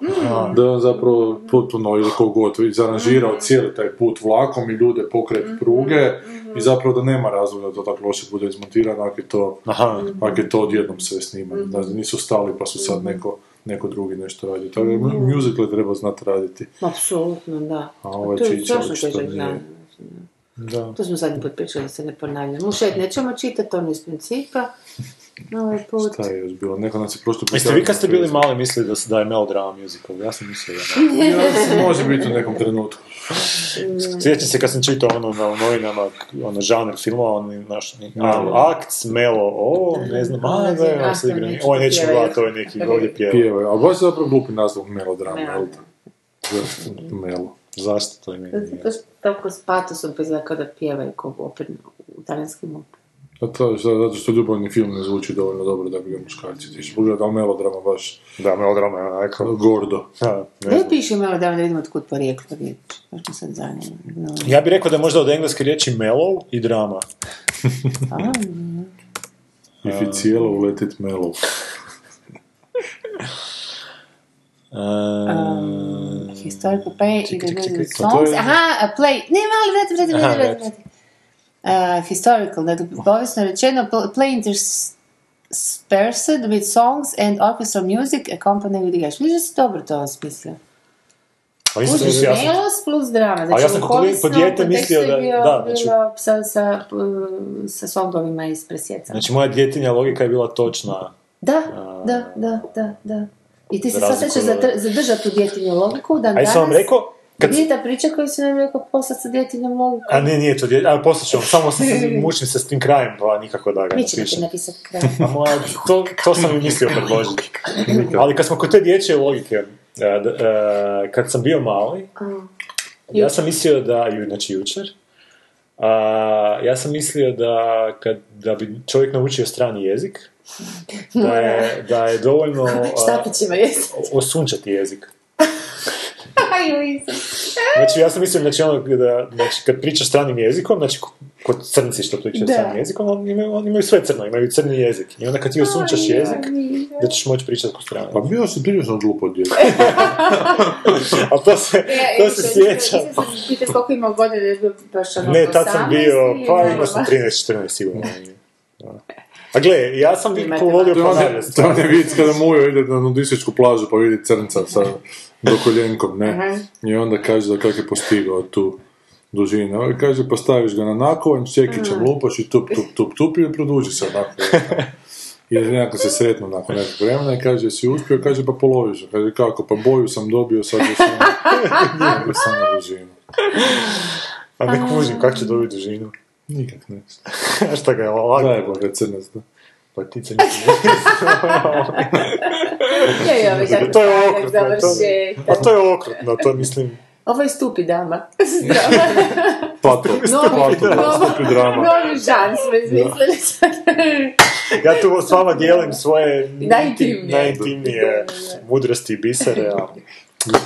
da je on zapravo potpuno ili kogod izaranžirao cijeli taj put vlakom i ljude pokret pruge i zapravo da nema razloga da to tako loše bude izmontirano ako je to, ako je to odjednom sve snimano. Da nisu stali pa su sad neko, neko drugi nešto radi. Tako da muzikle treba znati raditi.
Apsolutno, da. Pa
A ovaj
to je
Čičević
strašno
što
težak
nije.
dan.
Da.
To smo zadnji put pričali, da se ne ponavljam. U šet nećemo čitati, ono iz
<laughs>
principa. Ovaj put.
Šta je još bilo? Neko nas je prošli put...
Jeste vi kad ste bili mali mislili da, se- da je melodrama musical? Ja sam mislio da ne.
Može biti u nekom trenutku.
Sjećam se kad sam čitao ono na u novinama, k- ono žanr filmova, ono naš, ono, akts, melo, ovo, ne znam, a
Ne
ne
znam,
znam, ovo
akts,
se igra,
nešto
ovo nećemo
pjevaju.
gledati, ovo je neki, ovdje pjeva.
Pjevaju, a baš je zapravo glupi naslov melodrama,
Ne.
jel da? Zašto Melo.
Zašto to je meni? nije?
Zato što toliko s patosom pa izgleda kao da pjevaju kao operno u talijanskim operama.
A to je što- zato što ljubavni film ne zvuči dovoljno dobro da bi ga muškarci tišli pogledati, ali melodrama baš
Da, melodrama je onako,
gordo.
ha, ne
Ne
znam.
piše malo da vidimo od kud porijeklo to riječ. Baš me sad zanima. No,
Ja bih rekao da je možda od engleske riječi mellow i drama.
a,
If it's yellow, let it mellow.
E,
historical play,
Čekaj, čekaj, čekaj, to-
songs.
to je-
Aha, a play. Ne, mali, vrati, vrati, vrati,
Aha,
vrati.
vrati.
vrati. Uh, historical, dakle, povijesno rečeno, pl- play interspersed with songs and orchestral music accompanying the gaš. Viš da si dobro to osmislio.
A mislim da
Kužiš,
pa je- ja sam-
melos plus drama. Znači,
ja sam
u
kod ovih
povijesnom
pod dijete
kontekstu
mislio
je
da-
bio-
da, znači-
bilo sa, sa, uh, sa songovima iz presjecanja.
Znači, moja djetinja logika je bila točna.
Da, da, da, da, da. I ti se
Za
sad
razliku
sećaš
od-
zadr- zadržati tu djetinju logiku, dan
A
danas.
jesam vam rekao? Kad...
Gdje je ta priča koju si nam rekao poslat sa djetinjom logikom?
A ne, nije to djetinja, a poslije ću vam, samo <laughs> sam se, mučim se s tim krajem, pa nikako da ga
Mi
ne
ćemo ti
pišem.
napisati
<laughs>
kraj.
A moja, Pa to, to sam i mislio predložiti. Ali kad smo kod te dječje logike, e, d- e, kad sam bio mali, ja sam mislio da, ju- znači jučer, a, ja sam mislio da, kad, da bi čovjek naučio strani jezik, da je, da je dovoljno a,
Štapićima jesi.
osunčati jezik.
Aj, Lisa.
Znači, ja sam mislim, znači, ono, da, znači, kad pričaš stranim jezikom, znači, k- kod crnci što pričaju
Da.
stranim jezikom, oni imaju, oni imaju sve crno, imaju crni jezik. I onda kad ti osunčaš jezik, da ćeš moći pričati kod strane.
Pa bio si prilično glup od djece.
A to se, to se sjeća.
Pite koliko ima godina, je bio baš ono
Ne, tad sam
18
bio,
ili
pa
ono,
imao sam 13-14 sigurno. Da. A gle, ja sam
Imate
povolio
To je onaj-
ponavljati.
to je onaj vic kada Mujo ide na nudističku plažu pa vidi crnca sa dokoljenkom, ne? I onda kaže da kak je postigao tu dužinu. Ovaj kaže, postaviš ga na nakovanj, čekićem lupaš i tup, tup, tup, tup i produži se onako. I nekako se sretnu nakon nekog vremena i kaže, si uspio? Kaže, pa poloviš. Kaže, kako? Pa boju sam dobio, sad još sam, sam na dužinu.
A ne kužim, Pa kak će dobiti dužinu?
Nikak ne.
A <laughs> šta ga je lagano?
Zajebo ga crnac, da.
Patice
<laughs> <laughs> Je, je, ovaj kako
To je
stavak
okrutno. to-
završetak.
A to je okrutno, to mislim...
Ovo je stupi <laughs> dama.
Plato,
Novi,
plato, stupi drama.
novi žan smo izmislili sad.
Ja tu s vama dijelim svoje
Najintimnije.
najintimnije mudrosti i bisere, a
<laughs>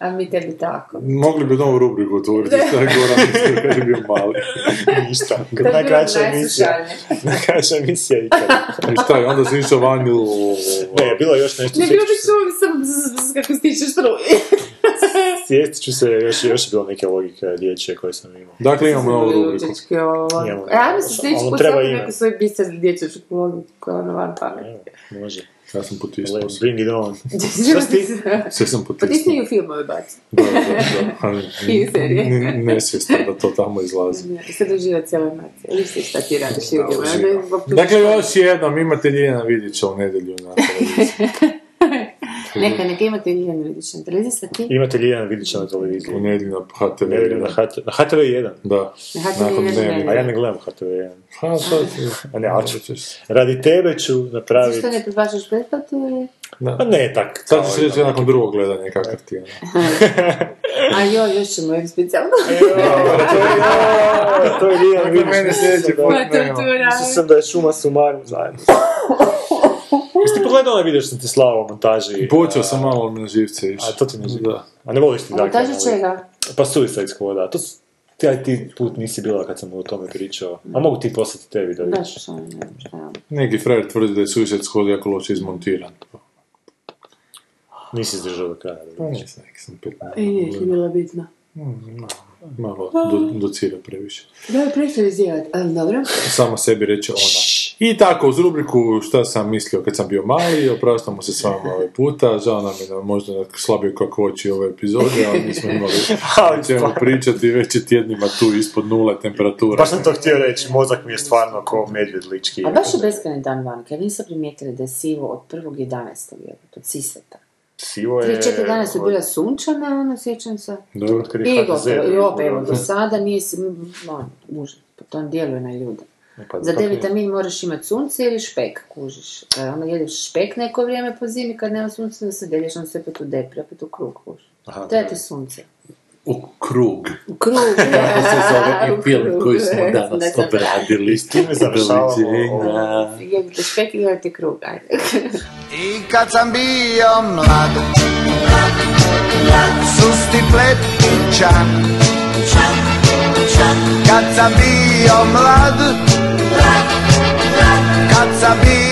A mi tebi tako.
Mogli bi novu rubriku otvoriti, šta je Goran mislio kad je bio mali.
ništa.
To je bilo
Najkraća emisija. <laughs>
najslušanije.
Najkraća emisija
<laughs>
ikada.
I šta je, onda si išao vani u...
Ne, je bilo još nešto.
Ne bilo bi
sjetit ću se-
čuli sam z- z- kako stiče struje.
Sjetit ću se, još, još je bilo neke logike dječje koje sam imao.
Dakle, imamo novu rubriku.
Ljubički ovo.
Imamo.
A mi se sljedeći
Ono
put
treba
samo
ime.
neku svoju biser dječačku logiku koja je ono van pamet.
Evo, Može.
Ja sam
Le,
potisnuo. sve.
Bring it on. Šta
<laughs>
si Pa ti?
Sve sam potisnuo.
Potisni u filmove baci.
Da, da, da. Ali
<laughs>
I u serije.
n- Nesvjesno da to tamo izlazi.
I sad uživa cijela nacija. Ili si šta ti radiš
Da,
ljudima.
uživa.
ne? Zbog toga
Dakle,
što-
još jednom, imate Ljena Vidića u nedjelju na televiziji.
Neka, neka imate Ljiljanu Vidić na televiziji, sad ti?
Imate li jedan vidića na
U
televiziji?
nedjelju na
<laughs>
HTV.
Ne vidim na HTV, na HTV 1.
Da.
Na HTV
Nakon
jedan
A ja
dnevnika.
ne gledam HTV 1.
Pa, sad...
A ne, ali ću.
ćeš.
Radi tebe ću napraviti...
Zašto ne prebačaš pretplatu ili?
Pa ne, tak.
Sad
kao
ćeš reći
i-
nakon drugog gledanja kakav ti je.
A joj, još ćemo jednu specijalnu.
<laughs>
To je Lijan Vidić.
mene sljedeći put nema.
Tortura.
Mislio sam da je šuma sumarum zajedno. Jesi ti pogledao onaj video što sam ti slao o montaži?
Počeo
A,
sam malo ali mi na živce išao.
A to ti ne živi.
Da.
A ne voliš ti
Montaža
ali-
čega?
Pa Suicide Squad, to, s- Ti, aj ti put nisi bila kad sam o tome pričao. A mogu ti poslati tebi da vidiš.
Znaš što ne znam šta je.
Neki frajer tvrdi da je Suicide Squad jako loše izmontiran.
Nisi izdržao do kraja. Da vidiš.
Ne znam, neki sam petnaest.
E,
I nije ti bila bitna.
Malo
Pa.
do, docira previše.
Da je prefrizirati, ali dobro.
Sama sebi reče ona. I tako, uz rubriku šta sam mislio kad sam bio mali, opraštamo se s vama ovaj puta, žao nam je da možda slabio kakvoći ove epizode, ali nismo
<laughs>
imali o čemu pričati, već je tjednima tu ispod nula temperatura.
Baš sam to htio reći, mozak mi je stvarno ko medvjed lički.
A baš je beskrajni dan vanke. Vi niste primijetili da je sivo od 1.11. jebote, od sisata.
Sivo je...
3-4 dana su bila sunčana, ono sjećam se.
Dobro, kad je
I
HDZ.
gotovo, i opet, evo, do sada nije se, ono, užas, to on djeluje na ljude.
Pa,
Za
kako
D
je?
vitamin moraš imati sunce ili špek, kužiš. E, onda jedeš špek neko vrijeme po zimi, kad nema sunca, da se delješ, onda se opet u depri, opet u krug, kužiš.
Aha,
Treba ti sunce.
U krug.
U krug, <laughs>
Tako se
a,
zove
u
epilog
krug,
koji smo
e, da
danas
sam-
obradili.
S time završavamo
Doviđenja.
Jebite špek i gledajte krug, ajde.
I kad sam bio mlad Susti plet i čan Kad sam bio mlad Kad sam bio